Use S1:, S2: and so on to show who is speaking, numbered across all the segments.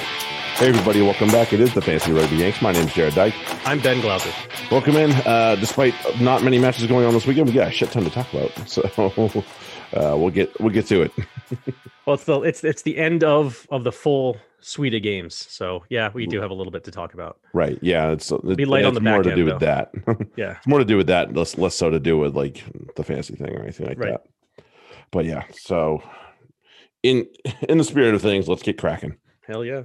S1: Hey, everybody, welcome back. It is the Fantasy Rugby Yanks. My name's Jared Dyke.
S2: I'm Ben Glauser.
S1: Welcome in. Uh, despite not many matches going on this weekend, we got a shit ton to talk about. So uh, we'll get we'll get to it.
S2: Well, it's the it's it's the end of of the full suite of games. So yeah, we
S1: Mm.
S2: do have a little bit to talk about.
S1: Right? Yeah. It's it,
S2: Be light
S1: it's
S2: on the
S1: more
S2: back
S1: to
S2: end,
S1: do with
S2: though.
S1: that.
S2: Yeah.
S1: it's more to do with that, less less so to do with like the fantasy thing or anything like
S2: Right.
S1: that. But yeah, so in in the spirit of things, let's get cracking.
S2: Hell yeah.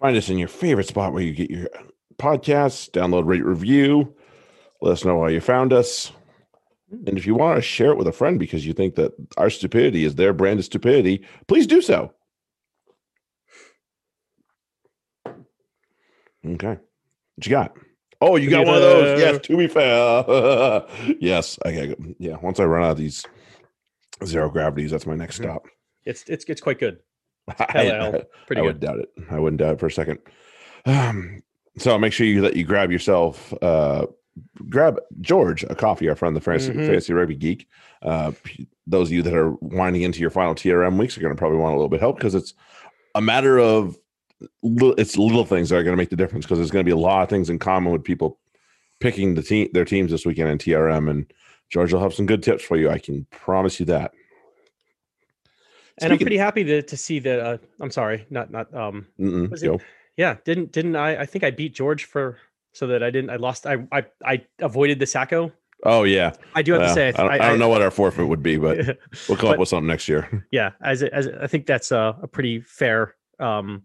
S1: Find us in your favorite spot where you get your podcasts. Download, rate, review. Let us know why you found us. And if you want to share it with a friend because you think that our stupidity is their brand of stupidity, please do so. Okay. What you got? Oh, you got one of those. Yes, to be fair. yes. Okay. Yeah. Once I run out of these zero gravities, that's my next
S2: Mhm.
S1: stop.
S2: It's it's it's quite good.
S1: I-
S2: Hello. Pretty
S1: I
S2: good.
S1: would doubt it. I wouldn't doubt it for a second. Um, so make sure you that you grab yourself, uh, grab George a coffee, our friend, the fancy,
S2: Mhm.
S1: fancy rugby geek. Uh, p- those of you that are winding into your final TRM weeks are going to probably want a little bit of help because it's a matter of li- it's little things that are going to make the difference because there's going to be a lot of things in common with people picking the team their teams this weekend in TRM and George will have some good tips for you. I can promise you that.
S2: and I'm
S1: Speaking-
S2: pretty happy to, to see that uh, I'm sorry, not not um
S1: Mm-mm,
S2: Was it-
S1: go.
S2: yeah, didn't didn't I I think I beat George for so that I didn't I lost I I, I avoided the sacco.
S1: Oh yeah.
S2: I do have
S1: Well,
S2: to say
S1: I, don't, I, don't know what our forfeit would be, but we'll come up
S2: But-
S1: with something next year.
S2: yeah as it- as it- i think that's a, a pretty fair um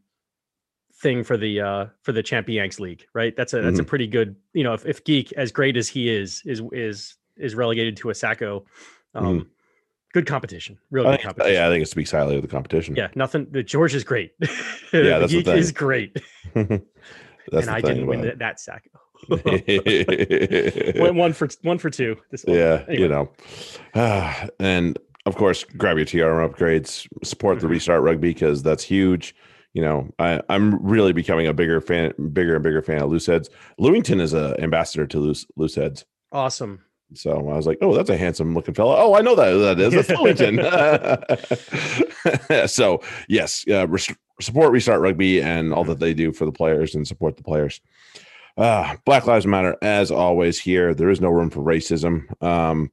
S2: thing for the uh for the champ yanks league right that's a that's
S1: Mm-hmm.
S2: a pretty good you know if, if geek as great as he is is is is relegated to a sacco um good competition real
S1: Mm-hmm. I
S2: good
S1: think-
S2: competition
S1: yeah, I think it speaks highly of the competition.
S2: yeah nothing the george is great
S1: Yeah, that's the
S2: geek is
S1: thing.
S2: great
S1: That's
S2: and
S1: the
S2: i
S1: thing
S2: didn't win
S1: about
S2: that, that sacco
S1: it.
S2: went one for one for two this
S1: yeah,
S2: anyway.
S1: you know, Ah, and of course, grab your TRM upgrades, support the
S2: Mhm.
S1: restart rugby because that's huge. You know, I, I'm really becoming a bigger fan, bigger and bigger fan of loose heads. Lewington is a ambassador to loose loose heads.
S2: awesome
S1: So I was like, "Oh, that's a handsome looking fella." Oh, I know that who that is. That's Flemington. so yes, uh, res- support Restart Rugby and all that they do for the players and support the players. Uh, Black Lives Matter, as always. Here, there is no room for racism. Um,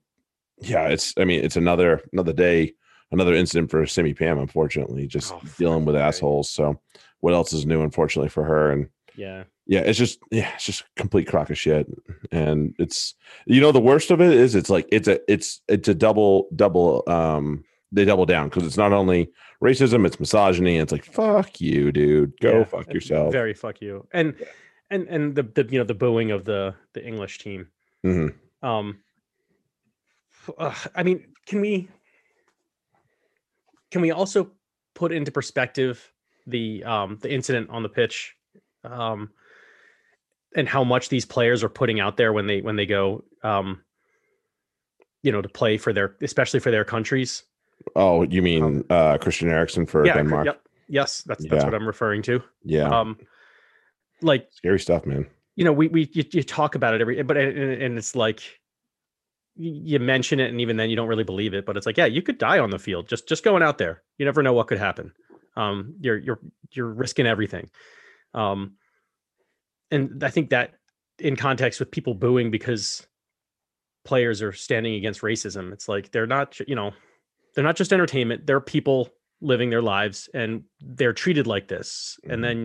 S1: yeah, it's. I mean, it's another another day, another incident for Simi Pam. Unfortunately, just
S2: Oh, fuck,
S1: dealing with
S2: right.
S1: assholes. So, what else is new? Unfortunately for her, and
S2: yeah
S1: yeah it's just yeah it's just complete crock of shit and it's you know the worst of it is it's like it's a it's it's a double double um they double down because it's not only racism it's misogyny and it's like fuck you dude go
S2: Yeah,
S1: fuck
S2: it's
S1: yourself
S2: Very fuck you. And and and the, the you know the booing of the the English team.
S1: Mhm.
S2: Um f- ugh, I mean, can we can we also put into perspective the um the incident on the pitch um and how much these players are putting out there when they when they go um you know to play for their especially for their countries.
S1: oh you mean
S2: Um,
S1: uh christian erickson for
S2: yeah, cr-
S1: denmark
S2: yep. Yes, that's that's
S1: Yeah.
S2: what I'm referring to.
S1: yeah
S2: Um like
S1: scary stuff man
S2: you know, we we you, you talk about it every, but and, and and it's like y- you mention it, and even then you don't really believe it. But it's like, yeah, you could die on the field just just going out there. You never know what could happen. Um, you're you're you're risking everything. Um, and I think that in context with people booing because players are standing against racism, it's like they're not ju- you know they're not just entertainment. They're people living their lives, and they're treated like this.
S1: Mhm.
S2: And then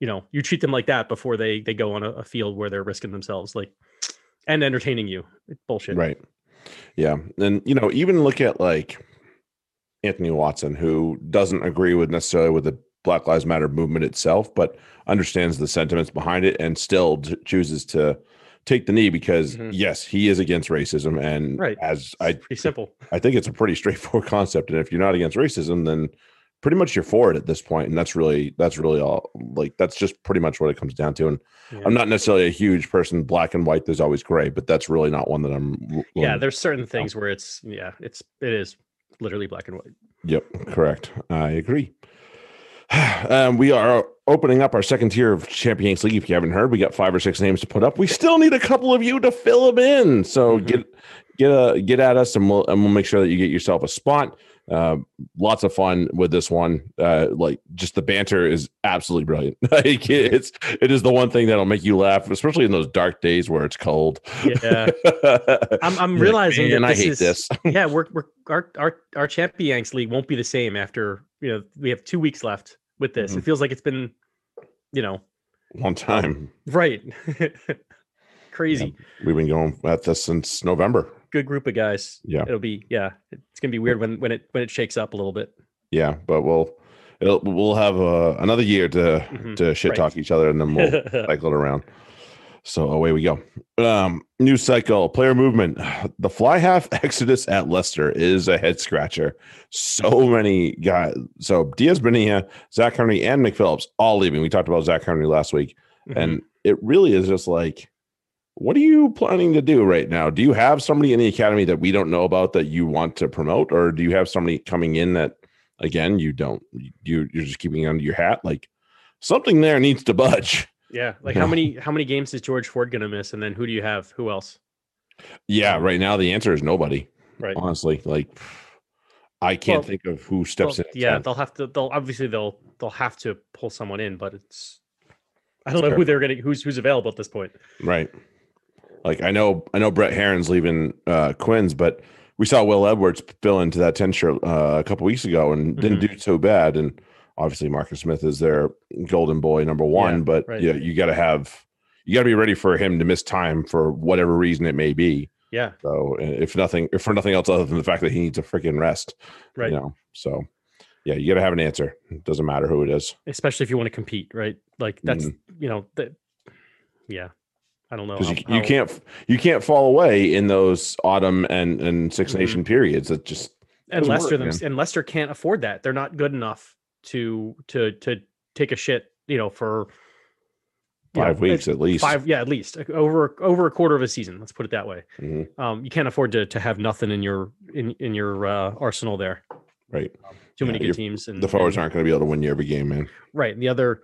S2: you know you treat them like that before they they go on a, a field where they're risking themselves like and entertaining you It's bullshit
S1: Right. Yeah. And you know, even look at like Anthony Watson, who doesn't agree with necessarily with the Black Lives Matter movement itself, but understands the sentiments behind it and still t- chooses to take the knee because
S2: Mhm.
S1: yes, he is against racism and
S2: Right.
S1: as
S2: it's
S1: I
S2: pretty simple
S1: I think it's a pretty straightforward concept and if you're not against racism then pretty much you're for it at this point and that's really that's really all like that's just pretty much what it comes down to and
S2: yeah,
S1: I'm not necessarily a huge person black and white there's always gray but that's really not one that I'm w- willing
S2: yeah
S1: to
S2: there's certain things where it's yeah it's it is literally black and white
S1: Yep, correct. I agree. Um, we are opening up our second tier of Champions League. If you haven't heard, we got five or six names to put up. We still need a couple of you to fill them in. So uh,
S2: Mhm.
S1: get get a, get at us, and we'll and we'll make sure that you get yourself a spot. Uh, lots of fun with this one. Uh, like just the banter is absolutely brilliant. like it's it is the one thing that'll make you laugh, especially in those dark days where it's cold.
S2: Yeah. I'm, I'm
S1: You're like,
S2: realizing
S1: Man,
S2: that
S1: I
S2: this
S1: hate
S2: is,
S1: this.
S2: yeah, we're, we're our our our Champions League won't be the same after you know we have two weeks left with this.
S1: Mm-hmm.
S2: It feels like it's been, you know,
S1: Long time.
S2: right, crazy.
S1: We've been going at this since November.
S2: Good group of guys.
S1: Yeah.
S2: it'll be yeah. It's gonna be weird when when it when it shakes up a little bit.
S1: Yeah, but we'll it'll, we'll have uh, another year to
S2: Mhm.
S1: to shit talk each other, and then we'll cycle it around. So away we go. Um, new cycle, player movement. The fly half exodus at Leicester is a head scratcher. So many guys. So Diaz Benia, Zach Henry, and McPhillips all leaving. We talked about Zach Henry last week,
S2: Mm-hmm.
S1: and it really is just like, what are you planning to do right now? Do you have somebody in the academy that we don't know about that you want to promote, or do you have somebody coming in that again you don't you you're just keeping under your hat? Like something there needs to budge.
S2: yeah, like how
S1: Yeah.
S2: many how many games is George Ford gonna miss? And then who do you have? Who else?
S1: Yeah, right now the answer is nobody.
S2: Right.
S1: Honestly, like I can't
S2: Well-
S1: think of who steps
S2: Well,
S1: in.
S2: yeah,
S1: at
S2: they'll have to. They'll obviously they'll they'll have to pull someone in, but it's I don't
S1: It's
S2: know
S1: fair.
S2: who they're gonna who's who's available at this point.
S1: 10. right. Like I know, I know Brett Herron's leaving uh, Quinn's, but we saw Will Edwards fill into that ten shirt uh, a couple weeks ago and didn't
S2: Mm-hmm.
S1: do so bad. And obviously, Marcus Smith is their golden boy number one. but
S2: right.
S1: yeah, you got to have you got to be ready for him to miss time for whatever reason it may be.
S2: Yeah,
S1: So uh, if nothing, if for nothing else other than the fact that he needs a freaking rest,
S2: right.
S1: you know. So yeah, you got to have an answer. It doesn't matter who it is.
S2: especially if you want to compete, right? Like that's you know that. Yeah, I don't know.
S1: because Mm-hmm. you,
S2: how-
S1: you
S2: how-
S1: can't you can't fall away in those autumn and and 6
S2: Mm-hmm.
S1: nation periods it just
S2: and
S1: doesn't
S2: Lester
S1: work,
S2: them,
S1: man.
S2: and Lester can't afford that. They're not good enough to to to take a shit, you know, for you know,
S1: five weeks
S2: it's
S1: at least
S2: Five, yeah, at least like, over over a quarter of a season. Let's put it that way.
S1: Mhm,
S2: Um, you can't afford to to have nothing in your in in your uh, arsenal there.
S1: right Yeah,
S2: Too many
S1: your-
S2: good teams, and
S1: the forwards
S2: and-
S1: aren't going to be able to win you every game man
S2: right. And the other,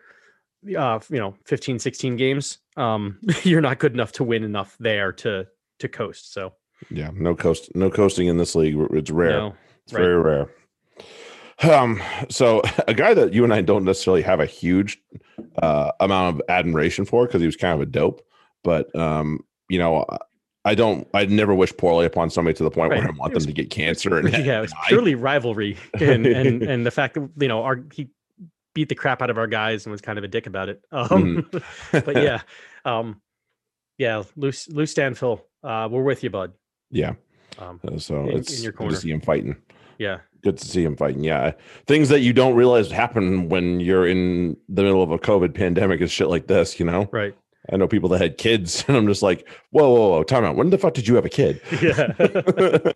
S2: uh, you know, 15, 16 games, um, you're not good enough to win enough there to to coast. So
S1: yeah no coast no coasting in this league it's rare
S2: No,
S1: it's
S2: right.
S1: very rare um so a guy that you and i don't necessarily have a huge uh amount of admiration for because he was kind of a dope but um you know i don't i'd never wish poorly upon somebody to the point where
S2: Right.
S1: i want
S2: It was-
S1: them to get cancer and
S2: yeah, it's
S1: die.
S2: purely rivalry, and, and and the fact that you know our he beat the crap out of our guys and was kind of a dick about it. Um,
S1: Mm-hmm.
S2: but yeah, um, yeah, Lou Lou Stanfill, uh, we're with you, bud.
S1: yeah
S2: Um,
S1: Uh, So
S2: in- in
S1: it's
S2: your
S1: good
S2: corner.
S1: to see him fighting.
S2: yeah,
S1: Good to see him fighting. Yeah, things that you don't realize happen when you're in the middle of a COVID pandemic and shit like this. You know,
S2: right.
S1: I know people that had kids, and I'm just like, whoa, whoa, whoa, time out. When the fuck did you have a kid?
S2: Yeah,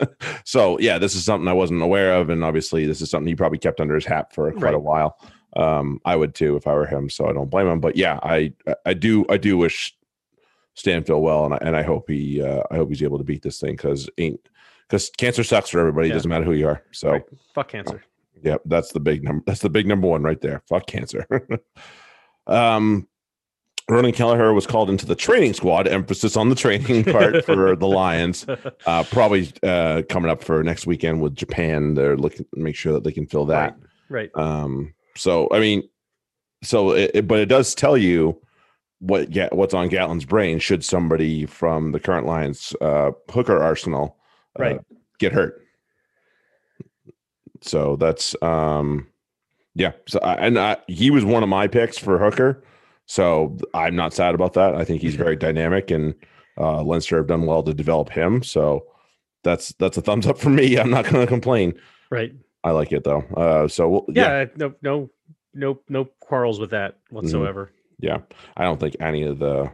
S1: so yeah, this is something I wasn't aware of, and obviously this is something he probably kept under his hat for quite
S2: Right.
S1: a while. Um, I would too if I were him, so I don't blame him. But yeah, I I do I do wish Stanfield well, and I, and I hope he uh, I hope he's able to beat this thing because ain't because cancer sucks for everybody.
S2: Yeah.
S1: It doesn't matter who you are. So
S2: Right. fuck cancer.
S1: yeah, that's the big number. That's the big number one right there. Fuck cancer. um, Ronan Kelleher was called into the training squad. Emphasis on the training part for the Lions. Uh, probably uh, coming up for next weekend with Japan. They're looking make sure that they can fill that.
S2: right.
S1: Um, so I mean, so it, it- but it does tell you what Ga- what's on Gatlin's brain should somebody from the current Lions uh, hooker arsenal uh,
S2: Right.
S1: get hurt. So that's um, yeah. So I, and I, he was one of my picks for hooker. So I'm not sad about that. I think he's very dynamic, and uh, Leinster have done well to develop him. So that's that's a thumbs up for me. I'm not going to complain.
S2: Right.
S1: I like it though. Uh, so we'll, yeah, Mm-hmm.
S2: Yeah. No. No. No. No quarrels with that whatsoever.
S1: Yeah, I don't think any of the.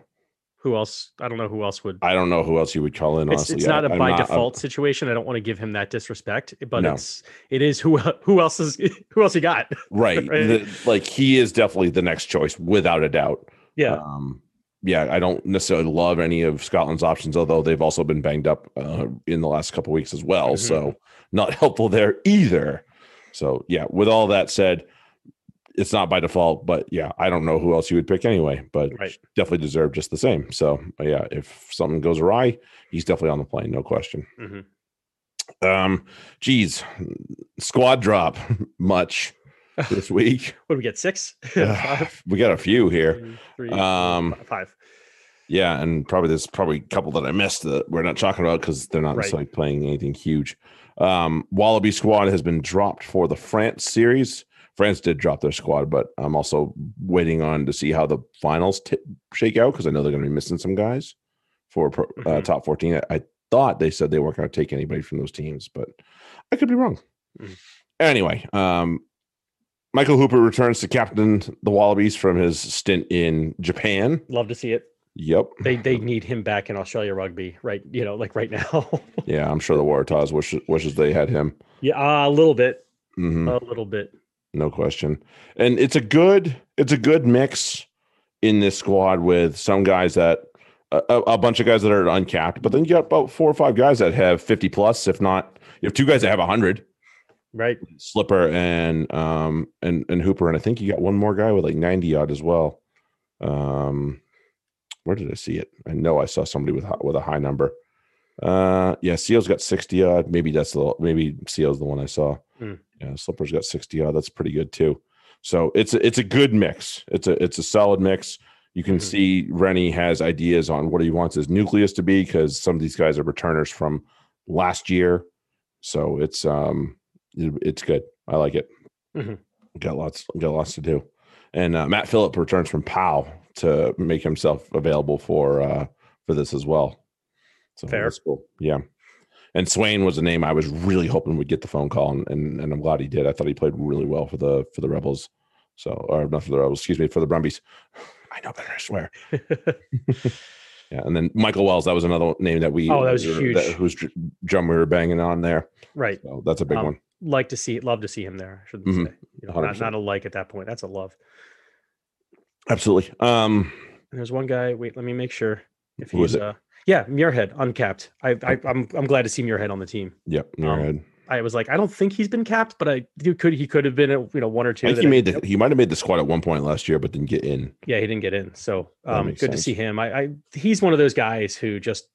S2: Who else? I don't know who else would.
S1: I don't know who else you would call in.
S2: It's,
S1: Honestly,
S2: it's not
S1: a
S2: a by default situation. I don't want to give him that disrespect, but
S1: No.
S2: it's it is who who else is who else he got.
S1: right?
S2: Right.
S1: The- like he is definitely the next choice without a doubt.
S2: Yeah.
S1: Um, yeah, I don't necessarily love any of Scotland's options, although they've also been banged up uh, in the last couple weeks as well.
S2: Mhm.
S1: So not helpful there either. So yeah, with all that said, it's not by default, but yeah, I don't know who else you would pick anyway, but
S2: Right.
S1: definitely deserve just the same. So yeah, if something goes awry, he's definitely on the plane, no question.
S2: Mhm.
S1: Um, geez, squad drop much this week.
S2: What do we get? Six?
S1: Uh, we got a few here.
S2: One, three,
S1: Um,
S2: fi- five.
S1: Yeah, and probably there's probably a couple that I missed that we're not talking about because they're not
S2: Right.
S1: necessarily playing anything huge. Um, Wallaby squad has been dropped for the France series. France did drop their squad, but I'm also waiting on to see how the finals t- shake out because I know they're going to be missing some guys for pro- uh,
S2: Mhm.
S1: top 14. I, I thought they said they weren't going to take anybody from those teams, but I could be wrong.
S2: Mhm.
S1: Anyway, um, Michael Hooper returns to captain the Wallabies from his stint in Japan.
S2: Love to see it.
S1: Yep.
S2: They they need him back in Australia rugby, right? You know, like right now.
S1: Yeah, I'm sure the Waratahs wish, wishes they had him.
S2: yeah, a little bit,
S1: hmm
S2: a little bit.
S1: no question. And it's a good it's a good mix in this squad with some guys that a, a a bunch of guys that are uncapped, but then you got about four or five guys that have 50 plus, if not you have two guys that have 100,
S2: Right.
S1: Slipper and um and and Hooper, and I think you got one more guy with like 90 odd as well. Um, where did I see it? I know I saw somebody with hi- with a high number. Uh, yeah, Seal's got 60 odd. Maybe that's the maybe Seal's the one I saw.
S2: Mm.
S1: Yeah, Slipper's got 60 odd. That's pretty good too. So it's a, it's a good mix. It's a it's a solid mix. You can
S2: Mhm.
S1: see Rennie has ideas on what he wants his nucleus to be because some of these guys are returners from last year. So it's um it- it's good. I like it.
S2: Mhm.
S1: Got lots got lots to do and uh, Matt Phillip returns from POW to make himself available for uh, for this as well. So
S2: Fair.
S1: that's cool. Yeah. And Swain was a name I was really hoping would get the phone call, and, and and I'm glad he did. I thought he played really well for the for the Rebels. So or not for the Rebels, excuse me, for the Brumbies. I know better, I swear. Yeah, and then Michael Wells, that was another name that we
S2: Oh, that was
S1: that-
S2: huge.
S1: whose dr- drum we were banging on there.
S2: right.
S1: So that's a big
S2: Um,
S1: one.
S2: Like to see love to see him there. I shouldn't
S1: Mhm.
S2: say. You know, not,
S1: 100%.
S2: not a like at that point. That's a love.
S1: Absolutely. Um,
S2: And there's one guy. Wait, let me make sure if
S1: Who is
S2: he's
S1: it?
S2: uh yeah, Muirhead uncapped. I, I I'm I'm glad to see Muirhead on the team.
S1: yep. you're
S2: Um,
S1: right.
S2: I was like, I don't think he's been capped, but I you could he could have been at you know one or two.
S1: I think
S2: that
S1: he
S2: I-
S1: made the he might have made the squad at one point last year, but didn't get in.
S2: yeah, he didn't get in. So
S1: That
S2: um, good
S1: makes
S2: to
S1: sense.
S2: see him. I, I he's one of those guys who just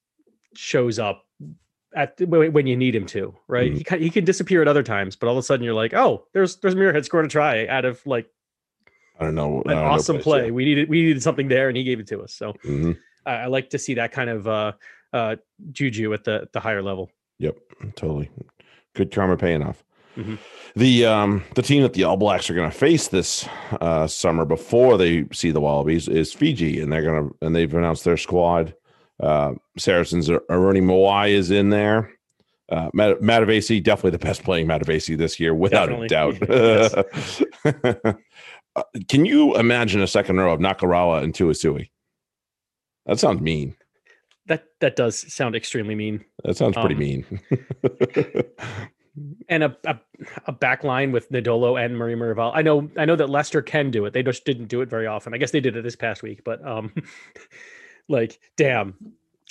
S2: shows up at the- when when you need him to, right?
S1: Mhm.
S2: He can, he can disappear at other times, but all of a sudden you're like, oh, there's there's Muirhead scored a try out of like
S1: I don't know. I don't
S2: an
S1: know
S2: awesome
S1: place,
S2: play.
S1: yeah.
S2: We needed we needed something there, and he gave it to us. So
S1: Mhm.
S2: I, I like to see that kind of uh, uh, juju at the the higher level.
S1: Yep, totally. Good karma paying off.
S2: Mhm.
S1: The um the team that the All Blacks are going to face this uh, summer before they see the Wallabies is Fiji, and they're going to and they've announced their squad. Uh, Saracens Aruni Mawai is in there. Uh, Mat- Matavesi definitely the best playing Matavesi this year, without
S2: Definitely.
S1: a doubt. Uh, Can you imagine a second row of Nakarawa and Tuasui? That sounds mean.
S2: That that does sound extremely mean,
S1: That sounds pretty
S2: Um,
S1: mean.
S2: and a a, a back line with Nadolo and Murray Muraval. I know I know that Leicester can do it. They just didn't do it very often. I guess they did it this past week, but um, like damn,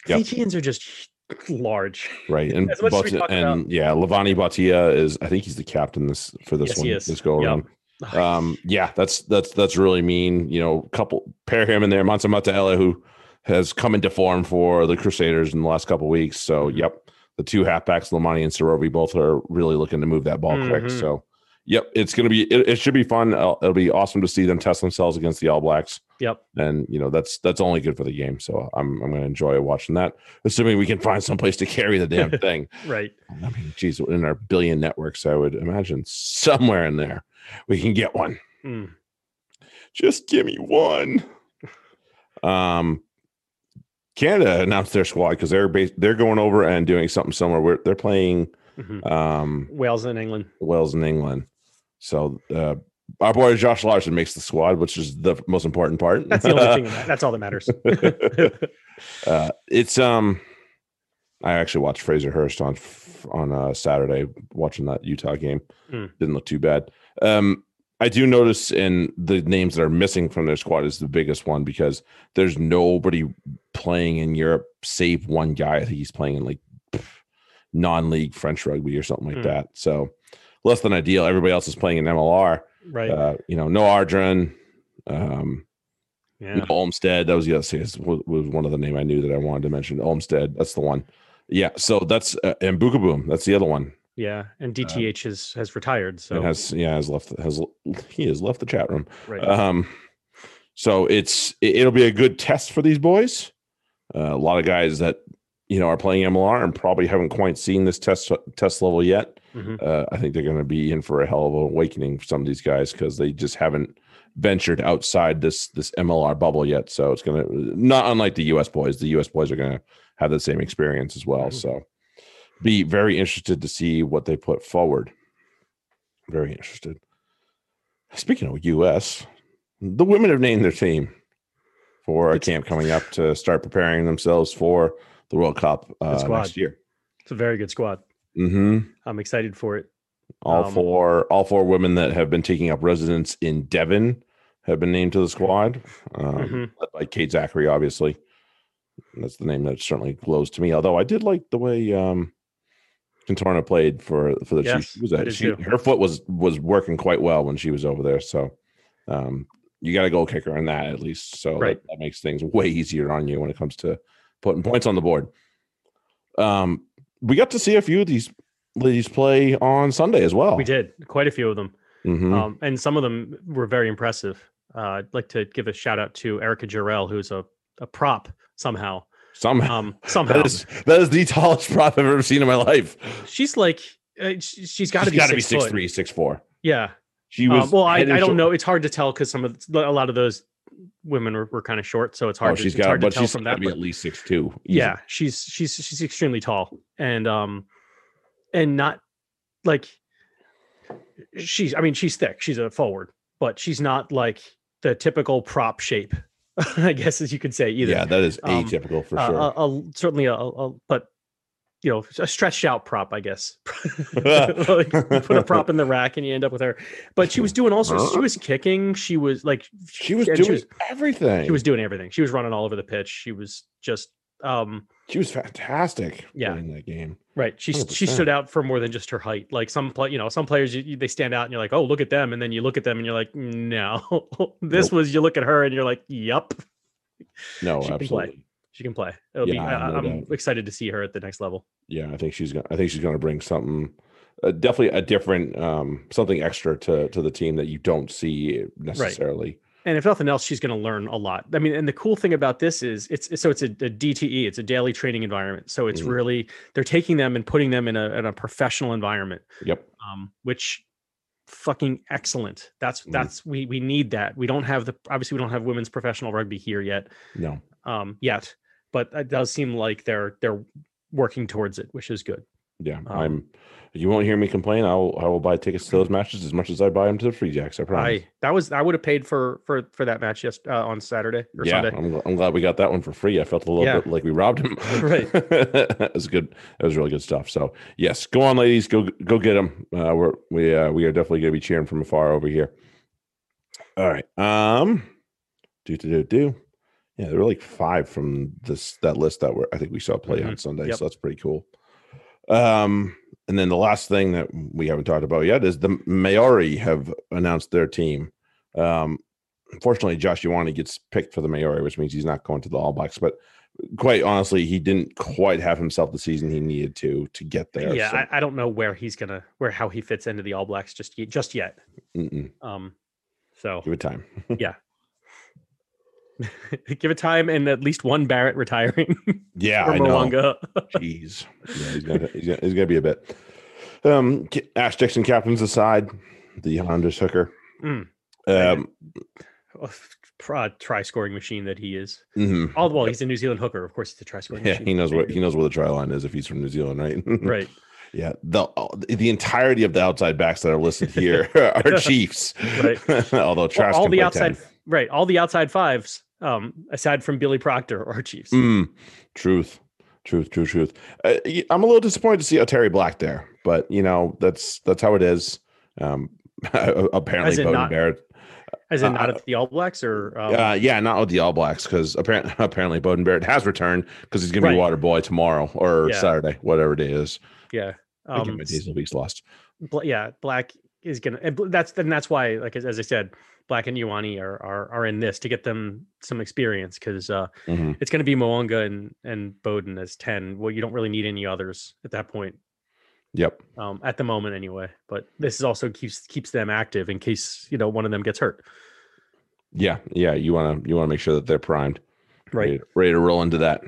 S1: Yep.
S2: Fijians are just large.
S1: Right. And
S2: As much as we
S1: Bata-
S2: talk about-
S1: and yeah, Lavani Batia is I think he's the captain this for this
S2: Yes,
S1: one
S2: he is.
S1: this go
S2: Yep.
S1: around. Um yeah, that's that's that's really mean. You know, couple pair him in there, Mansa Mataela, who has come into form for the Crusaders in the last couple weeks. So
S2: Mhm.
S1: yep. The two halfbacks, Lamani and Sorovi, both are really looking to move that ball quick.
S2: Mhm.
S1: So yep, it's gonna be it, it should be fun. Uh, it'll be awesome to see them test themselves against the All Blacks.
S2: Yep.
S1: And you know, that's that's only good for the game. So I'm I'm gonna enjoy watching that, assuming we can find someplace to carry the damn thing.
S2: Right.
S1: I mean, geez, in our billion networks, I would imagine somewhere in there we can get one.
S2: Mm.
S1: Just give me one. Um, Canada announced their squad because they're bas they're going over and doing something similar. Where they're playing
S2: Mhm.
S1: um,
S2: Wales and England.
S1: Wales and England. So uh, our boy Josh Larson makes the squad, which is the most important part.
S2: That's the only thing. That, that's all that matters.
S1: uh, it's um I actually watched Fraser Hurst on f- on uh, Saturday watching that Utah game.
S2: Mm.
S1: Didn't look too bad. Um I do notice in the names that are missing from their squad is the biggest one because there's nobody playing in Europe save one guy. I think he's playing in like pff, non-league French rugby or something like
S2: Mm.
S1: that. So less than ideal. Everybody else is playing in MLR.
S2: right.
S1: Uh, you know, no Ardren. Um,
S2: yeah.
S1: Olmstead. That was the other thing. Was, was one of the name I knew that I wanted to mention. Olmstead. That's the one. Yeah, so that's uh, and Buka Boom. That's the other one.
S2: Yeah, and DTH has has retired. So
S1: Um, It has yeah has left has he has left the chat room.
S2: right.
S1: Um, so it's it- it'll be a good test for these boys. Uh, a lot of guys that you know are playing MLR and probably haven't quite seen this test test level yet.
S2: Mhm.
S1: Uh, I think they're going to be in for a hell of an awakening for some of these guys because they just haven't ventured outside this this MLR bubble yet. So it's going to not unlike the US boys. The US boys are going to have the same experience as well.
S2: Mhm.
S1: So be very interested to see what they put forward. Very interested. Speaking of US, the women have named their team for a
S2: It's-
S1: camp coming up to start preparing themselves for the World Cup uh,
S2: squad.
S1: next year.
S2: it's a very good squad.
S1: hmm
S2: I'm excited for it.
S1: All
S2: Um,
S1: four, all four women that have been taking up residence in Devon have been named to the squad, um,
S2: Mhm.
S1: led by Kate Zachary, obviously. That's the name that certainly glows to me. Although I did like the way um, Contorna played for for the Chiefs.
S2: Yes,
S1: She was
S2: I
S1: a,
S2: did
S1: she,
S2: too.
S1: her foot was was working quite well when she was over there. So um, you got a goal kicker in that at least. So
S2: Right.
S1: that, that makes things way easier on you when it comes to putting points on the board. Um, we got to see a few of these ladies play on Sunday as well.
S2: We did quite a few of them,
S1: Mhm.
S2: um, and some of them were very impressive. Uh, I'd like to give a shout out to Erica Jarrell, who's a, a prop somehow.
S1: Somehow
S2: Um, somehow
S1: that is that is the tallest prop I've ever seen in my life.
S2: she's like uh, she, she's got to
S1: She's
S2: be
S1: gotta
S2: six foot.
S1: three, six four.
S2: Yeah.
S1: She
S2: Um,
S1: was
S2: well, I, I
S1: head and
S2: don't
S1: shou- Oh,
S2: know. It's hard to tell because some of a lot of those women were, were kind of short, so it's
S1: Oh,
S2: hard. to,
S1: she's
S2: it's
S1: got,
S2: hard
S1: but
S2: to tell
S1: she's
S2: from
S1: got
S2: that.
S1: to be
S2: but-
S1: at least six two.
S2: yeah she's she's she's extremely tall and um and not like she's i mean she's thick she's a forward but she's not like the typical prop shape i guess as you could say either
S1: yeah, that is
S2: Um,
S1: atypical for
S2: Uh,
S1: sure.
S2: a- a- certainly a, a but you know a stretched out prop i guess like, you put a prop in the rack and you end up with her but she was doing all sorts she was kicking she was like
S1: she was
S2: and
S1: doing
S2: she was,
S1: everything.
S2: she was doing everything she was running all over the pitch she was just um
S1: she was fantastic.
S2: Yeah.
S1: in that game.
S2: Right. She s- she
S1: 100%.
S2: stood out for more than just her height. Like some play, you know, some players you, you- they stand out and you're like, "Oh, look at them." And then you look at them and you're like, "No." this
S1: Nope.
S2: was you look at her and you're like, "Yup,
S1: No,
S2: She can play.
S1: absolutely.
S2: she can play." It'll be
S1: Yeah,
S2: I,
S1: no
S2: I'm
S1: doubt.
S2: excited to see her at the next level.
S1: Yeah, I think she's gonna. I think she's gonna bring something, uh, definitely a different, um, something extra to to the team that you don't see necessarily.
S2: And if nothing else, she's going to learn a lot. I mean, and the cool thing about this is it's so it's a, a DTE, it's a daily training environment. So it's
S1: Mhm.
S2: really they're taking them and putting them in a in a professional environment.
S1: Yep.
S2: um, which fucking excellent. That's
S1: Mhm.
S2: that's we we need that. We don't have the obviously we don't have women's professional rugby here yet,
S1: No.
S2: um, yet, but it does seem like they're they're working towards it, which is good.
S1: Yeah.
S2: Um,
S1: I'm. You won't hear me complain. I will. I will buy tickets to those matches as much as I buy them to the Free Jacks. I promise.
S2: I that was I would have paid for for for that match just uh, on Saturday or
S1: yeah,
S2: Sunday.
S1: I'm, gl- I'm glad we got that one for free. I felt a little
S2: Yeah.
S1: bit like we robbed him.
S2: Right.
S1: it was good. It was really good stuff. So yes, go on, ladies, go go get them. Uh, we're we uh, we are definitely going to be cheering from afar over here. All right. Um. Do do do do. Yeah, there were like five from this that list that were I think we saw play on Sunday.
S2: Mm-hmm. Yep.
S1: So that's pretty cool. Um. And then the last thing that we haven't talked about yet is the Maori have announced their team. Um, unfortunately, Josh Iwani gets picked for the Maori, which means he's not going to the All Blacks. But quite honestly, he didn't quite have himself the season he needed to to get there.
S2: yeah,
S1: so,
S2: I, I don't know where he's gonna where how he fits into the All Blacks just ye- just yet.
S1: mm-mm,
S2: Um, so
S1: give it time.
S2: give it time and at least one Barrett retiring
S1: Yeah,
S2: or
S1: I know.
S2: Mwanga.
S1: Jeez, yeah, he's gonna, he's, gonna, he's gonna be a bit. Um, K- Ash Dixon captains aside, the Honda's hooker.
S2: Mm.
S1: Um,
S2: Oh, try scoring machine that he is.
S1: mhm.
S2: All well, he's a New Zealand hooker. Of course, he's a try scoring
S1: yeah,
S2: machine.
S1: he knows what he knows where the try line is if he's from New Zealand, right?
S2: Right.
S1: Yeah, the all- the entirety of the outside backs that are listed here are Chiefs.
S2: Right.
S1: Although Trask
S2: all
S1: can
S2: the
S1: play
S2: outside,
S1: 10.
S2: right? All the outside fives, um, aside from Billy Proctor or Chiefs.
S1: Mm, truth, truth, truth, truth. Uh, y- I'm a little disappointed to see Terry Black there, but you know that's that's how it is. Um, apparently,
S2: As in
S1: Bowden
S2: not-
S1: Barrett.
S2: As in,
S1: uh,
S2: not at the All Blacks or um,
S1: uh, yeah, not with the All Blacks because apparently, apparently Bowden Barrett has returned because he's going to be
S2: Right.
S1: water boy tomorrow or
S2: Yeah.
S1: Saturday, whatever it is.
S2: yeah,
S1: Um,
S2: um,
S1: my days of weeks lost.
S2: Bla- yeah, Black is gonna. And Bl- that's then that's why, like as, as I said, Black and Ioane are are, are in this to get them some experience because uh,
S1: Mhm.
S2: it's going to be Moonga and and Bowden as ten. Well, you don't really need any others at that point,
S1: Yep.
S2: um, at the moment anyway. But this is also keeps keeps them active in case you know one of them gets hurt.
S1: Yeah. Yeah. You want to you want to make sure that they're primed.
S2: Right.
S1: Ready, ready to roll into that.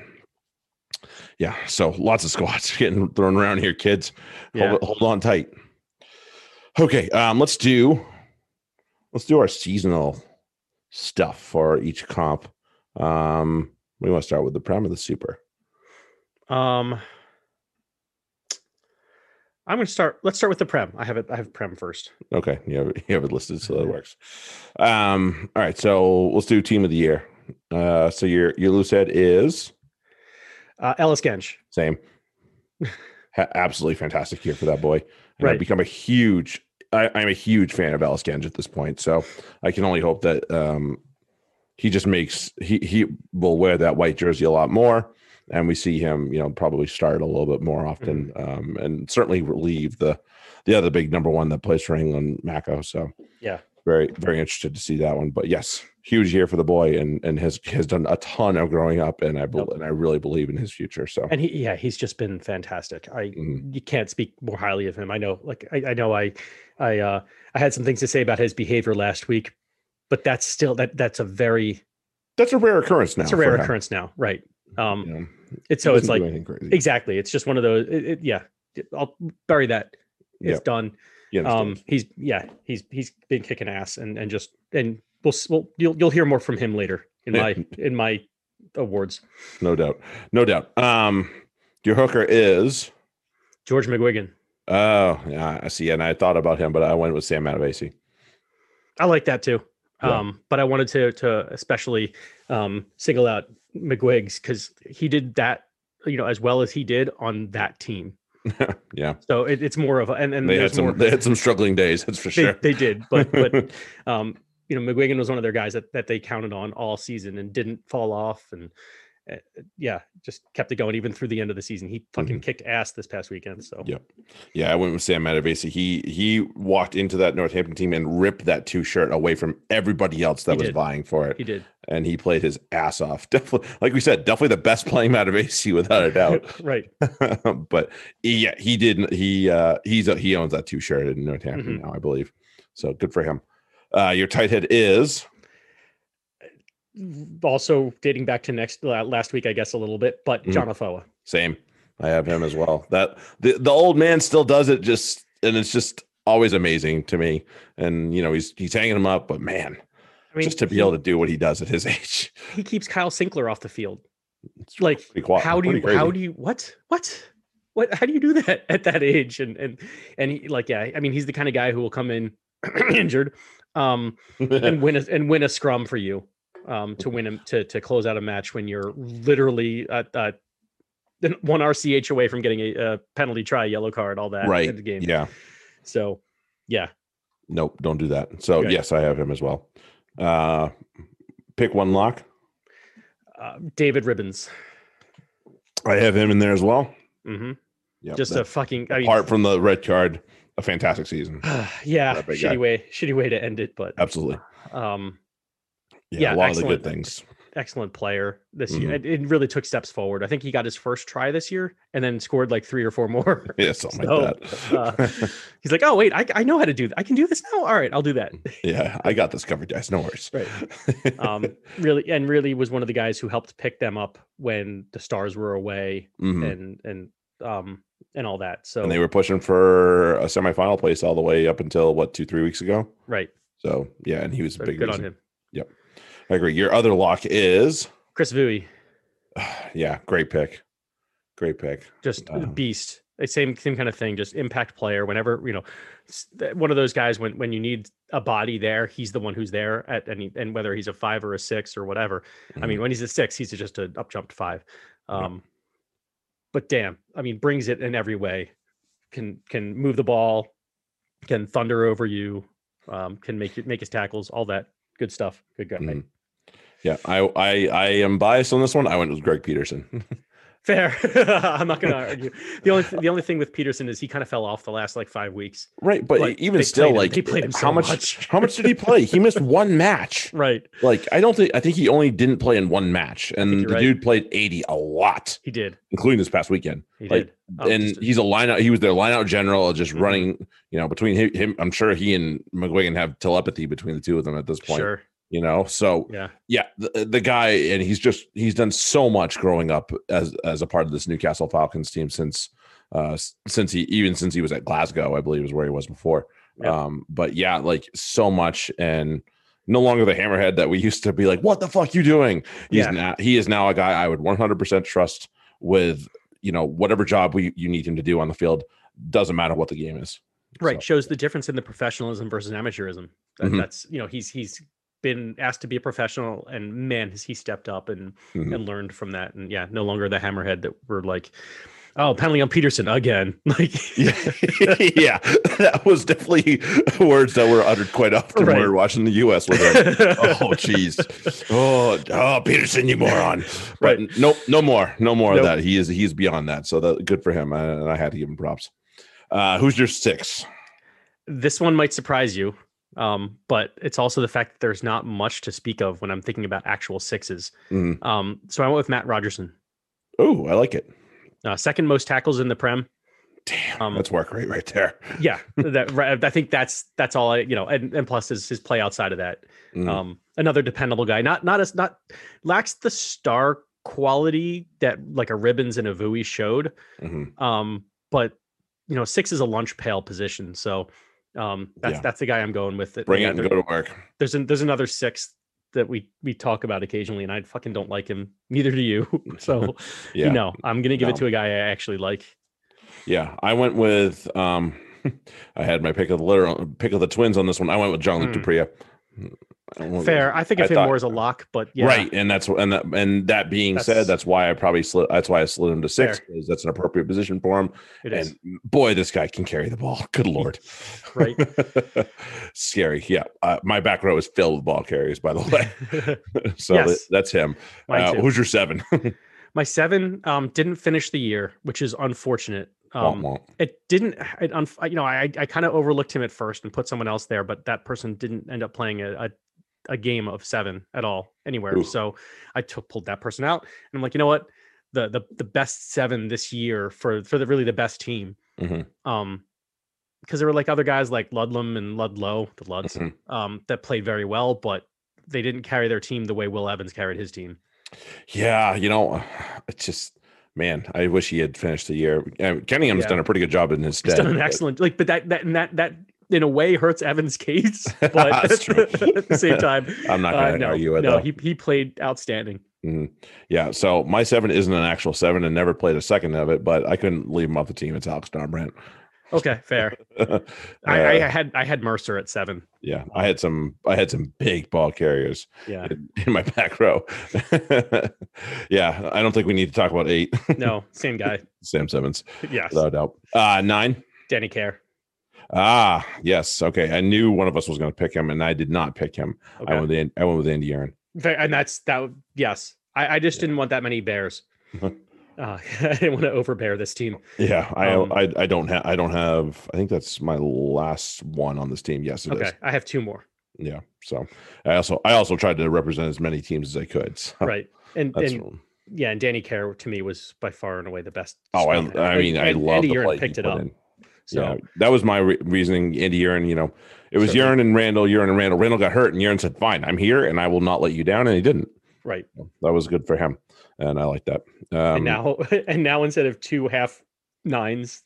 S1: Yeah. So lots of squats getting thrown around here, kids.
S2: Yeah.
S1: Hold, hold on tight. Okay. Um, let's do let's do our seasonal stuff for each comp. Um, we want to start with the prime or the super.
S2: Um, I'm going to start. Let's start with the prem. I have it. I have prem first.
S1: Okay, you have it, you have it listed, so that
S2: Mm-hmm.
S1: works. Um, all right, so let's do team of the year. Uh, so your your loose head is
S2: Uh, Ellis Gensh.
S1: same, Ha- absolutely fantastic year for that boy. And I've
S2: Right.
S1: become a huge. I, I'm a huge fan of Alice Genge at this point, so I can only hope that um, he just makes he he will wear that white jersey a lot more, and we see him, you know, probably start a little bit more often,
S2: Mm-hmm.
S1: um, and certainly relieve the the other big number one that plays for England, Mako. So
S2: Yeah.
S1: very very interested to see that one. But yes, huge year for the boy, and and has has done a ton of growing up, and I bel
S2: Yep.
S1: and I really believe in his future. So
S2: And he, yeah, he's just been fantastic. I,
S1: Mhm.
S2: you can't speak more highly of him. I know, like, I, I know I, I, uh, I had some things to say about his behavior last week, but that's still, that, that's a very,
S1: that's a rare occurrence now.
S2: that's a
S1: for
S2: rare
S1: him,
S2: occurrence now. Right. Um,
S1: you know.
S2: it's,
S1: He
S2: so it's
S1: doesn't
S2: like,
S1: do anything crazy.
S2: exactly. It's just one of those, it, it- yeah, I'll bury that. It's
S1: Yep.
S2: done.
S1: You
S2: um
S1: understand.
S2: he's yeah he's he's been kicking ass and and just and we'll s- we'll you'll you'll hear more from him later in
S1: Yeah.
S2: my in my awards
S1: no doubt, no doubt. Um, your hooker is
S2: george mcguigan
S1: oh yeah, I see, and I thought about him, but I went with Sam Matavasi.
S2: i like that too
S1: Yeah.
S2: um but i wanted to to especially um single out mcguigs because he did that you know as well as he did on that team
S1: Yeah,
S2: so it, it's more of a, and and
S1: they
S2: there's
S1: had some
S2: more
S1: they had some struggling days, that's for sure.
S2: they, they did but but um, you know, McGuigan was one of their guys that, that they counted on all season and didn't fall off. And uh, yeah, just kept it going even through the end of the season. He
S1: Mm-hmm.
S2: fucking kicked ass this past weekend. So
S1: Yeah. Yeah, I went with Sam Matavasi. He he walked into that Northampton team and ripped that two shirt away from everybody else that
S2: He
S1: was
S2: did.
S1: vying for it,
S2: he did.
S1: and he played his ass off. Definitely, like we said, definitely the best playing Matavasi without a doubt.
S2: right.
S1: but yeah, he didn't. He uh he's a, he owns that two shirt in Northampton
S2: Mm-hmm.
S1: now, I believe. So good for him. Uh Your tight head is
S2: Also dating back to next la- last week, I guess a little bit, but
S1: Mhm.
S2: John Afoa.
S1: same. I have him as well. That the the old man still does it. Just and it's just always amazing to me. And you know he's he's hanging him up, but man.
S2: I mean,
S1: just to be
S2: he,
S1: able to do what he does at his age.
S2: he keeps Kyle Sinkler off the field. Like
S1: Pretty qua-
S2: how do
S1: pretty
S2: you how
S1: crazy.
S2: do you what what what how do you do that at that age and and and he, like yeah i mean he's the kind of guy who will come in injured um and win a, and win a scrum for you um to win him to to close out a match when you're literally uh, uh then one rch away from getting a, uh penalty try yellow card all that
S1: right.
S2: in the game
S1: Yeah.
S2: so yeah
S1: Nope. Don't do that. So
S2: Okay.
S1: yes, I have him as well. Uh pick one lock.
S2: uh, david ribbons
S1: I have him in there as well.
S2: hmm
S1: Yeah.
S2: just a fucking i mean
S1: apart from the red card, a fantastic season.
S2: yeah
S1: that big
S2: shitty
S1: guy.
S2: way shitty way to end it but
S1: Absolutely.
S2: um
S1: Yeah. a
S2: Yeah,
S1: lot of the
S2: excellent.
S1: good things.
S2: excellent player this
S1: Mm-hmm.
S2: year. It, it really took steps forward. I think he got his first try this year and then scored like three or four more.
S1: Yeah, something like
S2: So,
S1: that.
S2: uh, he's like, oh wait, I, I know how to do that. I can do this now. All right, I'll do that.
S1: yeah, I got this covered, guys. No worries.
S2: Right. Um, really, and really was one of the guys who helped pick them up when the stars were away
S1: Mhm.
S2: and and um and all that. So
S1: And they were pushing for a semifinal place all the way up until what two, three weeks ago.
S2: right,
S1: So yeah, and he was
S2: so
S1: a
S2: good
S1: big
S2: on
S1: reason.
S2: him.
S1: I agree. Your other lock is
S2: Chris Vui,
S1: yeah, great pick. Great pick.
S2: just a
S1: Uh-huh.
S2: beast. Uh, Same same kind of thing. Just impact player. Whenever you know, s- th- one of those guys when when you need a body there, he's the one who's there at any and whether he's a five or a six or whatever. I mean, when he's a six, he's just an up jumped five.
S1: Yeah.
S2: Um, But damn, I mean, brings it in every way. Can can move the ball, can thunder over you, um, can make it make his tackles, all that good stuff.
S1: Mm-hmm.
S2: Good guy.
S1: Mhm. yeah, I I I am biased on this one. I went with Greg Peterson.
S2: Fair. I'm not going to argue. The only the only thing with Peterson is he kind of fell off the last like five weeks.
S1: Right, but
S2: Like,
S1: even
S2: they
S1: still,
S2: played him-
S1: like
S2: they played him
S1: how
S2: so
S1: much,
S2: much.
S1: how much did he play? He missed one match.
S2: Right.
S1: Like I don't think I think he only didn't play in one match, and
S2: you're
S1: the
S2: right.
S1: dude played eighty a lot,
S2: He did.
S1: including this past weekend.
S2: He
S1: Like,
S2: did. Oh,
S1: and
S2: just-
S1: he's a lineout. He was their lineout general, uh, just
S2: Mhm.
S1: running. You know, between him, him, I'm sure he and McGuigan have telepathy between the two of them at this point.
S2: sure.
S1: You know, so
S2: Yeah.
S1: yeah, the, the guy, and he's just he's done so much growing up as as a part of this Newcastle Falcons team since uh s- since he even since he was at Glasgow, I believe is where he was before.
S2: Yeah.
S1: Um, but yeah, like so much and no longer the hammerhead that we used to be like, what the fuck you doing? He's
S2: Yeah.
S1: now he is now a guy I would 100% trust with you know whatever job we you need him to do on the field doesn't matter what the game is.
S2: Right.
S1: So,
S2: Shows the difference in the professionalism versus amateurism. That,
S1: Mhm.
S2: That's you know he's he's been asked to be a professional and man has he stepped up and
S1: Mhm.
S2: and learned from that and yeah no longer the hammerhead that we're like oh penalty on Peterson again like
S1: Yeah, yeah, that was definitely words that were uttered quite often when we
S2: Right.
S1: were watching the U.S. with it. oh jeez oh, oh peterson you moron but
S2: Right.
S1: nope no more no more of
S2: Nope.
S1: that he is he's beyond that so that good for him uh, and i had to give him props uh who's your six
S2: this one might surprise you um but it's also the fact that there's not much to speak of when I'm thinking about actual sixes
S1: Mhm.
S2: um so I went with Matt Rogerson
S1: oh i like it
S2: uh, second most tackles in the prem
S1: damn
S2: Um,
S1: that's work rate right there
S2: yeah that right, i think that's that's all i you know and, and plus his, his play outside of that
S1: Mhm.
S2: um another dependable guy not not as not lacks the star quality that like a ribbons and a vui showed
S1: Mhm.
S2: um but you know six is a lunch pail position so um that's
S1: Yeah.
S2: that's the guy i'm going with
S1: bring it
S2: yeah,
S1: and
S2: there-
S1: go to work
S2: there's an, there's another six that we we talk about occasionally and i fucking don't like him neither do you so
S1: yeah
S2: you know i'm gonna give
S1: No.
S2: it to a guy i actually like
S1: yeah i went with um i had my pick of the litter pick of the twins on this one i went with john luke
S2: Mm.
S1: dupria I went with-
S2: fair i think
S1: I
S2: of him
S1: thought-
S2: more as a lock but yeah
S1: Right, and that's and that and that being said,
S2: That's-
S1: that's why I probably slid. That's why I slid him to six
S2: Fair.
S1: because that's an appropriate position for him.
S2: it is
S1: and boy, this guy can carry the ball. Good lord,
S2: right
S1: scary. Yeah, uh, my back row is filled with ball carriers. By the way, so
S2: Yes.
S1: that- that's him.
S2: Mine
S1: Uh,
S2: too.
S1: who's your seven?
S2: My seven um, didn't finish the year, which is unfortunate.
S1: Womp
S2: Um,
S1: womp.
S2: It didn't. It unf- I- you know, I I kind of overlooked him at first and put someone else there, but that person didn't end up playing a. a a game of seven at all anywhere.
S1: Oof.
S2: So I took pulled that person out and I'm like, you know what? The the the best seven this year for for the really the best team.
S1: Mhm.
S2: Um because there were like other guys like Ludlam and Ludlow, the Luds,
S1: Mhm.
S2: um, that played very well, but they didn't carry their team the way Will Evans carried his team.
S1: Yeah, you know, uh, it's just man. I wish he had finished the year. Uh, Kenningham's
S2: Yeah.
S1: done a pretty good job in his
S2: He's
S1: stead.
S2: done an
S1: but-
S2: excellent like, but that that and that that in a way hurts Evans' case, but
S1: That's true.
S2: at the same time,
S1: I'm not
S2: uh,
S1: going to
S2: no,
S1: argue it.
S2: no,
S1: though.
S2: he he played outstanding.
S1: Mhm. Yeah, so my seven isn't an actual seven and never played a second of it, but I couldn't leave him off the team. It's Alex Darmbrandt.
S2: Okay, fair.
S1: Uh,
S2: I, I had I had Mercer at seven.
S1: yeah, I had some I had some big ball carriers
S2: Yeah,
S1: in, in my back row. yeah, I don't think we need to talk about eight.
S2: no, same guy.
S1: Sam Simmons,
S2: Yes,
S1: without a doubt. Uh nine.
S2: Danny Care.
S1: Ah, yes. Okay. I knew one of us was going to pick him, and I did not pick him. I
S2: Okay,
S1: went with An- I went with Andy Aaron.
S2: Fair- and that's that. w- Yes, I, I just didn't want that many bears.
S1: Uh-huh.
S2: uh, I didn't want to overbear this team.
S1: Yeah, I
S2: Um,
S1: I, I don't have I don't have I think that's my last one on this team. Yes, it is.
S2: Okay, I have two more.
S1: Yeah. So I also I also tried to represent as many teams as I could. So
S2: Right, and
S1: That's
S2: and yeah, and Danny Care to me was by far and away the best.
S1: oh I
S2: spot there.
S1: I
S2: And-
S1: mean I
S2: and
S1: love
S2: Andy
S1: the
S2: Urin
S1: play he
S2: picked it
S1: put
S2: up.
S1: in.
S2: So
S1: yeah, that was my re- reasoning. Andy Urin, you know, it was
S2: Certainly.
S1: Urin and Randall. Urin and Randall. Randall got hurt, and Urin said, "Fine, I'm here, and I will not let you down." And he didn't.
S2: right.
S1: That was good for him, and I like that. Um,
S2: and now and now instead of two half nines,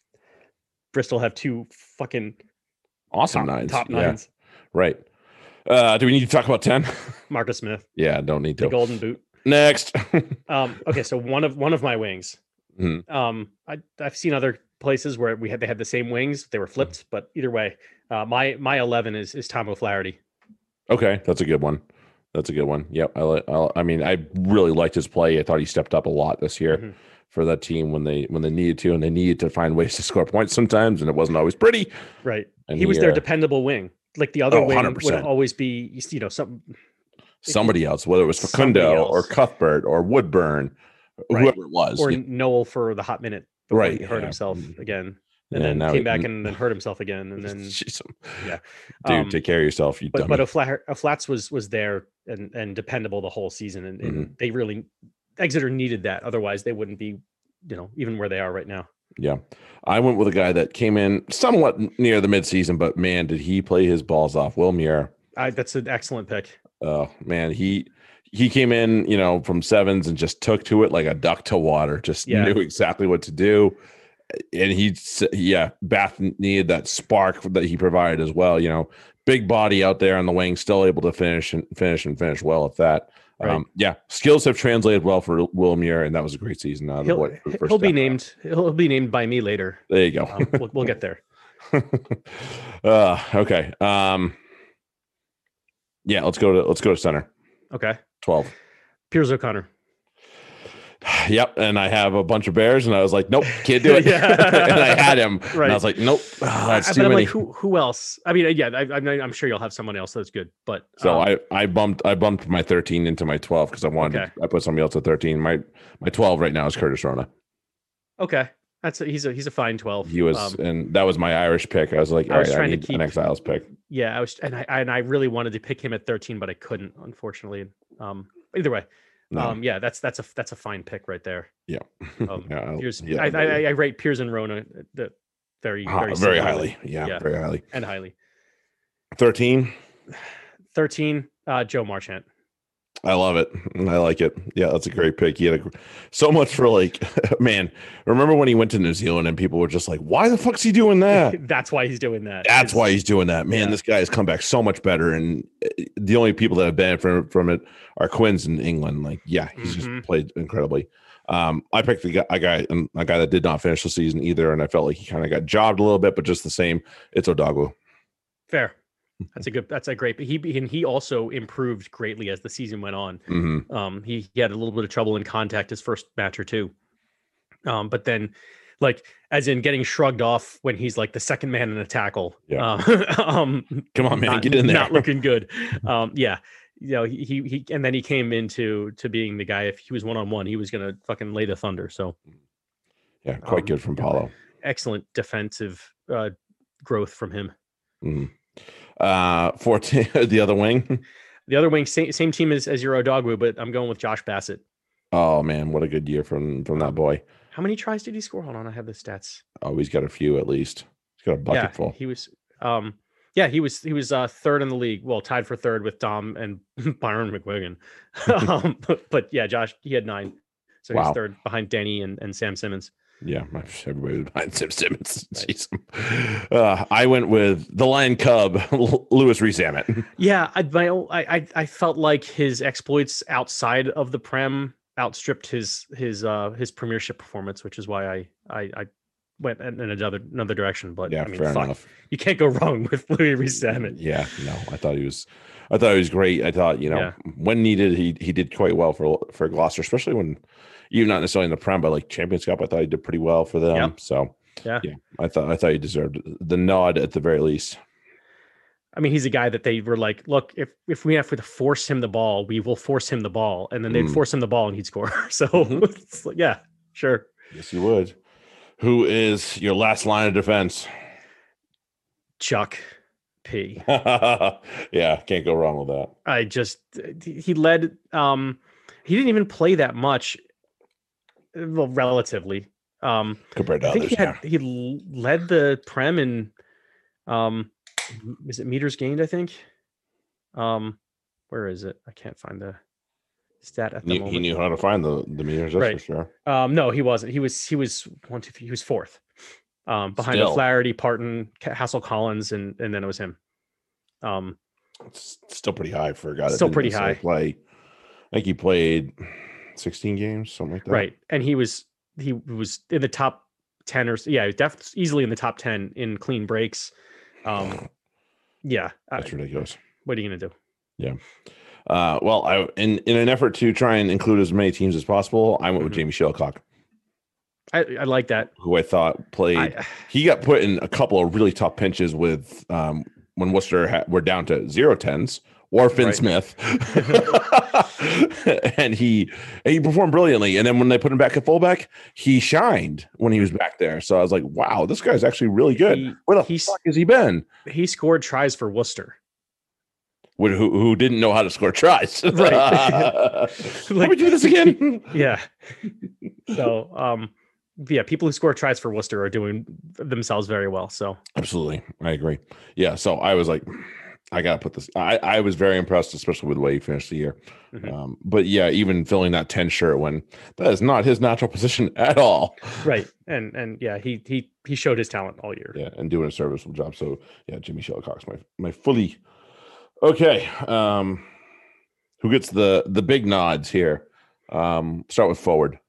S2: Bristol have two fucking
S1: awesome
S2: top,
S1: nines.
S2: top
S1: yeah,
S2: nines.
S1: right. Uh, do we need to talk about ten?
S2: Marcus Smith,
S1: yeah, don't need
S2: the
S1: to.
S2: golden boot.
S1: Next.
S2: Um, okay, so one of one of my wings.
S1: Mhm.
S2: Um, I, I've seen other places where we had they had the same wings, they were flipped, but either way, uh, my my eleven is is Tom O'Flaherty.
S1: Okay, that's a good one. That's a good one. Yep. I, li- I I mean, I really liked his play. I thought he stepped up a lot this year
S2: Mhm.
S1: for that team when they when they needed to, and they needed to find ways to score points sometimes, and it wasn't always pretty.
S2: Right,
S1: And
S2: he was their
S1: uh,
S2: dependable wing. Like the other
S1: Oh,
S2: wing would
S1: 100%.
S2: always be, you s- you know, something
S1: somebody else, whether it was
S2: Somebody
S1: Facundo or
S2: else.
S1: Cuthbert or Woodburn
S2: Right.
S1: whoever it was.
S2: or
S1: yeah.
S2: Noel for the hot minute. before
S1: Right,
S2: He hurt
S1: yeah.
S2: himself
S1: Mhm.
S2: again.
S1: Yeah,
S2: And
S1: now
S2: then
S1: he-
S2: came back and then hurt himself again. And then
S1: Jeez,
S2: yeah.
S1: dude,
S2: um,
S1: take care of yourself. You
S2: but
S1: dummy.
S2: but O'Fla- O'Flats was was there and and dependable the whole season, and,
S1: Mm-hmm.
S2: and they really Exeter needed that. Otherwise, they wouldn't be, you know, even where they are right now.
S1: Yeah. I went with a guy that came in somewhat near the midseason, but man, did he play his balls off. Will Muir.
S2: I, that's an excellent pick.
S1: Oh man, he he came in, you know, from sevens and just took to it like a duck to water. Just
S2: Yeah.
S1: knew exactly what to do. And he, s- yeah, Bath needed that spark that he provided as well. You know, big body out there on the wing, still able to finish and finish and finish well at that.
S2: Right.
S1: Um, yeah, skills have translated well for Will Muir, and that was a great season. Out of the
S2: He'll,
S1: boy, for the first
S2: he'll be
S1: time.
S2: named. He'll be named by me later.
S1: There you go.
S2: Um, we'll, we'll get there.
S1: uh, okay. Um, yeah, let's go to let's go to center
S2: Okay,
S1: twelve.
S2: Piers O'Connor.
S1: Yep, and I have a bunch of bears, and I was like, nope, can't do it.
S2: Yeah.
S1: and I had him, and
S2: Right.
S1: I was like, nope, ah,
S2: I-
S1: that's
S2: I-
S1: too
S2: but I'm
S1: many.
S2: like, who who else? I mean, yeah, I, I'm, I'm sure you'll have someone else that's good. But
S1: so
S2: um,
S1: I I bumped I bumped my thirteen into my twelve because I wanted
S2: Okay.
S1: to, I put somebody else at thirteen. My my twelve right now is Curtis Rona.
S2: okay, that's a, he's a he's a fine twelve.
S1: He was,
S2: Um,
S1: and that was my Irish pick. I was like,
S2: I
S1: all
S2: was
S1: right, I
S2: trying to
S1: need an
S2: keep-
S1: exiles pick.
S2: Yeah, I was, and I and I really wanted to pick him at 13, but I couldn't, unfortunately. Um, either way,
S1: No,
S2: um, yeah, that's that's a that's a fine pick right there.
S1: yeah,
S2: um,
S1: yeah, I'll-
S2: Piers,
S1: yeah,
S2: I, I, I, I rate Piers and Rona uh, the very
S1: Ah, very
S2: very similarly
S1: highly, yeah,
S2: Yeah.
S1: very highly.
S2: and highly.
S1: Thirteen,
S2: 13, uh, Joe Marchant.
S1: I love it. I like it. Yeah, that's a great pick. He had a, gr- so much for like, man. Remember when he went to New Zealand and people were just like, "Why the fuck's he doing that?"
S2: that's why he's doing that.
S1: That's
S2: is-
S1: why he's doing that. Man,
S2: Yeah.
S1: this guy has come back so much better. And uh, the only people that have benefited from, from it are Quins in England. Like, yeah, he's
S2: Mhm.
S1: just played incredibly. Um, I picked the guy, a guy, um, a guy that did not finish the season either, and I felt like he kind of got jobbed a little bit, but just the same, it's Odogwu.
S2: fair. That's a good. That's a great. He and he also improved greatly as the season went on.
S1: hmm
S2: Um, he, he had a little bit of trouble in contact his first match or two. Um, but then, like, as in getting shrugged off when he's like the second man in a tackle.
S1: Yeah.
S2: Uh, um,
S1: Come on, man,
S2: not,
S1: get in there.
S2: Not looking good. Um, yeah. You know, he, he he and then he came into to being the guy. If he was one on one, he was gonna fucking lay the thunder. So
S1: yeah, quite
S2: um,
S1: good from
S2: yeah.
S1: Paulo.
S2: excellent defensive uh, growth from him.
S1: Mhm. Uh, fourteen, the other wing.
S2: The other wing, same, same team as, as your Odogwu, but I'm going with Josh Bassett.
S1: Oh man, what a good year from from that boy.
S2: How many tries did he score? Hold on, I have the stats.
S1: Oh, he's got a few at least. He's got a bucket
S2: yeah,
S1: full.
S2: he was. Um, yeah, he was. He was uh, third in the league. Well, tied for third with Dom and Byron McWigan. um, but, but yeah, Josh, he had nine, so
S1: Wow.
S2: he's third behind Danny and, and Sam Simmons.
S1: Yeah, my, everybody was behind Sim Simmons. Jeez. Uh, I went with the Lion Cub, Lewis Reese Ammett.
S2: Yeah, I, my own, I I I felt like his exploits outside of the prem outstripped his his uh his premiership performance, which is why I I, I went in in another another direction. But
S1: Yeah,
S2: I mean,
S1: fair
S2: fuck,
S1: enough.
S2: you can't go wrong with Louis Resamit.
S1: Yeah, no, I thought he was, I thought he was great. I thought you know
S2: Yeah.
S1: when needed, he he did quite well for for Gloucester, especially when even not necessarily in the prem, but like Champions Cup. I thought he did pretty well for them.
S2: Yep.
S1: So
S2: Yeah.
S1: yeah, I thought I thought he deserved the nod at the very least.
S2: I mean, he's a guy that they were like, look, if if we have to force him the ball, we will force him the ball, and then they'd
S1: Mm.
S2: force him the ball and he'd score. So
S1: Mhm.
S2: it's like, yeah, sure.
S1: Yes, you would. Who is your last line of defense?
S2: Chuck P.
S1: yeah, can't go wrong with that.
S2: I just he led um he didn't even play that much well relatively. Um
S1: Compared to
S2: I think
S1: others,
S2: he had
S1: yeah.
S2: he l- led the prem in um m- is it meters gained I think? Um where is it? I can't find the stat at the
S1: Knew-
S2: moment.
S1: he knew how to find the the meters, that's for
S2: Right.
S1: sure.
S2: Um, no, he wasn't. He was he was one two three, he was fourth, um, behind
S1: Still.
S2: Flaherty, Parton, Ca- Hassel Collins, and and then it was him. Um,
S1: It's still pretty high for a guy. That
S2: Still
S1: didn't
S2: pretty
S1: necessarily
S2: high.
S1: Play, I think he played sixteen games, something like that.
S2: right, and he was he was in the top ten or s- yeah, def- easily in the top ten in clean breaks. Um, yeah, I-
S1: That's ridiculous.
S2: what are you gonna do?
S1: Uh, well, I in in an effort to try and include as many teams as possible, I went with
S2: Mhm.
S1: Jamie Shelcock,
S2: I, I like that.
S1: who I thought played.
S2: I,
S1: he got put in a couple of really tough pinches with um, when Worcester ha- were down to zero tens or Finn
S2: Right.
S1: Smith. and he he performed brilliantly. And then when they put him back at fullback, he shined when he was back there. So I was like, wow, this guy's actually really good.
S2: He-
S1: Where the
S2: he's-
S1: fuck has he been?
S2: He scored tries for Worcester.
S1: Who, who who didn't know how to score tries?
S2: Right.
S1: Let me do this again.
S2: Yeah. so, um, yeah, people who score tries for Worcester are doing themselves very well. So,
S1: Absolutely, I agree. Yeah, so I was like, I gotta put this. I I was very impressed, especially with the way he finished the year.
S2: Mhm.
S1: Um, but yeah, even filling that ten shirt when that is not his natural position at all.
S2: right, and and yeah, he he he showed his talent all year.
S1: Yeah, and doing a serviceable job. So yeah, Jimmy Shelcock's my my fully okay. Um, who gets the the big nods here? Um, start with forward.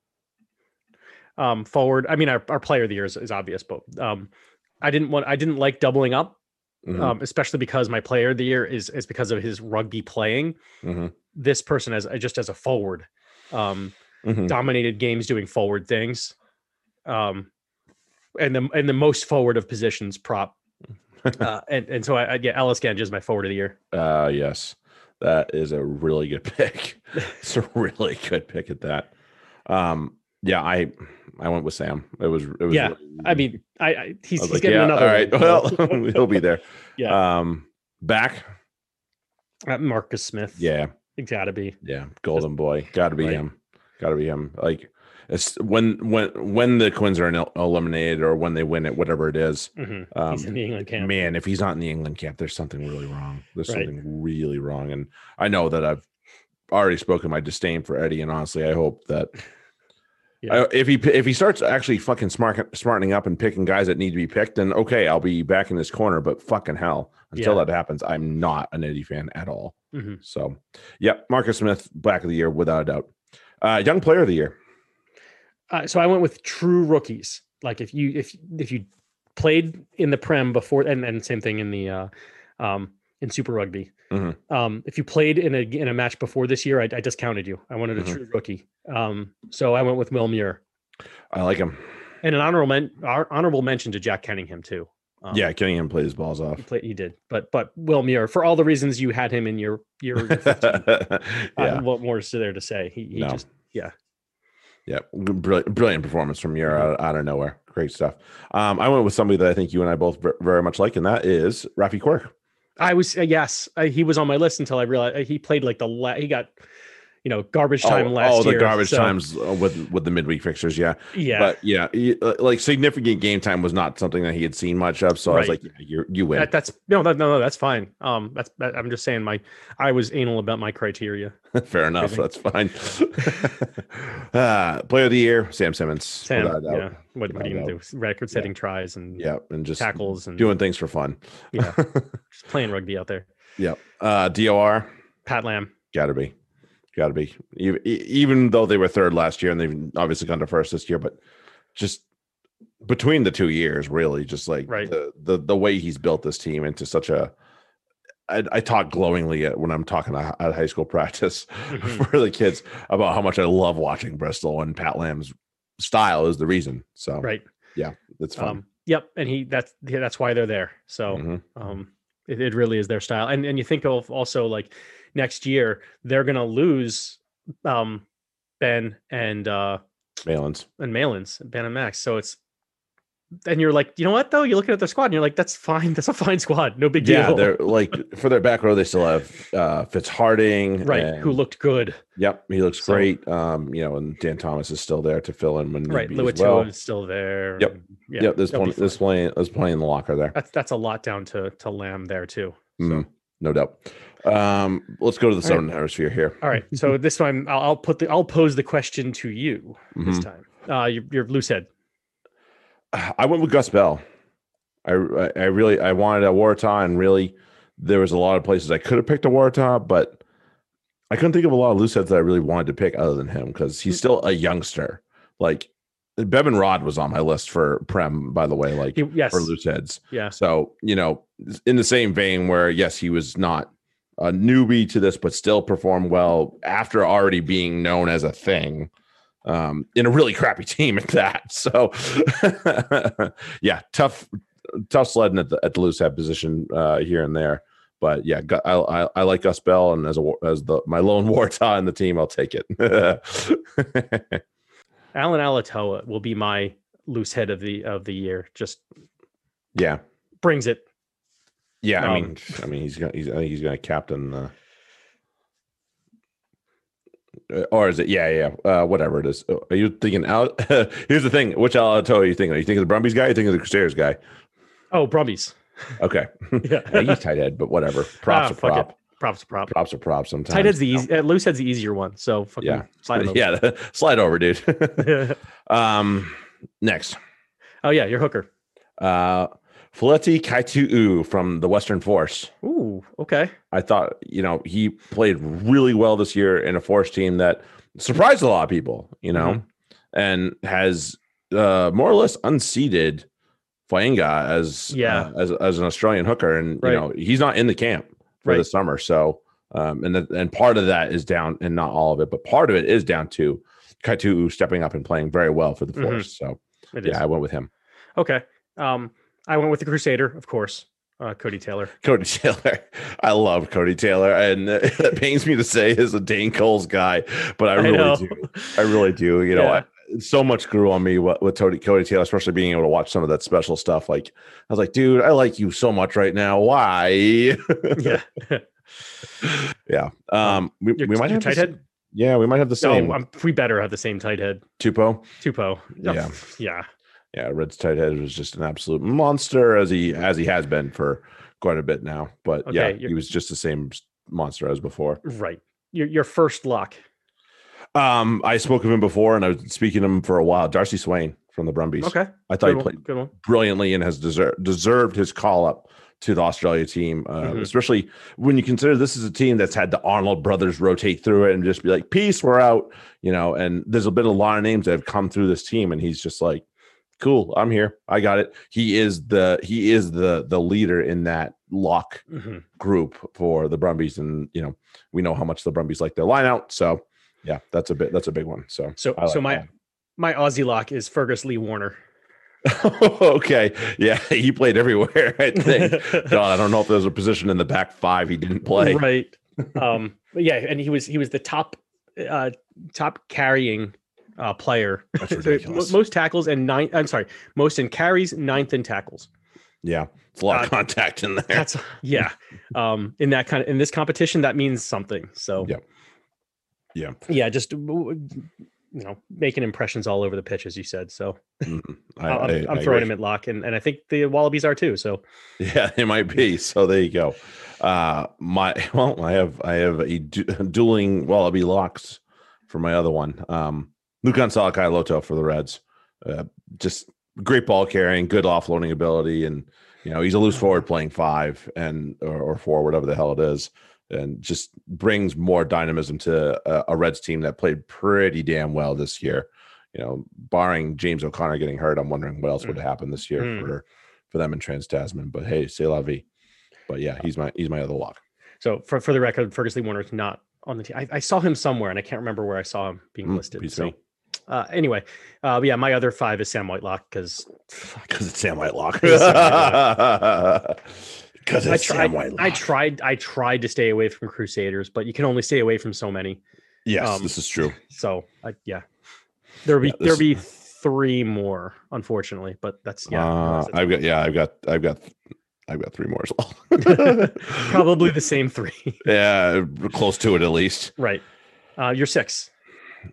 S2: um, forward. I mean, our, our player of the year is, is obvious, but um, I didn't want I didn't like doubling up,
S1: Mhm,
S2: um, especially because my player of the year is is because of his rugby playing.
S1: mhm,
S2: This person as uh, just as a forward um,
S1: mhm.
S2: dominated games doing forward things, um, and the and the most forward of positions prop. uh, and and so I, I yeah, Ellis Genge is my forward of the year.
S1: Uh, yes, that is a really good pick. it's a really good pick at that. Um, yeah, I I went with Sam. It was it was.
S2: Yeah,
S1: really
S2: I
S1: easy.
S2: mean, I, I he's,
S1: I was
S2: he's
S1: like,
S2: getting
S1: yeah,
S2: another.
S1: all right.
S2: one, so-
S1: Well, he'll be there.
S2: Yeah.
S1: Um, back.
S2: Uh, Marcus Smith.
S1: Yeah,
S2: it gotta be.
S1: yeah. Golden boy. Got to be
S2: Right.
S1: him. Got to be him. Like it's when when when the Quins are el- eliminated or when they win it, whatever it is.
S2: Mhm.
S1: Um,
S2: he's in the England camp.
S1: Man, if he's not in the England camp, there's something really wrong. There's
S2: Right.
S1: something really wrong. And I know that I've already spoken my disdain for Eddie. And honestly, I hope that
S2: Yeah.
S1: I- if he if he starts actually fucking smart, smartening up and picking guys that need to be picked, then okay, I'll be back in this corner. But fucking hell, until
S2: Yeah.
S1: that happens, I'm not an Eddie fan at all.
S2: Mhm.
S1: So, yep, Marcus Smith, Black of the Year, without a doubt. Uh, young Player of the Year.
S2: uh, so I went with true rookies. Like if you if if you played in the prem before, and and same thing in the uh, um, in Super Rugby.
S1: Mhm.
S2: Um, if you played in a in a match before this year, I, I discounted you. I wanted a
S1: Mhm.
S2: true rookie. Um, so I went with Will Muir
S1: I like him.
S2: and an honorable men, our honorable mention to Jack Kenningham too. Um,
S1: yeah, getting him play his balls off.
S2: he played he did, but but Will Muir for all the reasons you had him in your your. your 15,
S1: yeah,
S2: uh, what more is there to say? He, he
S1: No.
S2: just
S1: yeah, brilliant, brilliant performance from Muir
S2: Mm-hmm.
S1: out, out of nowhere. Great stuff. Um, I went with somebody that I think you and I both ver- very much like, and that is Rafi Quirk.
S2: I was uh, yes, uh, he was on my list until I realized uh, he played like the la- he got you know garbage time
S1: oh,
S2: last
S1: oh, the
S2: year.
S1: garbage
S2: so,
S1: times uh, with with the midweek fixtures. Yeah,
S2: Yeah,
S1: but yeah, he- uh, like significant game time was not something that he had seen much of. So I was
S2: Right.
S1: like, yeah, you you win.
S2: that, that's no, that, no, no, that's fine. Um, that's that, I'm just saying my I was anal about my criteria.
S1: Fair enough.
S2: Crazy.
S1: That's fine. uh, player of the year, Sam Simmons.
S2: Sam,
S1: without a doubt.
S2: yeah, what, what do you
S1: Without a
S2: do? Record setting tries and
S1: Yeah, and just
S2: tackles and
S1: doing things for fun.
S2: yeah, just playing rugby out there.
S1: Uh, Dor,
S2: Pat Lam,
S1: gotta be, gotta be. E- e- Even though they were third last year, and they've obviously gone to first this year, but just between the two years, really, just like
S2: Right.
S1: the the, the way he's built this team into such a. I, I talk glowingly at, when I'm talking at at high school practice
S2: Mhm.
S1: for the kids about how much I love watching Bristol and Pat Lamb's style is the reason. So
S2: right?
S1: that's Oh, fun.
S2: Um, yep, and he that's yeah, that's why they're there. So.
S1: Mhm.
S2: um it, it really is their style and and you think of also like next year they're gonna lose um ben and uh
S1: Valens.
S2: and malins ben and max so it's and you're like you know what though you're looking at their squad and you're like that's fine that's a fine squad no big
S1: Yeah,
S2: deal
S1: they're like for their back row, they still have uh Fitzharding.
S2: right
S1: and-
S2: who looked good
S1: Yep, he looks
S2: So-
S1: great. Um, you know, and Dan Thomas is still there to fill in when need
S2: right
S1: be
S2: Luatua
S1: as well.
S2: is still there
S1: Yep.
S2: and-
S1: Yeah, there's
S2: they'll be
S1: plenty, there's
S2: fine.
S1: plenty, there's plenty in the locker there.
S2: that's that's a lot down to to lamb there too
S1: Mhm, no doubt. Um, let's go to the
S2: All right.
S1: Southern Hemisphere here.
S2: all right so this time I'll, I'll put the i'll pose the question to you this
S1: Mhm.
S2: time uh your, your loose head
S1: I went with Gus Bell. I I I really I wanted a Waratah, and really there was a lot of places I could have picked a Waratah, but I couldn't think of a lot of loose heads that I really wanted to pick other than him because
S2: Mm.
S1: he's still a youngster. Like Bevan Rod was on my list for Prem, by the way, like
S2: He- yes
S1: for loose heads.
S2: yeah
S1: So you know, in the same vein, where yes, he was not a newbie to this, but still performed well after already being known as a thing um, in a really crappy team at that. So yeah, tough, tough sledding at the at the loose head position uh, here and there. But yeah, Gu- I, I, I like Gus Bell, and as a wa- as the my lone Warta in the team, I'll take it.
S2: Alan Alatoa will be my loose head of the of the year. Just
S1: yeah,
S2: brings it.
S1: yeah. I
S2: Um,
S1: mean, I mean, he's gonna he's I think he's gonna captain. Uh, uh, or is it? Yeah, yeah. Uh, whatever it is. Uh, Are you thinking out? here's the thing. Which Alatoa are you thinking? Are you thinking the Brumbies guy? Or you thinking the Crusaders guy?
S2: Oh, Brumbies.
S1: Okay, yeah,
S2: Yeah.
S1: he's tight head, but whatever. Props
S2: Ah,
S1: are
S2: fuck it.
S1: prop.
S2: props to prop.
S1: Props are props. Sometimes
S2: Tight head's the easy, uh, loose head's the easier one. So fucking
S1: Yeah.
S2: slide him over.
S1: yeah, slide over, dude. um, next,
S2: oh yeah, your hooker.
S1: uh, Faleti Kaituu from the Western Force.
S2: Ooh, okay.
S1: I thought you know he played really well this year in a Force team that surprised a lot of people, you know,
S2: Mm-hmm.
S1: and has uh, more or less unseated Faenga as
S2: Yeah.
S1: uh, as as an Australian hooker, and
S2: Right.
S1: you know he's not in the camp for the
S2: Right.
S1: summer, so. Um, and the, and part of that is down, and not all of it, but part of it is down to Kaituu stepping up and playing very well for the
S2: Mhm.
S1: Force. So
S2: It is.
S1: Yeah, I went with him.
S2: Okay. Um, I went with the Crusader, of course. Uh, Cody Taylor.
S1: Cody Taylor. I love Cody Taylor, and it pains me to say is a Dane Coles guy, but I really
S2: know.
S1: do. I really do. You know,
S2: Yeah.
S1: I, so much grew on me with, with Cody, Cody Taylor, especially being able to watch some of that special stuff. Like, I was like, dude, I like you so much right now. Why?
S2: yeah.
S1: yeah. Um, we,
S2: Your,
S1: we might
S2: your
S1: have the
S2: tight
S1: s-
S2: head.
S1: Yeah, we might have the same
S2: Oh, um, we better have the same tight head.
S1: Tupo.
S2: Tupo.
S1: Yeah.
S2: Yeah.
S1: Yeah, Red's tight head was just an absolute monster as he as he has been for quite a bit now. But yeah,
S2: Okay, you're-
S1: he was just the same monster as before.
S2: Right. Your your first lock.
S1: Um, I spoke of him before, and I was speaking of him for a while. Darcy Swain from the Brumbies.
S2: Okay.
S1: I thought
S2: Good
S1: he
S2: one.
S1: played
S2: Good one.
S1: brilliantly and has deserved deserved his call up to the Australia team, uh,
S2: Mhm.
S1: especially when you consider this is a team that's had the Arnold brothers rotate through it and just be like, "Peace, we're out," you know. And there's a been a lot of names that have come through this team, and he's just like, "Cool, I'm here, I got it." He is the he is the the leader in that lock
S2: Mhm.
S1: group for the Brumbies, and you know we know how much the Brumbies like their lineout. So yeah, that's a bit that's a big one. So
S2: So
S1: I like
S2: so my
S1: that.
S2: my Aussie lock is Fergus Lee Warner.
S1: okay, yeah, he played everywhere. I think. God, I don't know if there's a position in the back five he didn't play.
S2: Right. Um. but yeah, and he was he was the top uh top carrying uh player.
S1: That's
S2: So mo-
S1: ridiculous.
S2: most tackles and nine. I'm sorry, most in carries, ninth in tackles.
S1: Yeah, it's a lot of contact in there.
S2: That's yeah. Um, in that kind of in this competition, that means something. So
S1: Yep. Yeah.
S2: yeah, just you know, making impressions all over the pitch, as you said. So
S1: Mhm. I,
S2: I, am
S1: I-
S2: I'm
S1: I agree.
S2: throwing him at lock, and, and I think the Wallabies are too. So
S1: Yeah, they might be. So there you go. Uh, my well, I have I have a du- dueling wallaby locks for my other one. Um, Lukan Salakai Loto for the Reds. Uh, just great ball carrying, good offloading ability, and you know he's a loose forward playing five and or, or four, whatever the hell it is, and just brings more dynamism to a, a Reds team that played pretty damn well this year. You know, barring James O'Connor getting hurt, I'm wondering what else would happen this year
S2: Mm.
S1: for for them in Trans Tasman. But hey, c'est la vie. But yeah, he's my he's my other lock.
S2: so for for the record, Fergus Lee Warner is not on the team. I, I saw him somewhere, and I can't remember where I saw him being
S1: Mm,
S2: listed.
S1: please
S2: So
S1: me.
S2: uh, anyway, uh, but yeah, my other five is Sam Whitelock because
S1: Because it's Sam Whitelock.
S2: It's Sam
S1: Because
S2: I
S1: it's Sam
S2: tried,
S1: Whitelock.
S2: I tried I tried to stay away from Crusaders, but you can only stay away from so many.
S1: Yes,
S2: um,
S1: this is true.
S2: So I, yeah, there'll be
S1: Yeah,
S2: there'll
S1: this-
S2: be three more, unfortunately. But that's yeah, I
S1: Uh,
S2: realize that's
S1: I've got yeah, I've got I've got I've got three more as well.
S2: probably the same three,
S1: yeah, close to it at least.
S2: right? Uh, you're six.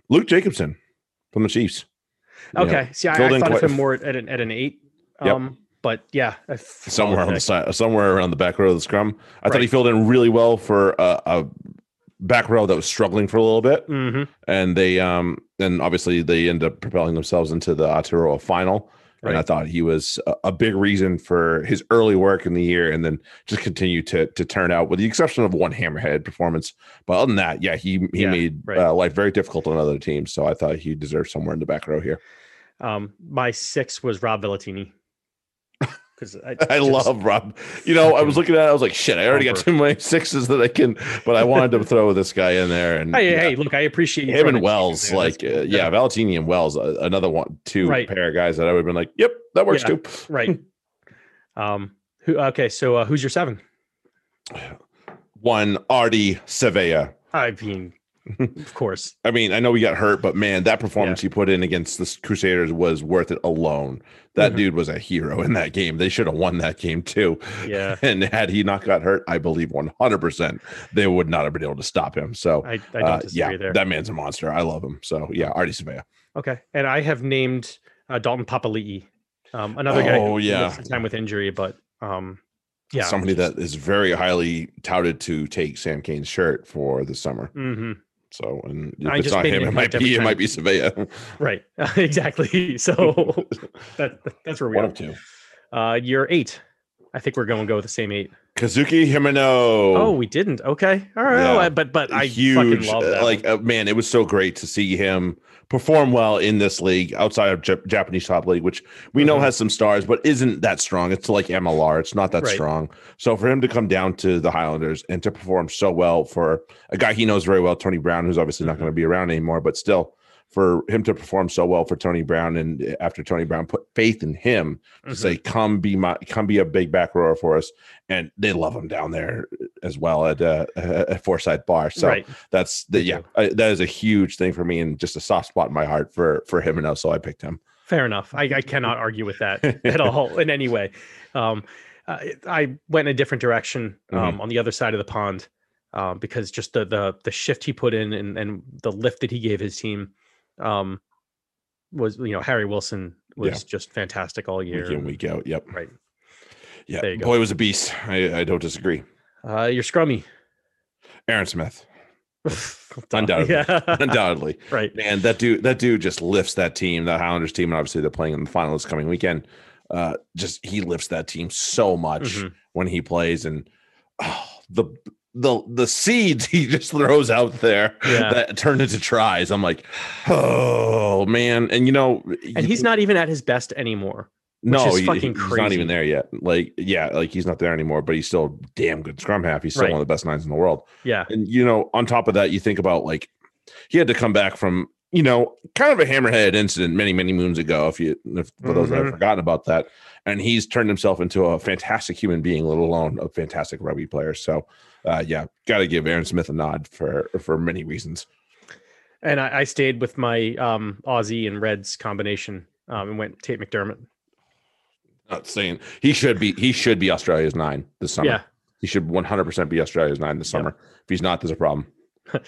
S1: Luke Jacobson from the Chiefs. You know,
S2: Okay, see, I,
S1: filled
S2: I
S1: in
S2: thought of
S1: quite-
S2: him more at an at an eight.
S1: Yep.
S2: Um, but yeah, I f-
S1: somewhere on the side, somewhere around the back row of the scrum. I thought he
S2: Right.
S1: filled in really well for uh, a back row that was struggling for a little bit.
S2: Mhm,
S1: and they um and obviously they end up propelling themselves into the Aotearoa final. And I
S2: Right.
S1: thought he was a, a big reason for his early work in the year, and then just continue to to turn out, with the exception of one hammerhead performance. But other than that, yeah, he he
S2: Yeah,
S1: made
S2: right.
S1: uh, life very difficult on other teams. So I thought he deserved somewhere in the back row here.
S2: Um, my six was Rob Bellatini. Because I,
S1: I
S2: just-
S1: love Rob. You know, I was
S2: Fucking
S1: looking at, it, I was like, shit, I already got
S2: bumper.
S1: too many sixes that I can, but I wanted to throw this guy in there. And
S2: Hey,
S1: yeah.
S2: hey, look, I appreciate you
S1: him
S2: throwing
S1: and
S2: a chicken
S1: Wells,
S2: there. That's
S1: like uh, yeah, Valentini and Wells, uh, another one, two
S2: Right.
S1: pair of guys that I would have been like, yep, that works
S2: Yeah.
S1: too.
S2: right. Um, who? Okay, so uh, who's your seven?
S1: one Artie Sevilla.
S2: I mean, of course.
S1: I mean, I know he got hurt, but man, that performance he put in against the Crusaders was worth it alone. That
S2: Mhm.
S1: dude was a hero in that game. They should have won that game too.
S2: Yeah.
S1: And had he not got hurt, I believe 100% they would not have been able to stop him. So,
S2: I, I don't
S1: uh,
S2: disagree
S1: yeah,
S2: there.
S1: that man's a monster. I love him. So, yeah, Artie Sevilla.
S2: okay. And I have named uh, Dalton Papali'i, um, another guy
S1: Oh,
S2: who missed
S1: yeah.
S2: some time with injury, but um, yeah.
S1: Somebody that is very highly touted to take Sam Kane's shirt for the summer.
S2: hmm
S1: So, and if
S2: I
S1: it's
S2: just
S1: not
S2: made
S1: him,
S2: an
S1: it might
S2: impact every
S1: be, it
S2: time.
S1: might be Sevilla.
S2: Right. exactly. So that, that's where we
S1: One
S2: are.
S1: of two.
S2: Uh, year eight. I think we're going to go with the same eight.
S1: Kazuki Himeno.
S2: Oh, we didn't. Okay. All right. Oh,
S1: Yeah.
S2: I- but but I fucking love
S1: uh,
S2: that.
S1: Like
S2: Like,
S1: uh, man, it was so great to see him perform well in this league outside of Jap- Japanese top league, which we know
S2: Mhm.
S1: has some stars, but isn't that strong. It's like MLR; it's not that
S2: Right.
S1: strong. So for him to come down to the Highlanders and to perform so well for a guy he knows very well, Tony Brown, who's obviously not
S2: Mhm.
S1: going to be around anymore, but still. For him to perform so well for Tony Brown, and uh, after Tony Brown put faith in him
S2: Mm-hmm.
S1: to say, "Come be my, come be a big back rower for us," and they love him down there as well at uh, at Forsyth Bar. So
S2: right.
S1: that's the,
S2: They
S1: yeah,
S2: do.
S1: I, that is a huge thing for me and just a soft spot in my heart for for him and us. So I picked him.
S2: Fair enough. I, I cannot argue with that at all in any way. Um, I, I went a different direction um,
S1: Mm-hmm.
S2: on the other side of the pond um, because just the the the shift he put in and and the lift that he gave his team um, was you know Harry Wilson
S1: Yeah.
S2: was just fantastic all year.
S1: Week in, week out. Yep.
S2: Right.
S1: Yeah.
S2: There you go.
S1: Boy was a beast. I, I don't disagree.
S2: Uh, you're scrummy.
S1: Aaron Smith,
S2: Duh.
S1: Undoubtedly.
S2: Yeah.
S1: undoubtedly.
S2: right.
S1: Man, that dude, that dude just lifts that team, the Highlanders team, and obviously they're playing in the final this coming weekend. Uh, just he lifts that team so much
S2: Mhm.
S1: when he plays, and oh, the the the seeds he just throws out there
S2: Yeah.
S1: that turn into tries. I'm like, oh man, and you know,
S2: And he's not even at his best anymore. which is
S1: he-
S2: fucking
S1: he's not
S2: crazy.
S1: even there yet. Like, yeah, like he's not there anymore, but he's still a damn good scrum half. He's still
S2: Right.
S1: one of the best nines in the world.
S2: Yeah.
S1: And you know, on top of that, you think about like he had to come back from you know kind of a hammerhead incident many many moons ago. If you if, for those that have
S2: Mhm.
S1: forgotten about that, and he's turned himself into a fantastic human being, let alone a fantastic rugby player. So, uh, yeah, got to give Aaron Smith a nod for for many reasons.
S2: And I, I stayed with my um, Aussie and Reds combination um, and went Tate McDermott.
S1: Not saying he should be he should be Australia's nine this summer.
S2: Yeah.
S1: He should 100% be Australia's nine this
S2: Yep.
S1: summer. If he's not, there's a problem.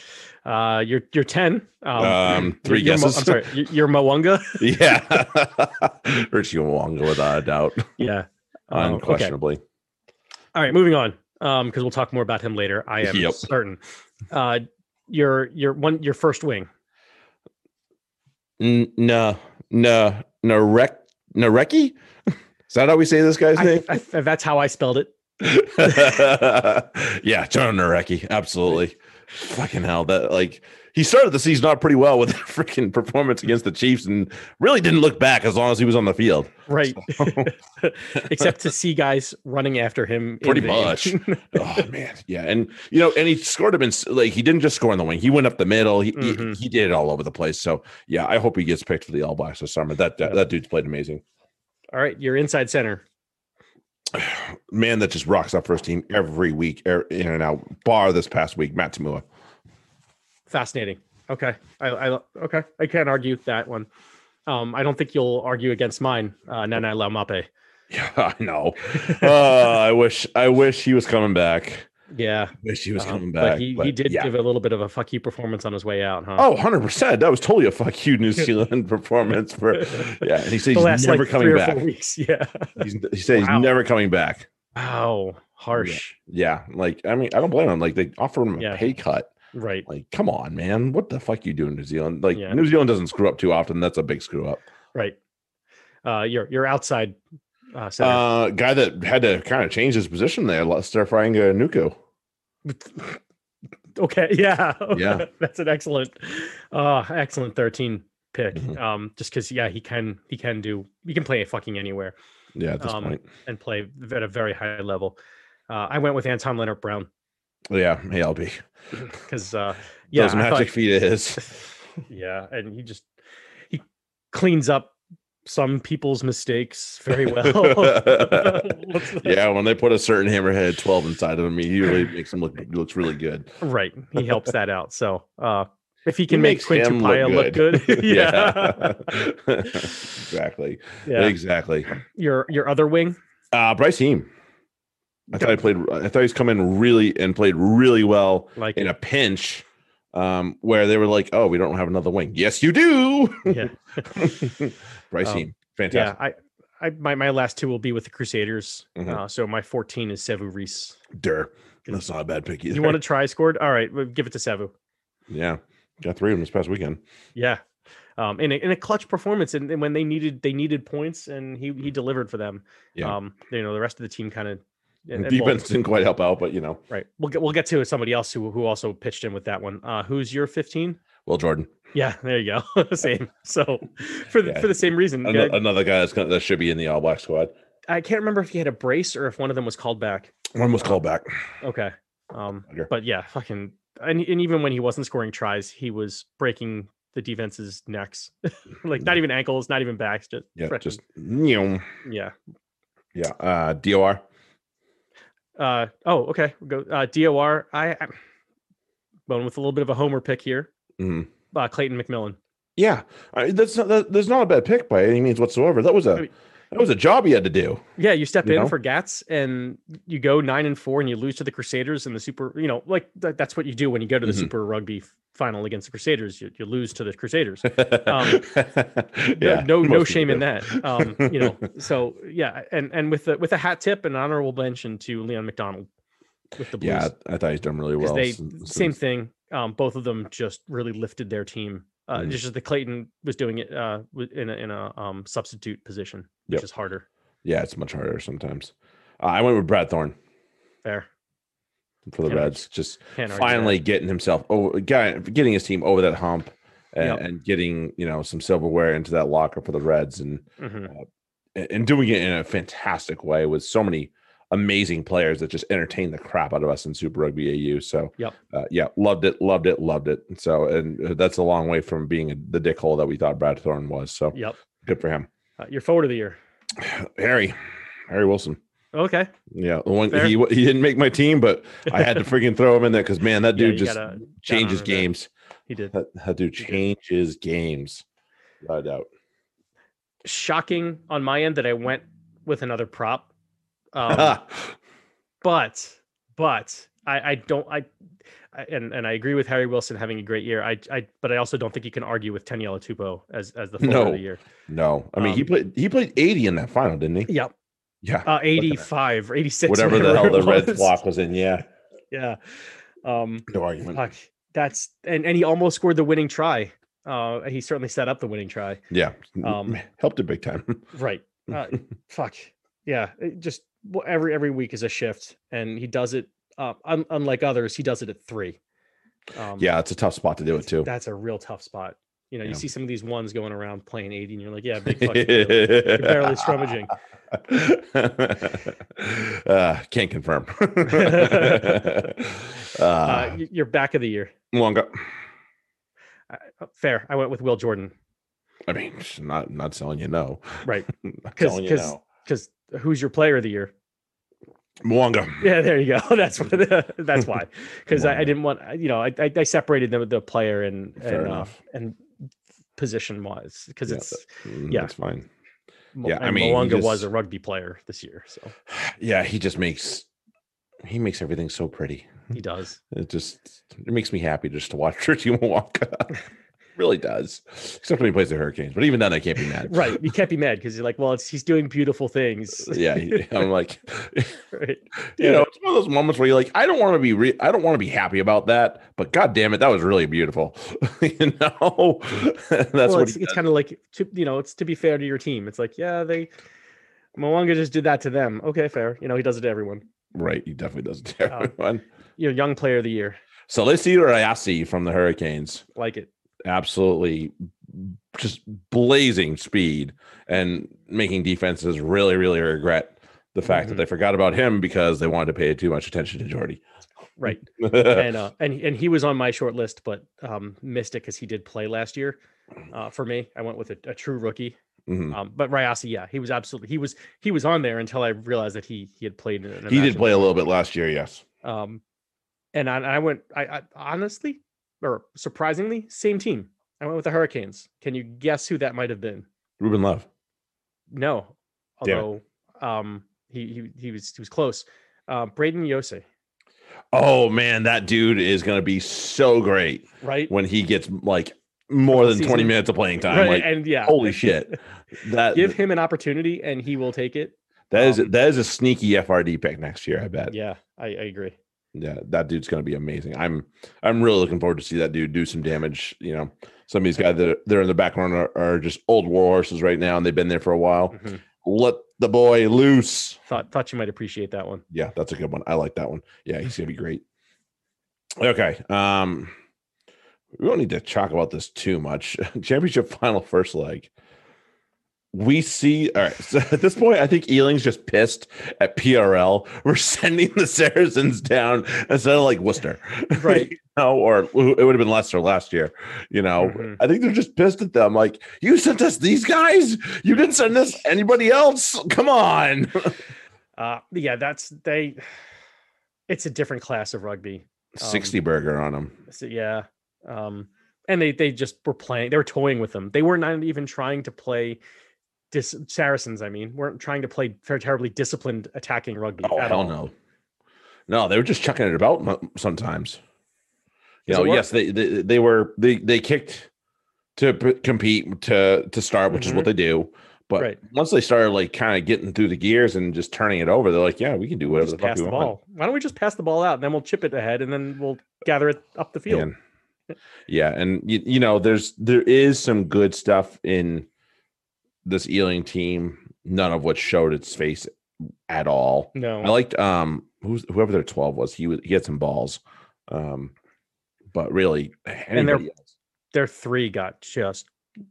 S2: Uh, you're you're ten. Um,
S1: Um, three
S2: you're Mo-
S1: guesses.
S2: I'm sorry. You're, you're Moanga.
S1: Yeah. Richie Wonga, without a doubt,
S2: yeah. Um, okay.
S1: unquestionably.
S2: All right. Moving on. Um, because we'll talk more about him later. I am
S1: Yep.
S2: certain. Uh, your your one your first wing.
S1: N- No, no, Narek, Nareki? Is that how we say this guy's
S2: I,
S1: name?
S2: I, that's how I spelled it.
S1: yeah, John Nareki. Absolutely. Fucking hell. That, like, he started the season out pretty well with that freaking performance against the Chiefs and really didn't look back as long as he was on the field.
S2: Right. Except to see guys running after him. in
S1: Pretty
S2: the-
S1: much. oh man, yeah, and you know, and he scored him in s- like he didn't just score in the wing; he went up the middle. He he-
S2: Mhm.
S1: he, did it all over the place. So yeah, I hope he gets picked for the All Blacks this summer. That that,
S2: Yeah.
S1: that dude's played amazing.
S2: All right. You're inside center.
S1: Man, that just rocks up first team every week, er- in and out. Bar this past week, Matt Tamua.
S2: fascinating. Okay, I, I okay, I can't argue that one. Um, I don't think you'll argue against mine, uh, Nana Laumape.
S1: Yeah, I know. uh, I wish I wish he was coming back.
S2: Yeah,
S1: Wish he was
S2: um,
S1: coming back.
S2: but he,
S1: but
S2: he did
S1: yeah.
S2: give a little bit of a fuck you performance on his way out, huh?
S1: Oh, 100%. That was totally a fuck you New Zealand performance for yeah, and he said
S2: the
S1: he's
S2: last
S1: never
S2: like three
S1: coming
S2: or
S1: back.
S2: four weeks. Yeah.
S1: He's, he said
S2: Wow.
S1: he's never coming back.
S2: Wow, harsh.
S1: Yeah, like I mean, I don't blame him. Like they offered him
S2: Yeah.
S1: a pay cut.
S2: Right.
S1: Like, come on, man, what the fuck you do in New Zealand? Like,
S2: Yeah.
S1: New Zealand doesn't screw up too often. That's a big screw up.
S2: Right. Uh, you're you're outside. Uh, center.
S1: Uh, guy that had to kind of change his position there, Lester Frying uh, Nuku.
S2: okay. Yeah.
S1: yeah.
S2: That's an excellent, uh, excellent thirteen pick.
S1: Mhm.
S2: Um, just because yeah, he can he can do he can play fucking anywhere.
S1: Yeah, at this
S2: Um,
S1: point.
S2: and play v- at a very high level. Uh, I went with Anton Leonard Brown
S1: Yeah, ALB.
S2: because uh, yeah,
S1: Those
S2: I
S1: magic
S2: thought-
S1: feet is.
S2: yeah, and he just he cleans up some people's mistakes very well. What's the-
S1: yeah, when they put a certain hammerhead 12 inside of him, he usually makes him look looks really good.
S2: Right. He helps that out. So uh if he
S1: He
S2: can make
S1: makes him look
S2: Quintupaya look good. yeah.
S1: exactly.
S2: yeah.
S1: Exactly.
S2: Your your other wing.
S1: Uh Bryce Heem. I thought he played I thought he's come in really and played really well
S2: Like
S1: in a pinch. Um, where they were like, Oh, we don't have another wing. Yes, you do.
S2: yeah.
S1: Bryce
S2: Um,
S1: Heem. Fantastic.
S2: yeah. I I my, my last two will be with the Crusaders.
S1: Mhm.
S2: Uh, so my 14 is Sevu Reese.
S1: Durr. That's not a bad pick either.
S2: You want a try scored? All right, we'll give it to Sevu.
S1: yeah. Got three of them this past weekend.
S2: Yeah. Um, in a, in a clutch performance, and, and when they needed they needed points, and he he delivered for them.
S1: Yeah.
S2: Um, you know the rest of the team kind of
S1: Defense didn't quite help out, but you know,
S2: Right. We'll get we'll get to somebody else who who also pitched in with that one. Uh, who's your 15?
S1: Will Jordan.
S2: Yeah, there you go. same. So for the,
S1: Yeah.
S2: for the same reason.
S1: Ano-
S2: I,
S1: another guy that's gonna, that should be in the All Black squad.
S2: I can't remember if he had a brace or if one of them was called back.
S1: One was called back.
S2: Okay. Um
S1: Bugger.
S2: but yeah, fucking and, and even when he wasn't scoring tries, he was breaking the defense's necks. like not even ankles, not even backs, just
S1: Yeah,
S2: frickin-
S1: just yeah,
S2: yeah.
S1: yeah. Uh, Dor.
S2: Uh oh, okay. We'll go uh DOR. I I'm going with a little bit of a homer pick here.
S1: Mhm.
S2: Uh, Clayton McMillan.
S1: Yeah, I, that's not that, that's not a bad pick by any means whatsoever. That was
S2: I
S1: a
S2: mean-
S1: that was a job he had to do.
S2: Yeah, you step
S1: You
S2: in
S1: know?
S2: for Gats and you go nine and four and you lose to the Crusaders and the Super, you know, like th- that's what you do when you go to the
S1: Mhm.
S2: Super Rugby f- final against the Crusaders. You, you lose to the Crusaders. No-
S1: yeah,
S2: no, no
S1: Um, most
S2: shame in
S1: people
S2: that. Um, you know, so yeah, and and with the, with a hat tip and honorable mention to Leon McDonald with the
S1: do.
S2: Blues
S1: Yeah, I, I thought he's done really
S2: because
S1: well.
S2: they
S1: since-
S2: same
S1: since-
S2: thing. Um, both of them just really lifted their team. Uh,
S1: Mm.
S2: It's just that Clayton was doing it uh, wi- in a, in a um, substitute position, which
S1: Yep.
S2: is harder.
S1: Yeah, it's much harder sometimes. Uh, I went with Brad Thorne
S2: Fair.
S1: for the
S2: Can't argue-
S1: Reds. Just
S2: Can't argue that.
S1: finally getting himself over guy getting his team over that hump and,
S2: Yep.
S1: and getting you know some silverware into that locker for the Reds and
S2: Mhm.
S1: and and doing it in a fantastic way with so many amazing players that just entertained the crap out of us in Super Rugby AU. So,
S2: Yep.
S1: uh, yeah, loved it, loved it, loved it. And So, and uh, that's a long way from being a, the dickhole that we thought Brad Thorne was. So,
S2: Yep.
S1: good for him.
S2: Uh, you're forward of the year.
S1: Harry, Harry Wilson.
S2: Okay.
S1: Yeah, the one
S2: Fair.
S1: he he didn't make my team, but I had to freaking throw him in there because man, that
S2: Yeah,
S1: dude
S2: you
S1: just
S2: gotta- gotta
S1: changes
S2: honor that.
S1: games.
S2: He did.
S1: That, that dude
S2: He did.
S1: changes games. No doubt.
S2: Shocking on my end that I went with another prop. Um, but but I, I don't I, I and and I agree with Harry Wilson having a great year. I I but I also don't think you can argue with Taniela Tupo as as the forward of
S1: No.
S2: the year.
S1: no, I mean he
S2: um,
S1: played he played eighty in that final, didn't he?
S2: Yep.
S1: Yeah,
S2: Uh, 85 or 86
S1: whatever the hell
S2: it
S1: the red
S2: was.
S1: block was in. Yeah,
S2: Yeah. Um
S1: no argument.
S2: fuck, that's and and he almost scored the winning try. Uh he certainly set up the winning try.
S1: Yeah,
S2: Um,
S1: helped it big time.
S2: Right. Uh, fuck. Yeah. It just well, every every week is a shift, and he does it. Uh, un- unlike others, he does it at three. Um,
S1: yeah, it's a tough spot to do it
S2: that's-
S1: too.
S2: That's a real tough spot. You know, you
S1: Yeah.
S2: see some of these ones going around playing eighty, and you're like, yeah, big fucking deal. You're barely scrummaging.
S1: uh, can't confirm. uh,
S2: Uh, y- you're back of the year.
S1: Mwanga.
S2: Uh, Fair. I went with Will Jordan.
S1: I mean, it's not not selling you no.
S2: Right.
S1: Not
S2: 'Cause-
S1: telling you
S2: 'cause-
S1: no.
S2: Because who's your player of the year?
S1: Mwanga.
S2: Yeah, there you go. That's what, that's why. Because I, I
S1: Wonderful.
S2: didn't want I- you know I I, I separated the the player and
S1: Fair
S2: and, uh,
S1: enough.
S2: and position wise because
S1: Yeah,
S2: it's
S1: Mm,
S2: yeah.
S1: that's fine.
S2: Mo-
S1: Yeah, I
S2: and
S1: mean, he
S2: Malonga was
S1: just-
S2: a rugby player this year, so
S1: Yeah, he just makes he makes everything so pretty.
S2: he does.
S1: It just it makes me happy just to watch Richie Mwanga. really does. Except when he plays the Hurricanes, but even then I can't be mad.
S2: right, you can't be mad because you're like, well, it's, he's doing beautiful things.
S1: Uh, Yeah, he- I'm like,
S2: Right.
S1: you know, it's one of those moments where you're like, I don't want to be, re- I don't want to be happy about that, but god damn it, that was really beautiful. you know, that's
S2: well,
S1: what
S2: it's,
S1: he
S2: it's
S1: does.
S2: kind of like to, you know, it's to be fair to your team. It's like, yeah, they Malonga just did that to them. Okay, fair. You know, he does it to everyone.
S1: right. He definitely does it to
S2: Um,
S1: everyone.
S2: You know, young player of the year,
S1: Salisu Rayasi from the Hurricanes.
S2: like it.
S1: absolutely just blazing speed and making defenses really, really regret the fact
S2: Mhm.
S1: that they forgot about him because they wanted to pay too much attention to Jordy.
S2: Right. and uh, and and he was on my short list, but um, missed it because he did play last year. Uh, for me, I went with a, a true rookie,
S1: Mhm.
S2: Um, but Ryasi, yeah, he was absolutely he was he was on there until I realized that he he had played. in an
S1: He did
S2: Imagine.
S1: play a little bit last year, yes.
S2: Um, and I, I went, I, I honestly or surprisingly, same team. I went with the Hurricanes. Can you guess who that might have been?
S1: Ruben Love.
S2: No,
S1: Damn it.
S2: although um, he, he he was he was close. Uh, Braden Yose,
S1: Oh man, that dude is gonna be so great
S2: right?
S1: when he gets like more than
S2: Season.
S1: 20 minutes of playing time.
S2: Right,
S1: Like
S2: and yeah,
S1: holy shit. that
S2: Give him an opportunity, and he will take it.
S1: that is
S2: um,
S1: that is a sneaky FRD pick next year, I bet. Yeah.
S2: Yeah, I, I agree.
S1: that dude's gonna be amazing. I'm I'm really looking forward to see that dude do some damage. You know, some of these guys that are, that are in the background are, are just old war horses right now and they've been there for a while.
S2: Mhm.
S1: Let the boy loose.
S2: Thought thought you might appreciate that one.
S1: Yeah, that's a good one. I like that one. Yeah, he's gonna be great. Okay. Um we don't need to talk about this too much. Championship final first leg. We see all right. So at this point, I think Ealing's just pissed at PRL. We're sending the Saracens down instead of like Worcester.
S2: Right.
S1: you know, or it would have been Leicester last year. You know,
S2: Mhm.
S1: I think they're just pissed at them. Like, you sent us these guys, you didn't send us anybody else. Come on.
S2: Um, Uh, yeah, that's they. It's a different class of rugby.
S1: 60 burger on them.
S2: So, yeah. Um, and they they just were playing. They were toying with them. They were not even trying to play. Dis- Saracens, I mean, weren't trying to play ter- terribly disciplined attacking rugby.
S1: Oh
S2: at
S1: hell
S2: all.
S1: no, no, they were just chucking it about mo- sometimes. You
S2: Does it
S1: know,
S2: work?
S1: yes, they, they they were they they kicked to p- compete to to start, which is what they do. But
S2: Mm-hmm. Right.
S1: once they started like kind of getting through the gears and just turning it over, they're like, yeah, we can do whatever
S2: Just
S1: the fuck
S2: pass
S1: we
S2: the
S1: want.
S2: ball. Why don't we just pass the ball out and then we'll chip it ahead and then we'll gather it up the field.
S1: Man. Yeah, and you, you know, there's there is some good stuff in this Ealing team, none of which showed its face at all.
S2: No,
S1: I liked um who's whoever their 12 was. He was he had some balls. Um but really
S2: they're-
S1: anybody else.
S2: their three got just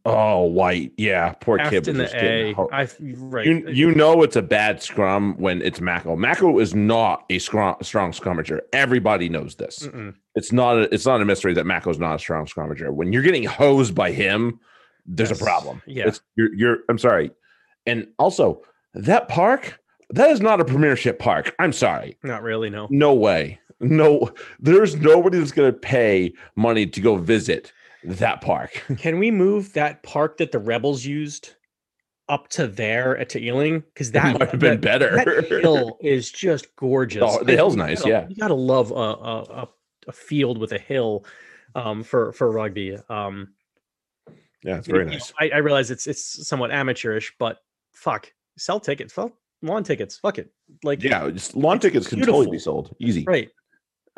S1: Oh, white. Yeah, poor kid
S2: effed in
S1: was just
S2: the
S1: getting
S2: A.
S1: ho-
S2: I right.
S1: you, you know it's a bad scrum when it's Macko. Macko is not a scrum, strong scrummager. Everybody knows this.
S2: Mm-mm.
S1: It's not a, it's not a mystery that Macko's not a strong scrummager. When you're getting hosed by him, there's
S2: Yes.
S1: a problem.
S2: Yeah.
S1: It's, you're, you're I'm sorry. And also, that park, that is not a premiership park. I'm sorry.
S2: Not really. No.
S1: No way. No, there's nobody that's going to pay money to go visit that park.
S2: Can we move that park that the rebels used up to there at to Ealing? Because
S1: That
S2: that
S1: might have been
S2: that-
S1: better.
S2: That hill is just gorgeous.
S1: Oh, the
S2: I-
S1: hill's
S2: you
S1: nice,
S2: gotta-
S1: yeah.
S2: you gotta love a a, a, a field with a hill um, for for rugby. Um,
S1: yeah, it's
S2: you
S1: very
S2: know,
S1: nice.
S2: I, I realize it's it's somewhat amateurish, but fuck, sell tickets, sell lawn tickets, fuck it. Like
S1: Yeah, just lawn tickets can totally be
S2: beautiful.
S1: sold easy.
S2: right.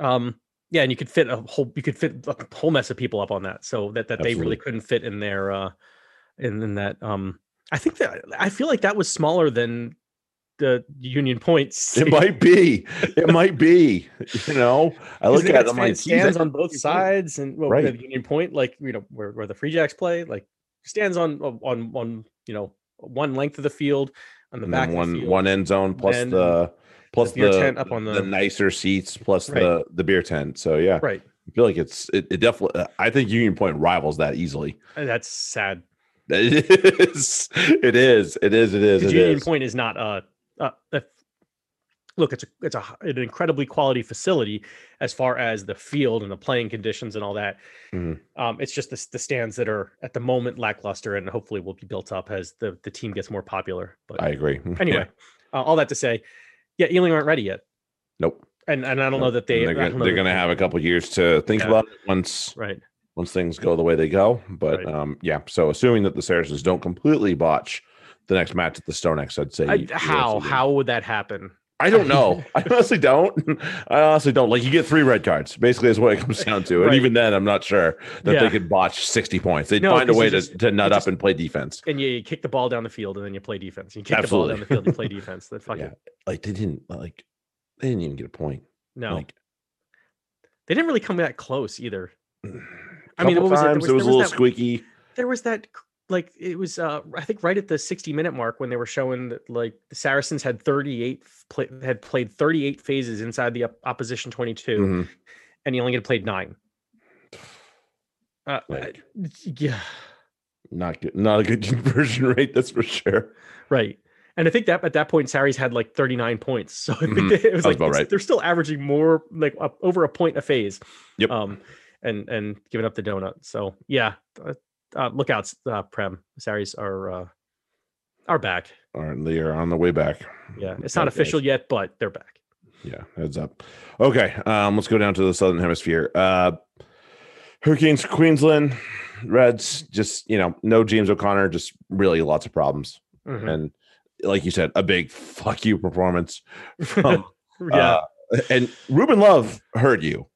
S2: Um, yeah, and you could fit a whole you could fit a whole mess of people up on that, so that that they
S1: Absolutely.
S2: really couldn't fit in their uh, in in that. Um, I think that I feel like that was smaller than the Union Points.
S1: It might be. It might be. You know, I look at
S2: Because they
S1: it.
S2: got
S1: I'm like,
S2: stand-
S1: "Geez, that-
S2: stands on both
S1: pretty cool."
S2: sides, and well,
S1: Right.
S2: the Union Point, like you know, where, where the Free Jacks play, like stands on on on you know one length of the field on the
S1: and
S2: back
S1: then
S2: of the
S1: one
S2: field.
S1: one end zone plus
S2: And
S1: the plus the,
S2: beer tent up on
S1: the
S2: the-
S1: nicer seats plus
S2: Right.
S1: the the beer tent. So yeah,
S2: right.
S1: I feel like it's it, it definitely. I think Union Point rivals that easily.
S2: And That's sad.
S1: It is. It is. It is. It is.
S2: Because
S1: It
S2: Union
S1: is.
S2: Point is not a, a, a look. It's a it's a, h- an incredibly quality facility as far as the field and the playing conditions and all that.
S1: Mhm.
S2: Um, it's just the, s- the stands that are at the moment lackluster and hopefully will be built up as the the team gets more popular. But
S1: I agree.
S2: anyway, uh, all that to say, yeah, Ealing aren't ready yet,
S1: Nope.
S2: and and I don't know
S1: Nope. And
S2: that they
S1: they're
S2: I
S1: gonna,
S2: don't know
S1: they're
S2: that-
S1: gonna have a couple years to think
S2: Yeah.
S1: about it once
S2: right.
S1: once things go the way they go. But
S2: Right.
S1: um, yeah. So assuming that the Saracens don't completely botch the next match at the Stonex, I'd say
S2: I-
S1: you- you
S2: how
S1: absolutely-
S2: how would that happen?
S1: I don't know. I honestly don't. I honestly don't. Like you get three red cards. Basically, is what it comes down to. And
S2: Right.
S1: even then, I'm not sure that
S2: Yeah.
S1: they could botch 60 points. They'd
S2: No,
S1: find a
S2: 'cause you
S1: way to,
S2: just-
S1: to nut up
S2: you just-
S1: and play defense.
S2: And you, you kick the ball down the field, and then you play defense. You kick
S1: Absolutely.
S2: the ball down the field, you play defense. That fucking
S1: Yeah. Like they didn't like they didn't even get a point.
S2: no.
S1: Like
S2: They didn't really come that close either.
S1: I mean,
S2: what was it? There
S1: times
S2: was-
S1: it was,
S2: there
S1: a
S2: was
S1: little
S2: that-
S1: squeaky.
S2: There was that c- like it was uh I think right at the 60 minute mark when they were showing that like the Saracens had 38 f- play, had played 38 phases inside the op- opposition 22
S1: Mhm.
S2: and he only had played 9. Uh,
S1: Like-
S2: uh, yeah.
S1: Not good. Not a good conversion rate. That's for sure.
S2: Right. And I think that at that point, Sarri's had like 39 points. So I think
S1: Mhm.
S2: it was
S1: Sounds
S2: like
S1: about
S2: it's-
S1: right.
S2: they're still averaging more, like up, over a point a phase.
S1: Yep.
S2: Um, and and giving up the donut. So yeah, uh, uh, lookouts, uh, Prem Sarri's are uh, are back.
S1: All right, they are on the way back.
S2: Yeah, it's
S1: Okay,
S2: not
S1: guys.
S2: official yet, but they're back.
S1: Yeah, heads up. Okay, um, let's go down to the southern hemisphere. Uh, Hurricanes, Queensland, Reds. Just you know, no James O'Connor. Just really lots of problems,
S2: Mhm.
S1: and like you said, a big fuck you performance from
S2: yeah,
S1: Uh, and Ruben Love heard you,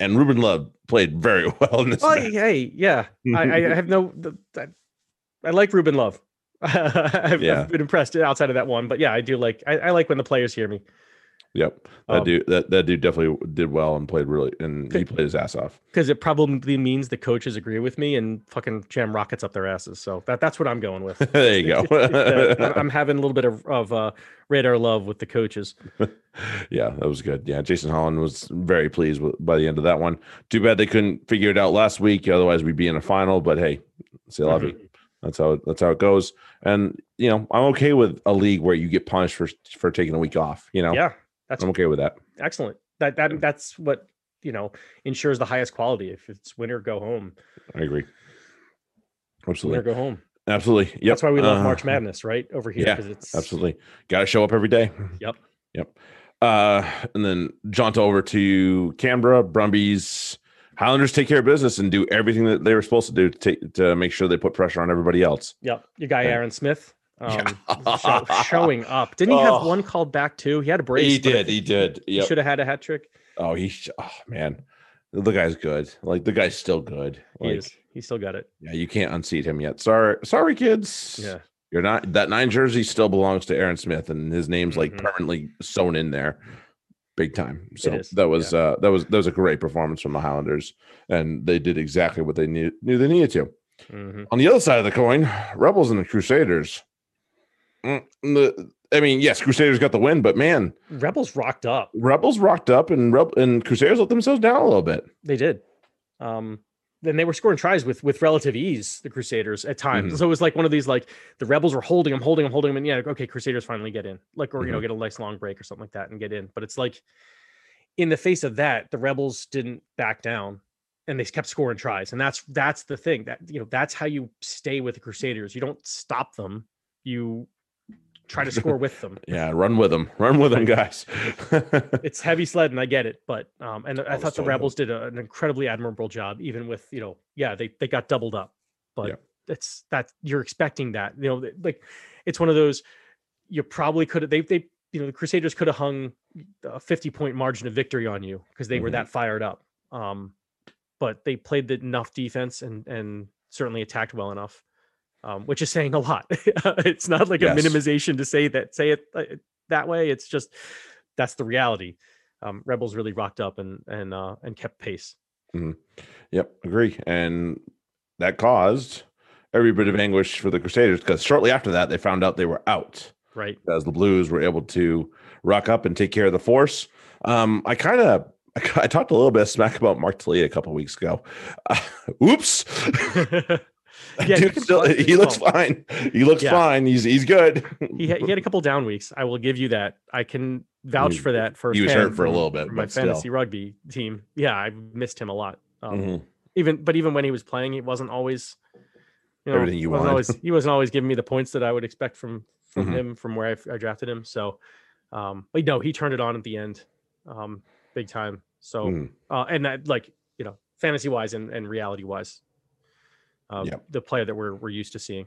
S1: and Ruben Love played very well in this.
S2: Oh,
S1: match.
S2: hey, yeah. I, I have no. th- th- I like Ruben Love. I've,
S1: Yeah.
S2: I've been impressed outside of that one, but yeah, I do like. I, I like when the players hear me.
S1: Yep, that
S2: Um,
S1: dude. That, that dude definitely did well and played really, and he
S2: Good.
S1: played his ass off.
S2: because it probably means the coaches agree with me and fucking jam rockets up their asses. So that that's what I'm going with.
S1: there you
S2: That I'm-
S1: go.
S2: I'm having a little bit of, of uh, radar love with the coaches.
S1: yeah, that was good. Yeah, Jason Holland was very pleased with, by the end of that one. Too bad they couldn't figure it out last week. Otherwise, we'd be in a final. But hey, c'est
S2: Mm-hmm.
S1: la vie. That's how that's how it goes. And you know, I'm okay with a league where you get punished for for taking a week off. You know,
S2: Yeah, that's
S1: I'm okay with that.
S2: excellent. That that that's what you know ensures the highest quality. If it's winner, go home.
S1: I agree.
S2: Winner,
S1: Absolutely.
S2: go home.
S1: Absolutely. Yep.
S2: That's why we love
S1: Uh,
S2: March Madness, right? Over here,
S1: yeah,
S2: because it's
S1: Absolutely. Got to show up every day.
S2: Yep.
S1: Yep. Uh, and then jaunt over to Canberra, Brumbies. Highlanders take care of business and do everything that they were supposed to do to, take, to make sure they put pressure on everybody else.
S2: Yep. Your guy
S1: Yeah.
S2: Aaron Smith.
S1: Yeah.
S2: Um, show- showing up. Didn't he have
S1: Oh.
S2: one called back too? He had a brace. but I think
S1: He did.
S2: He should have had a hat trick.
S1: Oh, he. sh- Oh, man, the guy's good. Like the guy's still good.
S2: He
S1: Like,
S2: is. He still got it.
S1: Yeah, you can't unseat him yet. Sorry, sorry, kids.
S2: Yeah.
S1: You're not that nine jersey still belongs to Aaron Smith, and his name's like
S2: Mhm.
S1: permanently sewn in there, big time. So
S2: is,
S1: that was uh, that was that was a great performance from the Highlanders, and they did exactly what they knew knew they needed to.
S2: Mhm.
S1: On the other side of the coin, Rebels and the Crusaders. Mm, the- I mean, yes, Crusaders got the win, but man,
S2: Rebels rocked up.
S1: Rebels rocked up and Reb- and Crusaders let themselves down a little bit.
S2: They did. Um, then they were scoring tries with with relative ease. The Crusaders at times.
S1: Mhm.
S2: So it was like one of these like the Rebels were holding them, holding them, holding them, and yeah, okay, Crusaders finally get in. Like or you know get a nice long break or something like that and get in. But it's like in the face of that, the Rebels didn't back down. And they kept scoring tries, and that's that's the thing that you know that's how you stay with the Crusaders. You don't stop them; you try to score with them.
S1: Yeah, run with them, run with them, guys.
S2: it's heavy sledding. I get it, but um, and I
S1: it's
S2: thought the
S1: totally
S2: Rebels did a, an incredibly admirable job, even with you know, yeah, they they got doubled up, but
S1: Yeah.
S2: it's that you're expecting that you know, th- like it's one of those you probably could have they they you know the Crusaders could have hung a 50 point margin of victory on you because they were
S1: Mhm.
S2: that fired up, um, but they played the enough defense and and certainly attacked well enough. Um, which is saying a lot. it's not like
S1: Yes.
S2: a minimization to say that say it uh, that way. It's just that's the reality. Um, Rebels really rocked up and and uh, and kept pace.
S1: Yep, agree. And that caused every bit of anguish for the Crusaders because shortly after that, they found out they were out
S2: Right.
S1: as the Blues were able to rock up and take care of the force. Um, I kind of. I ki- I talked a little bit of smack about Mark Talia a couple weeks ago. Uh, oops,
S2: yeah,
S1: Dude
S2: you can
S1: still-
S2: plug
S1: he
S2: this
S1: looks
S2: phone.
S1: fine. He looks
S2: Yeah.
S1: fine. He's he's good.
S2: He had, he had a couple down weeks. I will give you that. I can vouch
S1: was-
S2: for that. For
S1: he was hurt for a little bit,
S2: My
S1: but still.
S2: fantasy rugby team. Yeah, I missed him a lot. Um,
S1: Mhm.
S2: Even but even when he was playing, it wasn't always. You know,
S1: Everything you
S2: wasn't
S1: wanted.
S2: Always, he wasn't always giving me the points that I would expect from from
S1: Mhm.
S2: him from where I, f- I drafted him. So, um, but no, he turned it on at the end, um, big time. So.
S1: Mhm.
S2: uh, and that like you know fantasy wise and, and reality wise uh,
S1: Yep.
S2: the player that we're, we're used to seeing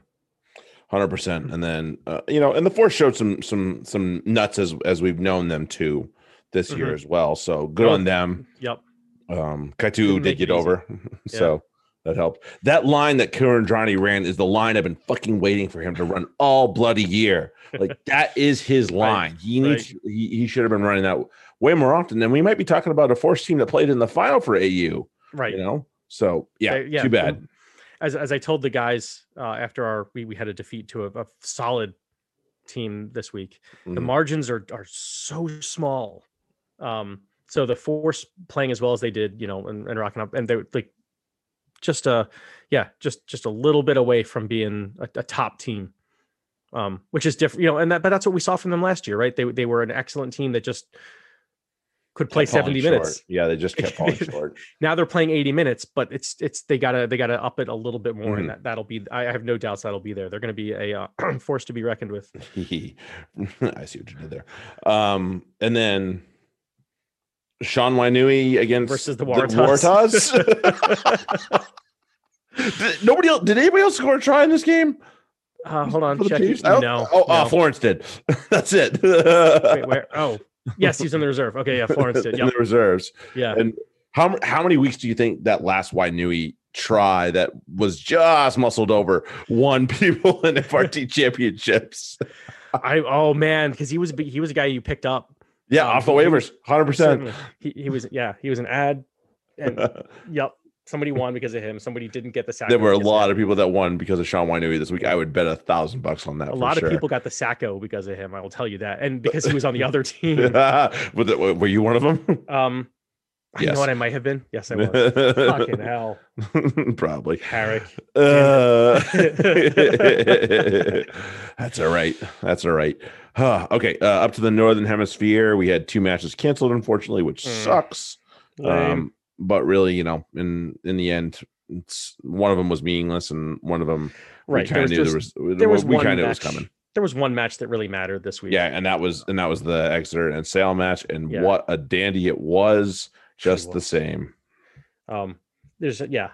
S1: Hundred percent, and then uh, you know, and the force showed some some some nuts as as we've known them to this year
S2: Mhm.
S1: as well. So good
S2: Oh.
S1: on them.
S2: yep
S1: Um,
S2: Didn't
S1: Kaitu
S2: make
S1: did
S2: it
S1: get
S2: easy.
S1: over, so that helped. That line that Kieran Johnny ran is the line I've been fucking waiting for him to run all bloody year. Like that is his line. He
S2: right.
S1: needs. He, he should have been running that way more often. And we might be talking about a force team that played in the final for AU. You
S2: right
S1: know, so yeah,
S2: They- yeah,
S1: too bad.
S2: um, as, as i told the guys uh, after our we, we had a defeat to a, a solid team this week the
S1: Mhm.
S2: margins are are so small um so the force playing as well as they did you know and, and rocking up and they were, like just a yeah, just just a little bit away from being a, a top team. Um, which is different, you know, and that but that's what we saw from them last year, right? They they were an excellent team that just could play
S1: Kept falling
S2: 70 minutes.
S1: short. Yeah, they just kept falling short.
S2: Now they're playing 80 minutes, but it's it's they gotta they gotta up it a little bit
S1: Mm-hmm.
S2: more, and that that'll be. I I have no doubts that'll be there. They're gonna be a uh, force to be reckoned with.
S1: I see what you did there. Um, and then Sean Wainui against
S2: Versus the Waratahs.
S1: Waratahs. Did- Nobody else. Did anybody else score a try in this game?
S2: Uh, hold on,
S1: for the
S2: check.
S1: Chiefs? I
S2: No,
S1: don't- Oh, uh,
S2: no.
S1: Florence did. That's it.
S2: Wait, where? Oh, yes, he's in the reserve. Okay, yeah, Florence did.
S1: in
S2: Yep,
S1: the reserves.
S2: yeah,
S1: How m- how many weeks do you think that last Wainui try that was just muscled over won people in FRT championships?
S2: I oh man, because he was a big- he was a guy you picked up.
S1: Yeah,
S2: Um,
S1: off the
S2: he- he
S1: waivers, hundred percent.
S2: Certainly. He, he was yeah he was an ad, and yep somebody won because of him. Somebody didn't get the sack.
S1: There were a lot of people that won because of Sean Wainui this week. I would bet a thousand bucks on that.
S2: a
S1: for
S2: lot
S1: sure.
S2: of people got the sacco because of him. I will tell you that, and because he was on the other team.
S1: But the- were you one of them?
S2: Um, You
S1: Yes.
S2: know what? I might have been. Yes, I was. Fucking hell,
S1: Probably.
S2: Carrick.
S1: Uh,
S2: Damn
S1: that's all right. That's all right. Huh. Okay. Uh, up to the Northern Hemisphere, we had two matches canceled, unfortunately, which
S2: Mm.
S1: sucks.
S2: Lame.
S1: Um, but really, you know, in in the end, it's, one of them was meaningless, and one of them we
S2: right. There
S1: kind of
S2: was,
S1: knew
S2: just,
S1: there was. we-
S2: there was
S1: we
S2: one
S1: kind of was
S2: match.
S1: coming.
S2: there was one match that really mattered this week.
S1: Yeah, and that was and that was the Exeter and Sale match, and
S2: Yeah.
S1: what a dandy it was. Just the
S2: was.
S1: same.
S2: Um, there's yeah.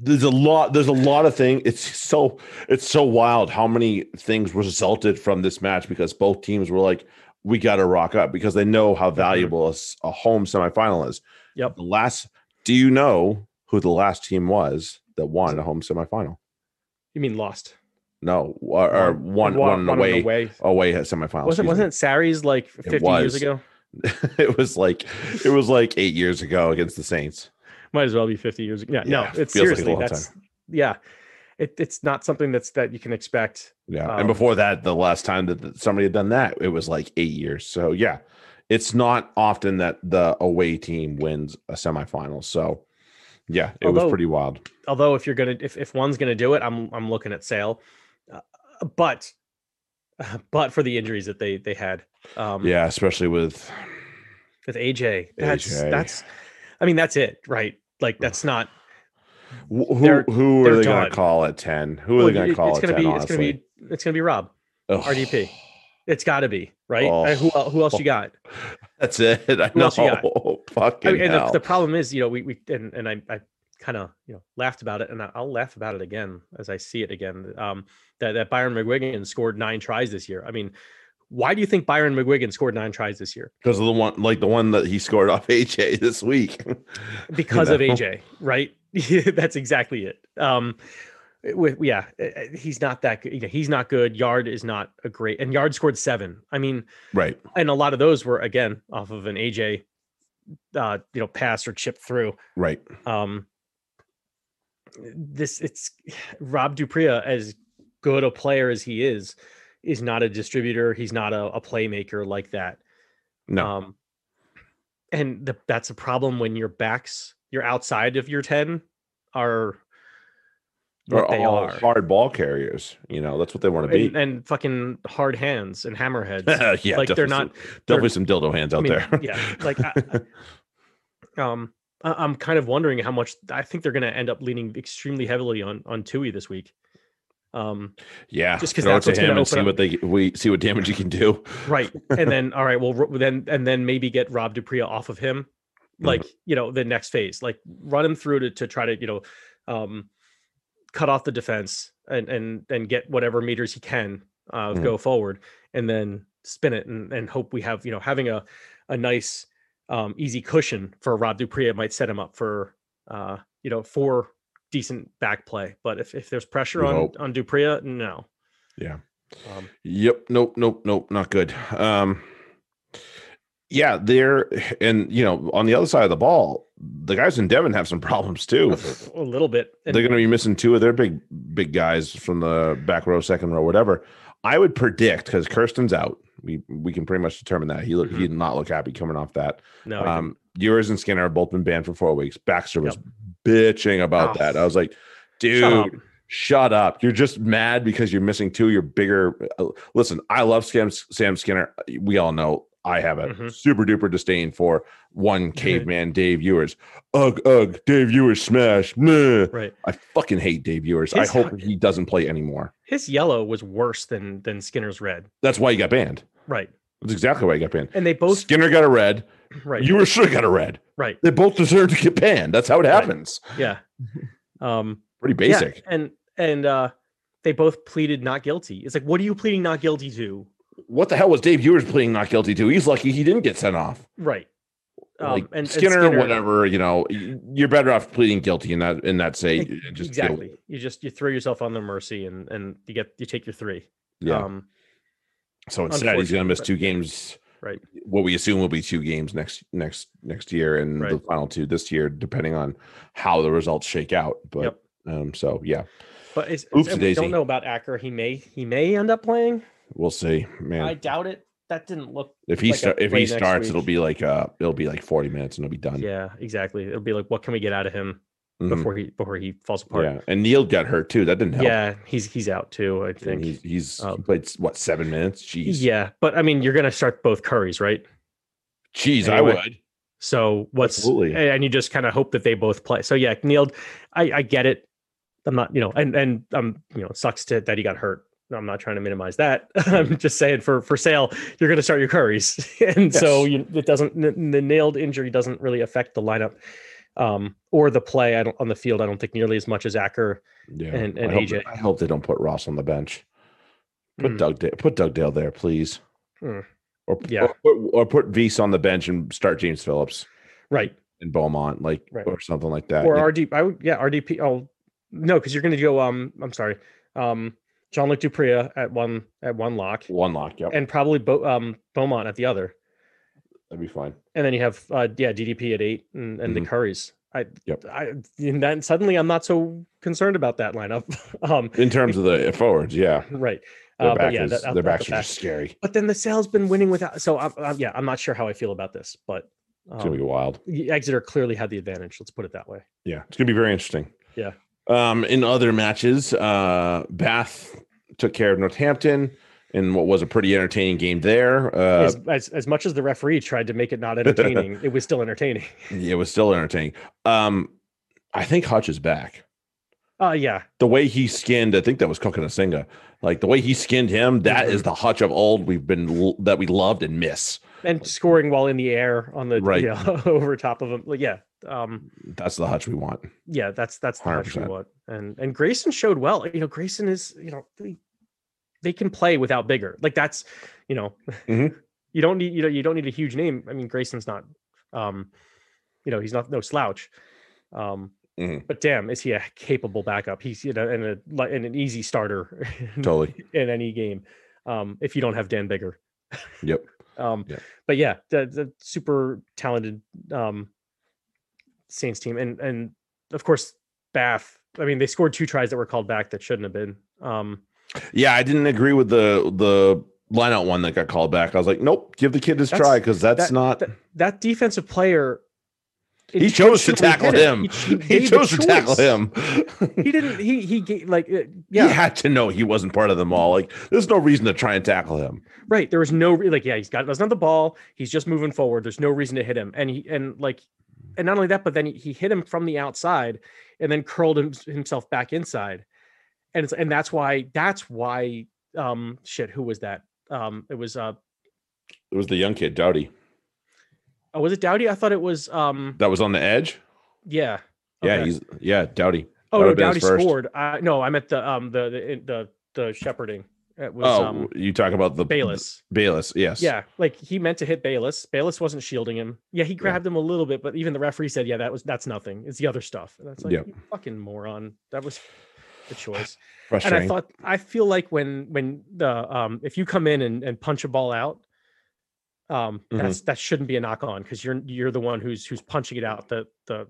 S1: There's a lot. There's a lot of things. It's so it's so wild how many things resulted from this match because both teams were like, "We got to rock up" because they know how valuable a s- a, home semifinal is.
S2: Mm-hmm. Yep.
S1: The last. Do you know who the last team was that won a home semifinal?
S2: You mean lost?
S1: No, or, or one
S2: Wa-
S1: one,
S2: on
S1: away
S2: the way.
S1: away at semifinal.
S2: Wasn't
S1: Oh, excuse me.
S2: wasn't it Sari's like 50 years
S1: was.
S2: ago?
S1: it was like it was like eight years ago against the Saints.
S2: Might as well be 50 years ago. Yeah, no,
S1: Yeah,
S2: it's
S1: feels like a
S2: seriously
S1: long
S2: that's yeah. It, it's not something that's that you can expect.
S1: Yeah.
S2: Um,
S1: and before that, the last time that that somebody had done that, it was like eight years. So yeah, it's not often that the away team wins a semifinal. So yeah, it
S2: Although-
S1: was pretty wild.
S2: Although if you're gonna if, if one's gonna do it, I'm I'm looking at Sale, uh, but but for the injuries that they they had. Um,
S1: Yeah, especially with
S2: with AJ. That's
S1: AJ.
S2: that's I mean that's it, right? Like that's not
S1: wh- who
S2: They're-
S1: who
S2: they're
S1: are they going
S2: done.
S1: to call at ten? Who are
S2: well,
S1: they going
S2: it-
S1: to call
S2: it's
S1: at
S2: gonna
S1: ten?
S2: be it's gonna
S1: honestly,
S2: be it's gonna be Rob.
S1: Ugh,
S2: RDP. It's got to be, right?
S1: Oh.
S2: Uh, who el- who else you got?
S1: That's it. I
S2: Who
S1: know.
S2: else you got?
S1: Fucking
S2: I mean, and the,
S1: hell.
S2: the problem is, you know, we we and, and I I kind of you know laughed about it, and I- I'll laugh about it again as I see it again. Um, that that Byron McGuigan scored nine tries this year. I mean, why do you think Byron McGuigan scored nine tries this year?
S1: Because of the one, like the one that he scored off AJ this week.
S2: Because of
S1: know?
S2: AJ, right? That's exactly it. Um, with yeah, uh, uh, he's not that good. You know, he's not good. Yard is not a great, and Yard scored seven. I mean,
S1: right.
S2: and a lot of those were again off of an AJ, uh, you know, pass or chip through.
S1: Right.
S2: Um, this it's Rob Dupria, as good a player as he is, is not a distributor. He's not a, a playmaker like that.
S1: No.
S2: Um, and the, that's a problem when your backs, you're outside of your ten, are
S1: They're
S2: what they
S1: all
S2: are,
S1: hard ball carriers. You know, that's what they want to
S2: and,
S1: be.
S2: and fucking hard hands and hammerheads.
S1: yeah,
S2: like they're
S1: definitely
S2: not
S1: some- definitely some dildo hands out
S2: mean,
S1: there.
S2: yeah, like, I- um I- I'm kind of wondering how much I think they're going to end up leaning extremely heavily on on Tui this week. Um,
S1: yeah,
S2: just 'cause
S1: throw it
S2: that's
S1: to
S2: what's gonna
S1: him and
S2: open
S1: see
S2: up-
S1: what they we see what damage he can do.
S2: right, and then all right, well ro- then and then maybe get Rob Dupria off of him,
S1: Mm-hmm.
S2: like you know the next phase, like run him through to to try to you know, um, cut off the defense and and and get whatever meters he can uh,
S1: Mhm.
S2: go forward, and then spin it and and hope we have you know having a a nice um, easy cushion for Rob Dupria might set him up for uh, you know for decent back play, but if if there's pressure
S1: We
S2: on
S1: hope.
S2: on Dupria, no.
S1: Yeah.
S2: Um,
S1: Yep. Nope. Nope. Nope. Not good. Um. Yeah, they're and you know on the other side of the ball, the guys in Devon have some problems too.
S2: a little bit. And
S1: They're going to be missing two of their big big guys from the back row, second row, whatever. I would predict because Kirsten's out. We we can pretty much determine that he look
S2: Mm-hmm.
S1: he did not look happy coming off that.
S2: no, I think-
S1: Um, Ewers and Skinner have both been banned for four weeks. Baxter was bitching about
S2: Oh.
S1: that. I was like, dude,
S2: Shut up.
S1: Shut up. You're just mad because you're missing two of your bigger. uh, Listen, I love Sam, Sam Skinner. We all know I have a
S2: Mhm.
S1: super duper disdain for one caveman, Dave Ewers. Ugh, ugh, Dave Ewers smash. Meh.
S2: Right.
S1: I fucking hate Dave Ewers.
S2: His-
S1: I hope he doesn't play anymore.
S2: His yellow was worse than than Skinner's red.
S1: That's why he got banned.
S2: Right.
S1: That's exactly why he got banned.
S2: And they both
S1: Skinner got a red.
S2: right.
S1: Ewers should have got a red.
S2: right.
S1: They both deserve to get banned. That's how it
S2: Right.
S1: happens.
S2: Yeah. Um
S1: Pretty
S2: yeah,
S1: basic.
S2: and and uh they both pleaded not guilty. It's like what are you pleading not guilty to?
S1: What the hell was Dave Ewers pleading not guilty to? He's lucky he didn't get sent off.
S2: Right. Oh, Um,
S1: like Skinner, whatever, you know, y- you're better off pleading guilty and that and that say
S2: Ex-
S1: uh, just guilty.
S2: exactly. You just you throw yourself on their mercy and and you get you take your three.
S1: Yeah.
S2: Um
S1: so instead, he's going to miss two
S2: unfortunate,
S1: games.
S2: Right.
S1: What we assume will be two games next next next year, and the
S2: Right.
S1: final two this year, depending on how the results shake out. But
S2: Yep.
S1: um, so yeah,
S2: but it's,
S1: Oopsie
S2: it's and we
S1: daisy.
S2: don't know about Acker. He may he may end up playing.
S1: we'll see, man.
S2: I doubt it. That didn't look
S1: if he
S2: like a
S1: start, if
S2: play
S1: he
S2: next
S1: starts, it'll
S2: week.
S1: be like uh, it'll be like 40 minutes and it'll be done.
S2: Yeah, exactly. It'll be like what can we get out of him
S1: Mhm.
S2: before he before he falls apart.
S1: yeah. And Neil got hurt too. That didn't
S2: Yeah,
S1: help.
S2: he's he's out too, I
S1: And
S2: think.
S1: he's he's
S2: Um,
S1: he played what seven minutes? Jeez,
S2: Yeah, but I mean, you're going to start both Currys, right?
S1: jeez, I
S2: Anyway.
S1: would.
S2: So what's
S1: Absolutely.
S2: and and you just kind of hope that they both play. So yeah, Neil, I, I get it. I'm not, you know, and and um, you know, it sucks to, that he got hurt. I'm not trying to minimize that.
S1: Mm-hmm.
S2: I'm just saying for for sale, you're going to start your Currys, and so
S1: Yes.
S2: you, it doesn't n- the nailed injury doesn't really affect the lineup um or the play. I don't on the field. I don't think nearly as much as Acker.
S1: Yeah,
S2: and- and
S1: I hope,
S2: AJ.
S1: I hope they don't put Ross on the bench. Put
S2: Mm.
S1: Doug Dale, put Doug Dale there, please.
S2: Mm.
S1: Or,
S2: Yeah.
S1: or put, or put Vise on the bench and start James Phillips
S2: Right.
S1: and Beaumont, like
S2: Right.
S1: or something like that.
S2: or
S1: It-
S2: RDP. I would, yeah, RDP. Oh no, because you're going to go. Um, I'm sorry. Um, John Luke Dupria at one at one lock,
S1: one lock, yep,
S2: and probably Bo, um Beaumont at the other,
S1: that'd be fine.
S2: and then you have uh yeah DDP at eight and, and
S1: Mhm.
S2: the Currys. I
S1: Yep.
S2: I and then suddenly I'm not so concerned about that lineup. um,
S1: In terms of the forwards, yeah,
S2: right.
S1: their
S2: Uh,
S1: back
S2: but yeah,
S1: is,
S2: that- out-
S1: their
S2: out
S1: backs
S2: the
S1: are
S2: back.
S1: just scary.
S2: But then the sale's been winning without. So I'm, I'm, yeah, I'm not sure how I feel about this, but
S1: It's gonna be
S2: um,
S1: wild.
S2: Exeter clearly had the advantage. Let's put it that way.
S1: Yeah, it's gonna be very interesting.
S2: Yeah.
S1: Um, in other matches, uh, Bath took care of Northampton in what was a pretty entertaining game there. Uh,
S2: as, as as much as the referee tried to make it not entertaining, it was still entertaining.
S1: it was still entertaining. Um, I think Hutch is back.
S2: Uh yeah,
S1: The way he skinned, I think that was Kokonasinga. Like the way he skinned him, that is the Hutch of old we've been l- that we loved and miss.
S2: and scoring while in the air on the
S1: Right.
S2: yeah, over top of him. Like, Yeah, um,
S1: That's the Hutch we want.
S2: yeah, that's that's the much we
S1: 100%.
S2: want. And and Grayson showed well. You know, Grayson is you know they, they can play without bigger. Like that's you know
S1: Mhm.
S2: you don't need you know you don't need a huge name. I mean Grayson's not um you know he's not no slouch. Um,
S1: Mhm.
S2: but damn, is he a capable backup? He's you know and a like and an easy starter
S1: Totally.
S2: in any game um, if you don't have Dan Bigger.
S1: Yep.
S2: Um,
S1: Yeah.
S2: But yeah, the, the super talented um, Saints team, and and of course Bath. I mean, they scored two tries that were called back that shouldn't have been. Um,
S1: Yeah, I didn't agree with the the lineout one that got called back. I was like, nope, give the kid his
S2: That's-
S1: try because that's
S2: that-
S1: not.
S2: that, that defensive player.
S1: he chose to tackle
S2: intentionally hit it.
S1: him.
S2: ch-
S1: He,
S2: gave a
S1: chose to tackle
S2: choice.
S1: him.
S2: He didn't. He he gave like uh,
S1: He
S2: yeah,
S1: had to know he wasn't part of them all. Like, there's no reason to try and tackle him.
S2: right. There was no re- like yeah. He's got that's not the ball. He's just moving forward. There's no reason to hit him. And he and like and not only that, but then he, he hit him from the outside and then curled him, himself back inside. And it's, and that's why that's why um shit who was that um it was uh
S1: It was the young kid, Doughty,
S2: oh, was it Dowdy I thought it was um
S1: that was on the edge.
S2: yeah
S1: Yeah,
S2: Okay.
S1: he's yeah, Doughty. that
S2: oh no
S1: would've been
S2: Dowdy
S1: his first.
S2: scored I no I meant the um the the the, the shepherding it was
S1: oh,
S2: um
S1: you talk about the
S2: Bayless
S1: Bayless, yes.
S2: Yeah, like he meant to hit Bayless. Bayless wasn't shielding him. Yeah, he grabbed him a little bit, but even the referee said, "Yeah, that was that's nothing. It's the other stuff." And that's like,
S1: Yep.
S2: you fucking moron. That was the choice. and I
S1: Frustrating.
S2: thought I feel like when when the um if you come in and, and punch a ball out, um
S1: Mhm.
S2: that's that shouldn't be a knock on because you're you're the one who's who's punching it out. The the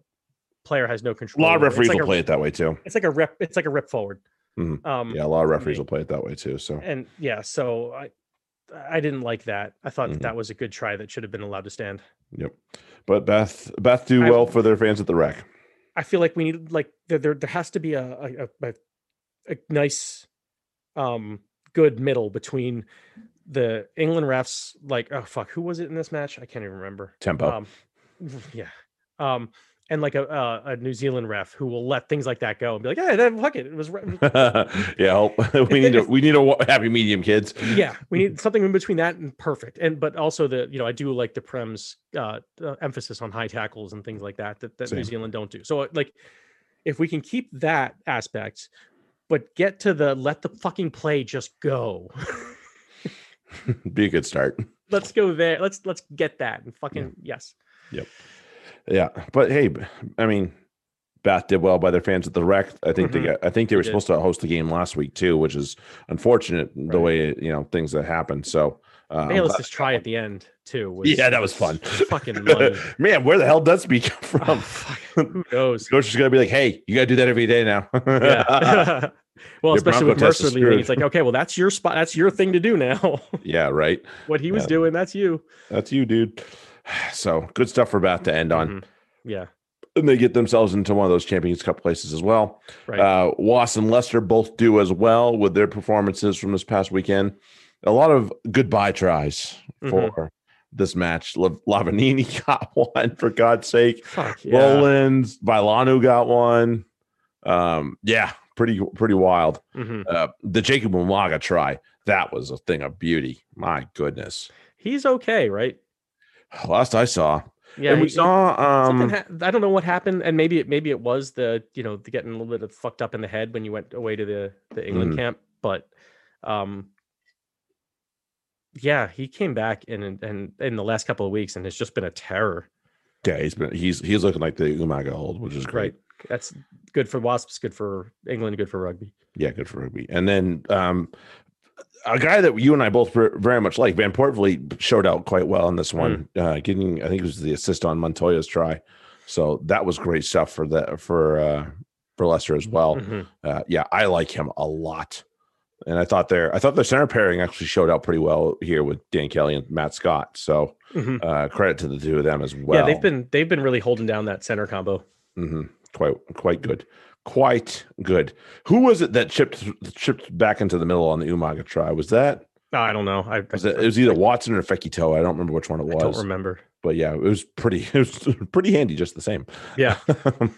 S2: player has no
S1: a
S2: control.
S1: lot of
S2: over it. It's
S1: referees
S2: like
S1: will
S2: a-
S1: play it that way too.
S2: It's like a rep. It's like a rip forward.
S1: Mhm.
S2: Um,
S1: Yeah, a lot of referees
S2: me.
S1: will play it that way too. So
S2: and yeah, so I I didn't like that. I thought
S1: Mhm.
S2: that, that was a good try that should have been allowed to stand.
S1: yep. But Beth Beth do
S2: I-
S1: well for their fans at the rec.
S2: I feel like we need like there there, there has to be a a, a- a a nice um good middle between the England refs like oh fuck who was it in this match I can't even remember
S1: Tempo.
S2: um, yeah. Um, and like a, a a New Zealand ref who will let things like that go and be like, hey, then fuck it, it was re-
S1: yeah, we need a we need a wa- happy medium, kids.
S2: yeah, we need something in between that and perfect. And but also the you know I do like the Prem's uh, uh, emphasis on high tackles and things like that that, that New
S1: Same.
S2: Zealand don't do. So uh, like if we can keep that aspect, but get to the let the fucking play just go.
S1: be a good start.
S2: let's go there. Let's let's get that and fucking yes.
S1: Yeah, but hey, b- I mean, Bath did well by their fans at the rec. I think
S2: Mhm.
S1: they got, I think they were
S2: They did.
S1: supposed to host the game last week too, which is unfortunate the
S2: Right.
S1: way you know things that happened. So. Um,
S2: Bayless's try at the end too. Was,
S1: Yeah, that was fun.
S2: Fucking money.
S1: man, where the hell does speak
S2: Oh,
S1: from?
S2: fuck. Who knows?
S1: Coach is gonna be like, "Hey, you gotta do that every day now."
S2: Yeah. well,
S1: Your
S2: especially with
S1: Bronco test
S2: Mercer
S1: is
S2: leaving,
S1: screwed.
S2: it's like, okay, well, that's your spot. That's your thing to do now.
S1: yeah, right.
S2: what he was
S1: Yeah.
S2: doing, that's you.
S1: That's you, dude. So good stuff for Bath to end on.
S2: Mhm. Yeah.
S1: and they get themselves into one of those Champions Cup places as well.
S2: Right.
S1: Uh, Was and Leicester both do as well with their performances from this past weekend. A lot of goodbye tries
S2: Mhm.
S1: for this match. Lav- Lavanini got one for God's sake.
S2: Fuck. Yeah.
S1: Rollins, Bailanu got one. Um, yeah, pretty pretty wild.
S2: Mhm.
S1: Uh, the Jacob Umaga try that was a thing of beauty. My goodness,
S2: He's okay, right?
S1: last I saw,
S2: Yeah.
S1: and we
S2: he- he-
S1: saw um,
S2: something ha- I don't know what happened, and maybe it maybe it was the you know the getting a little bit of fucked up in the head when you went away to the the England
S1: Mhm.
S2: camp, but um, yeah, he came back and and and in the last couple of weeks and has just been a terror.
S1: yeah, he's been he's he's looking like the Umaga old, which is great.
S2: Right. That's good for Wasps, good for England, good for rugby.
S1: Yeah, good for rugby. And then um, a guy that you and I both ver- very much like, Van Portvliet, showed out quite well on
S2: Hmm.
S1: this one, uh, getting I think it was the assist on Montoya's try. So that was great stuff for that for uh, for Lester as well.
S2: Hmm. Mm-hmm.
S1: Uh, yeah, I like him a lot. And I thought their I thought their center pairing actually showed out pretty well here with Dan Kelly and Matt Scott. So
S2: Mhm.
S1: uh, credit to the two of them as well.
S2: yeah, they've been they've been really holding down that center combo.
S1: hmm Quite, quite good, quite good. Who was it that chipped chipped back into the middle on the Umaga try? Was that
S2: I don't know. I, I,
S1: was it, it was either Watson or Fekito? I don't remember which one it
S2: I don't
S1: was,
S2: remember.
S1: but yeah, it was pretty. It was pretty handy, just the same.
S2: Yeah.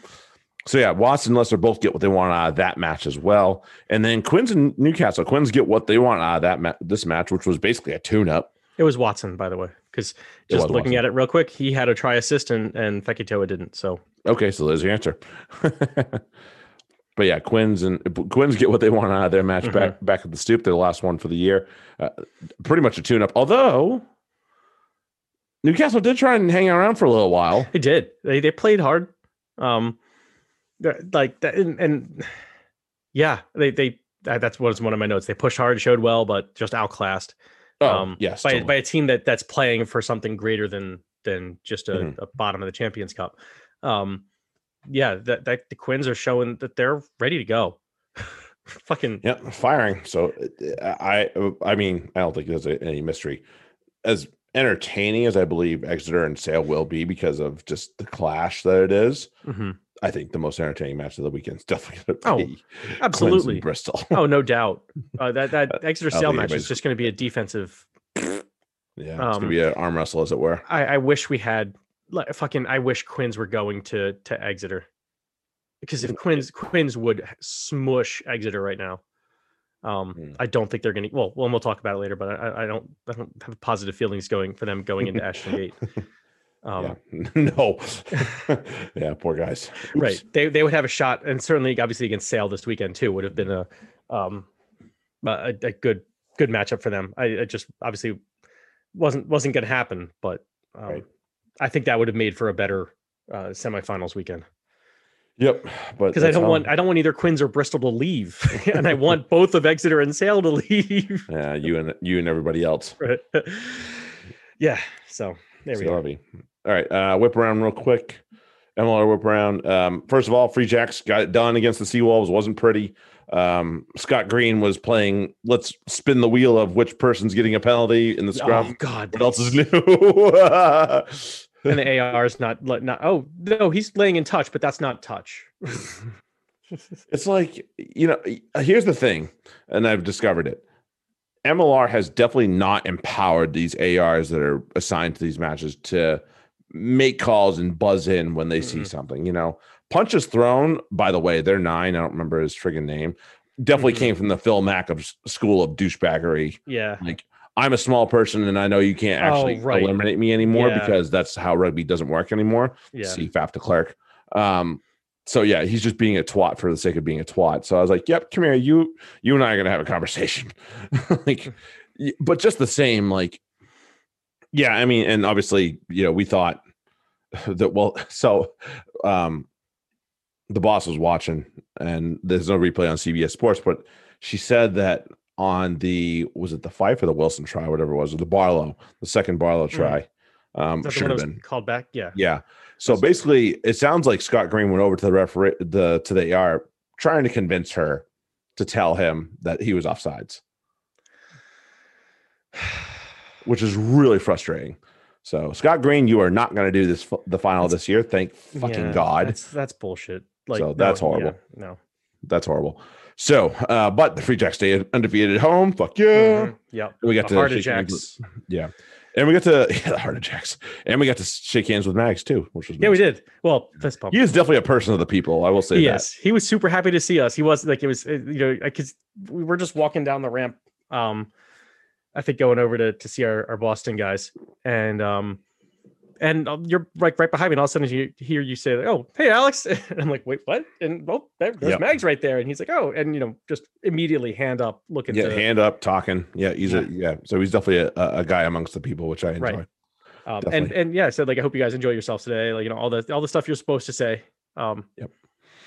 S1: so yeah, Watson and Lester both get what they want out of that match as well, and then Quinn's and Newcastle Quinn's get what they want out of that ma- this match, which was basically a tune up.
S2: It was Watson, by the way, because
S1: It
S2: just
S1: was
S2: looking
S1: Watson.
S2: at it real quick, he had a try assist and, and Fekitoa didn't. So
S1: Okay, so there's your answer. but yeah, Quinn's and Quinn's get what they want out of their match
S2: Mm-hmm.
S1: back back at the stoop. Their last one for the year, uh, pretty much a tune up. Although Newcastle did try and hang around for a little while.
S2: they did. They they played hard. Um, they're- like that, and, and yeah, they they that, that's what's one of my notes. They pushed hard, showed well, but just outclassed.
S1: Oh
S2: um,
S1: yes,
S2: by,
S1: totally.
S2: by a team that that's playing for something greater than than just a,
S1: Mhm.
S2: a bottom of the Champions Cup. Um, yeah, that that the Quins are showing that they're ready to go. Fucking
S1: Yep, firing. So uh, I, I mean, I don't think there's a- any mystery. As entertaining as I believe Exeter and Sale will be because of just the clash that it is,
S2: mhm.
S1: I think the most entertaining match of the weekend is definitely
S2: Oh,
S1: going to be Quinns and
S2: absolutely.
S1: Bristol.
S2: Oh, no doubt. Uh, that that Exeter
S1: don't
S2: Sale
S1: think
S2: match is
S1: anybody's-
S2: just going to be a defensive.
S1: Yeah, it's
S2: Um,
S1: gonna be an arm wrestle, as it were.
S2: I, I wish we had like fucking. I wish Quins were going to to Exeter because if Quins Quins would smush Exeter right now, um,
S1: Hmm.
S2: I don't think they're going to. Well, well, we'll talk about it later, but I, I don't I don't have positive feelings going for them going into Ashton Gate. Um,
S1: yeah. no, yeah, poor guys.
S2: Right, they they would have a shot, and certainly obviously against Sale this weekend too would have been a um a, a- a good good matchup for them. I, I just obviously wasn't wasn't going to happen, but um,
S1: Right.
S2: I think that would have made for a better uh, semifinals weekend.
S1: Yep, but um,
S2: because I
S1: that's
S2: don't
S1: how-
S2: want I don't want either Quinns or Bristol to leave, and I want both of Exeter and Sale to leave.
S1: Yeah, you and you and everybody else.
S2: Right. yeah, so there we
S1: So
S2: go.
S1: that'll be- All right, uh, whip around real quick. MLR whip around. Um, first of all, Free Jacks got it done against the Seawolves. Wasn't pretty. Um, Scott Green was playing. Let's spin the uh, wheel of which person's getting a penalty in the scrum.
S2: Oh God,
S1: What else is new?
S2: and the AR is not let- not. Oh no, he's laying in touch, but that's not touch.
S1: It's like, you know, uh, here's the thing, and I've discovered it. MLR has definitely not empowered these ARs that are assigned to these matches to make calls and buzz in when they see
S2: Mhm.
S1: something. You know, punches thrown, by the way, they're nine. I don't remember his friggin' name. Definitely
S2: Mhm.
S1: came from the Phil Mack of s- school of douchebaggery.
S2: yeah,
S1: Like, I'm a small person and I know you can't
S2: Oh,
S1: actually
S2: right.
S1: eliminate me anymore
S2: Yeah.
S1: because that's how rugby doesn't work anymore
S2: yeah.
S1: see Faf to Clark. Um, so yeah, he's just being a twat for the sake of being a twat. So I was like, "Yep, come here. You, you and I are gonna have a conversation." like, y- but just the same, like, yeah. I mean, and obviously, you know, we thought that. Well, so um, the boss was watching, and there's no replay on CBS Sports, but she said that on the was it the fight or the Wilson try, whatever it was, or the Barlow, the second Barlow try, um,
S2: Mm. Is that the
S1: should
S2: one
S1: have
S2: that
S1: been
S2: was called back? Yeah.
S1: yeah. So basically, it sounds like Scott Green went over to the referee, the to the AR, trying to convince her to tell him that he was offsides, which is really frustrating. So Scott Green, you are not going to do this f- the final this year. Thank fucking
S2: Yeah,
S1: God.
S2: That's that's bullshit. Like
S1: So that's
S2: yeah,
S1: horrible.
S2: no.
S1: That's horrible. So, uh, but the Free Jacks stayed undefeated at home. Fuck yeah.
S2: Mhm. Yep.
S1: And we got
S2: The
S1: to
S2: heart of
S1: shake hands
S2: Jacks.
S1: with- Yeah. And we got to yeah, the heart of Jacks. And we got to shake hands with Mags too, which was
S2: Yeah, we did. Well, fist pump.
S1: He is definitely a person of the people. I will say that.
S2: yes he was super happy to see us he was like it was uh, you know because we were just walking down the ramp um i think going over to to see our, our boston guys and um and uh, you're like right behind me and all of a sudden you hear you say like, oh hey alex and i'm like wait what and oh there, there's
S1: Yep.
S2: mags right there and he's like oh and you know just immediately hand up looking
S1: yeah,
S2: to
S1: hand up, talking. Yeah, he's
S2: Yeah.
S1: a yeah. So he's definitely a, a guy amongst the people, which I enjoy.
S2: Right. um, and
S1: definitely.
S2: and yeah i said like i hope you guys enjoy yourselves today like you know all the all the stuff you're supposed to say um
S1: Yep.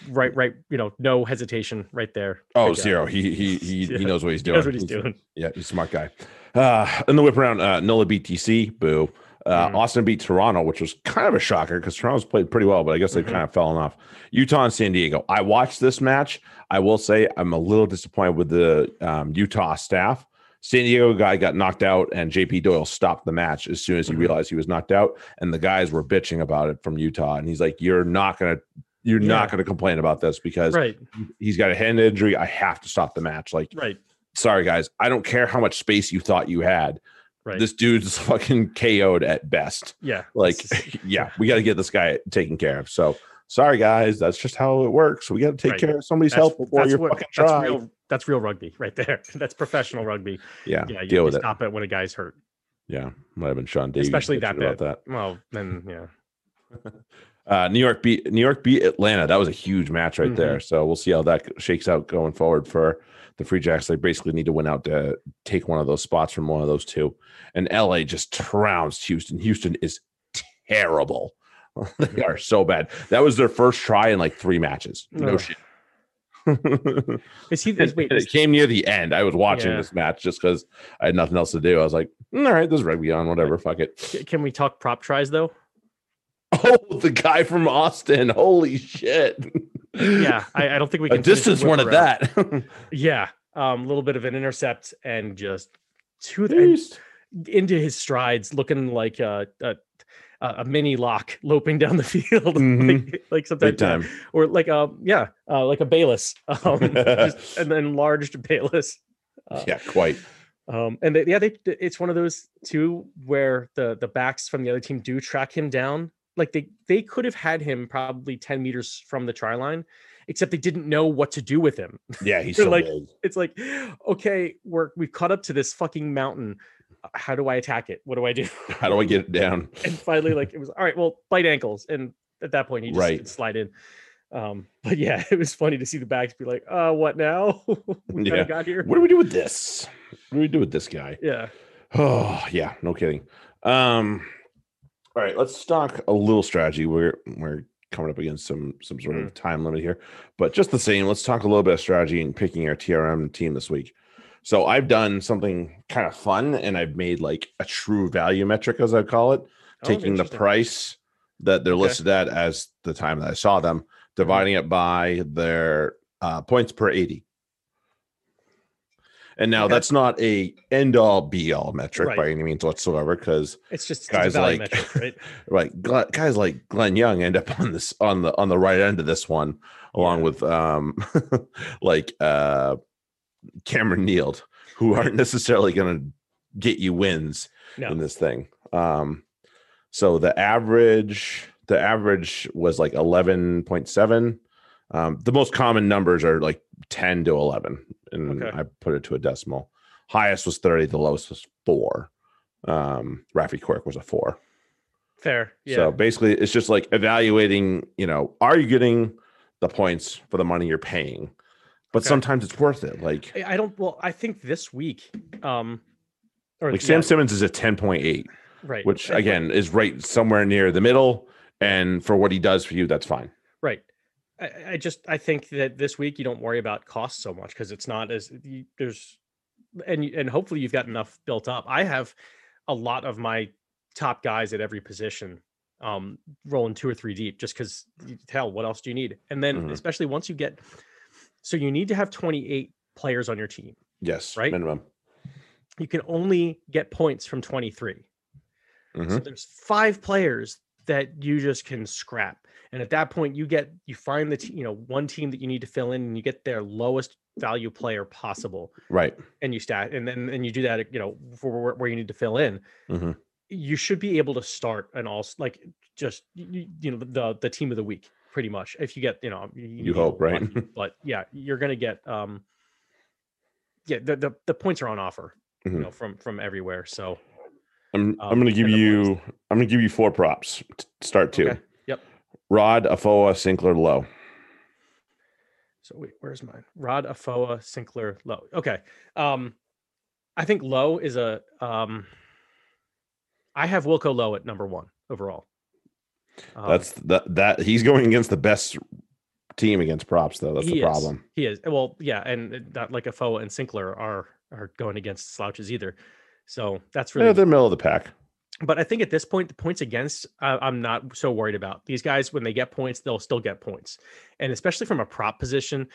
S2: right right you know no hesitation right there uh,
S1: Oh,
S2: Good job.
S1: zero. He he he,
S2: Yeah.
S1: he knows what he's doing.
S2: knows what he's doing
S1: Yeah, he's a smart guy. Uh, in the whip around, uh, Nola BTC, boo. Uh,
S2: Mhm.
S1: Austin beat Toronto, which was kind of a shocker because Toronto's played pretty well, but I guess they've
S2: Mhm.
S1: kind of fallen off. Utah and San Diego. I watched this match. I will say I'm a little disappointed with the um, Utah staff. San Diego guy got knocked out, and JP Doyle stopped the match as soon as he
S2: Mhm.
S1: realized he was knocked out. And the guys were bitching about it from Utah, and he's like, "You're not gonna, you're
S2: Yeah.
S1: not gonna complain about this because
S2: right
S1: he's got a hand injury. I have to stop the match." Like
S2: right
S1: sorry guys, I don't care how much space you thought you had.
S2: right
S1: This dude's fucking KO'd at best.
S2: yeah
S1: Like,
S2: this is-
S1: yeah, we got to get this guy taken care of. So sorry guys, that's just how it works. We got to take
S2: Right.
S1: care of somebody's health before you're
S2: what-
S1: fucking try.
S2: That's real, that's real rugby right there. That's professional rugby.
S1: yeah,
S2: Yeah, you,
S1: deal
S2: you
S1: with it.
S2: stop it when a guy's hurt.
S1: Yeah, might have been Sean Davies,
S2: Especially
S1: bitching
S2: that
S1: about that.
S2: Well, then yeah,
S1: Uh, New York beat New York beat Atlanta. That was a huge match right there.
S2: Mm-hmm.
S1: So we'll see how that shakes out going forward for the Free Jacks. They basically need to win out to take one of those spots from one of those two. And LA just trounced Houston. Houston is terrible. they are so bad. That was their first try in like three matches. No
S2: Ugh.
S1: shit.
S2: is he? Is,
S1: And
S2: wait,
S1: it
S2: is,
S1: came near the end. I was watching
S2: Yeah.
S1: this match just because I had nothing else to do. I was like, "Mm, all right, this is rugby on, whatever. Fuck it.
S2: c- can we talk prop tries though?
S1: Oh, the guy from Austin. Holy shit.
S2: Yeah, I, I don't think we
S1: a
S2: can. finish the
S1: distance
S2: whip
S1: one at
S2: around.
S1: that.
S2: Yeah, a um, little bit of an intercept and just two and
S1: Jeez.
S2: into his strides, looking like a a, a a mini lock loping down the field,
S1: Mhm.
S2: like, like sometimes
S1: Big time.
S2: or like um yeah, uh, like a Bayless, um, just an enlarged Bayless. Uh,
S1: yeah, quite.
S2: Um, and they, yeah, they, th- it's one of those two where the the backs from the other team do track him down. Like they they could have had him probably ten meters from the try line, except they didn't know what to do with him.
S1: Yeah, he's
S2: They're
S1: so
S2: like-
S1: big.
S2: It's like, okay, we're we've caught up to this fucking mountain. Uh, How do I attack it? What do I do?
S1: How do I get it down?
S2: And finally, like it was all right. Well, bite ankles, and at that point, he just
S1: Right.
S2: could slide in. Um, but yeah, it was funny to see the backs be like, uh, what now? we kinda
S1: Yeah.
S2: got here.
S1: What do we do with this? What do we do with this guy?
S2: Yeah.
S1: Oh, yeah, no kidding. Um, all right, let's talk a little strategy. We're we're coming up against some some sort of time limit here, but just the same, let's talk a little bit of strategy and picking our TRM team this week. So I've done something kind of fun, and I've made like a true value metric, as I call it.
S2: Oh,
S1: taking the
S2: interesting.
S1: price that they're
S2: Okay. Mm-hmm.
S1: listed at as the time that I saw them, dividing it by their uh, points per 80. And now
S2: Okay.
S1: that's not a end all be all metric
S2: Right.
S1: by any means whatsoever, because
S2: It's just
S1: Guys
S2: it's a value
S1: like-
S2: metric, right?
S1: like Gl- guys like Glenn Young end up on this on the on the right end of this one, along with um like uh Cameron Neild, who aren't necessarily going to get you wins
S2: No.
S1: in this thing. Um, so the average the average was like eleven point seven. Um, the most common numbers are like ten to eleven, and
S2: Okay.
S1: I put it to a decimal. Highest was thirty, the lowest was four. Um, Rafi Quirk was a four.
S2: Fair. Yeah.
S1: So basically, it's just like evaluating, you know, are you getting the points for the money you're paying? But
S2: Okay.
S1: sometimes it's worth it. Like,
S2: I I don't well, I think this week, um or
S1: like
S2: yeah,
S1: Sam Simmons is a 10.8,
S2: right.
S1: which
S2: And, like,
S1: again is right somewhere near the middle. And for what he does for you, that's fine.
S2: Right. I, I just I think that this week you don't worry about cost so much because it's not as you, there's and you- and hopefully you've got enough built up. I have a lot of my top guys at every position um rolling two or three deep just because hell what else do you need and then
S1: Mhm.
S2: especially once you get so you need to have 28 players on your team
S1: Yes,
S2: Right.
S1: minimum.
S2: you can only get points from 23 So
S1: Mhm.
S2: there's five players that you just can scrap. And at that point, you get you find the te- you know one team that you need to fill in, and you get their lowest value player possible,
S1: Right.
S2: and you stat, and then and you do that you know for where, where you need to fill in.
S1: Mhm.
S2: You should be able to start an all like just you, you know the the team of the week pretty much if you get you know you,
S1: You hope, right?
S2: but yeah, you're gonna get um yeah the the, the points are on offer you
S1: Mhm.
S2: know from from everywhere. So
S1: I'm, I'm
S2: Um,
S1: going to give
S2: and the
S1: you,
S2: lowest.
S1: I'm going to give you four props. to start two.
S2: Okay. Yep.
S1: Rod, Afoa, Sinclair, Low.
S2: So wait, where's mine? Rod Afoa Sinclair Lowe. Okay. Um I think Lowe is a um I have Wilco Lowe at number one overall. Um,
S1: That's that, that he's going against the best team against props, though. That's
S2: he
S1: the
S2: is.
S1: problem.
S2: He is. Well, yeah, and uh, not like Afoa and Sinclair are are going against slouches either. So that's really
S1: Yeah, they're middle of the pack.
S2: but I think at this point, the points against, I I'm not so worried about. These guys, when they get points, they'll still get points. And especially from a prop position,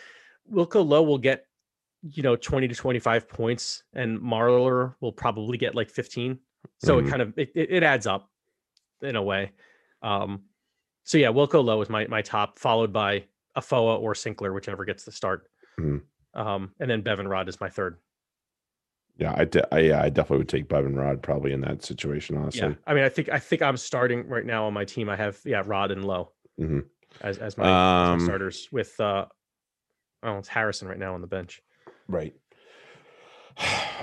S2: Wilco Lowe will get, you know, 20 to 25 points, and Marler will probably get like 15. So
S1: Mhm.
S2: it kind of it, it it adds up in a way. Um, so yeah, Wilco Lowe is my my top, followed by Afoa or Sinclair, whichever gets the start.
S1: Mhm.
S2: Um, and then Bevan Rod is my third.
S1: Yeah, I, de- I yeah, I definitely would take Bevin Rod probably in that situation, honestly.
S2: Yeah, I mean, I think I think I'm starting right now on my team. I have yeah, Rod and Lowe
S1: Mhm.
S2: as as my as my
S1: Um,
S2: starters with uh, oh, it's Harrison right now on the bench.
S1: Right.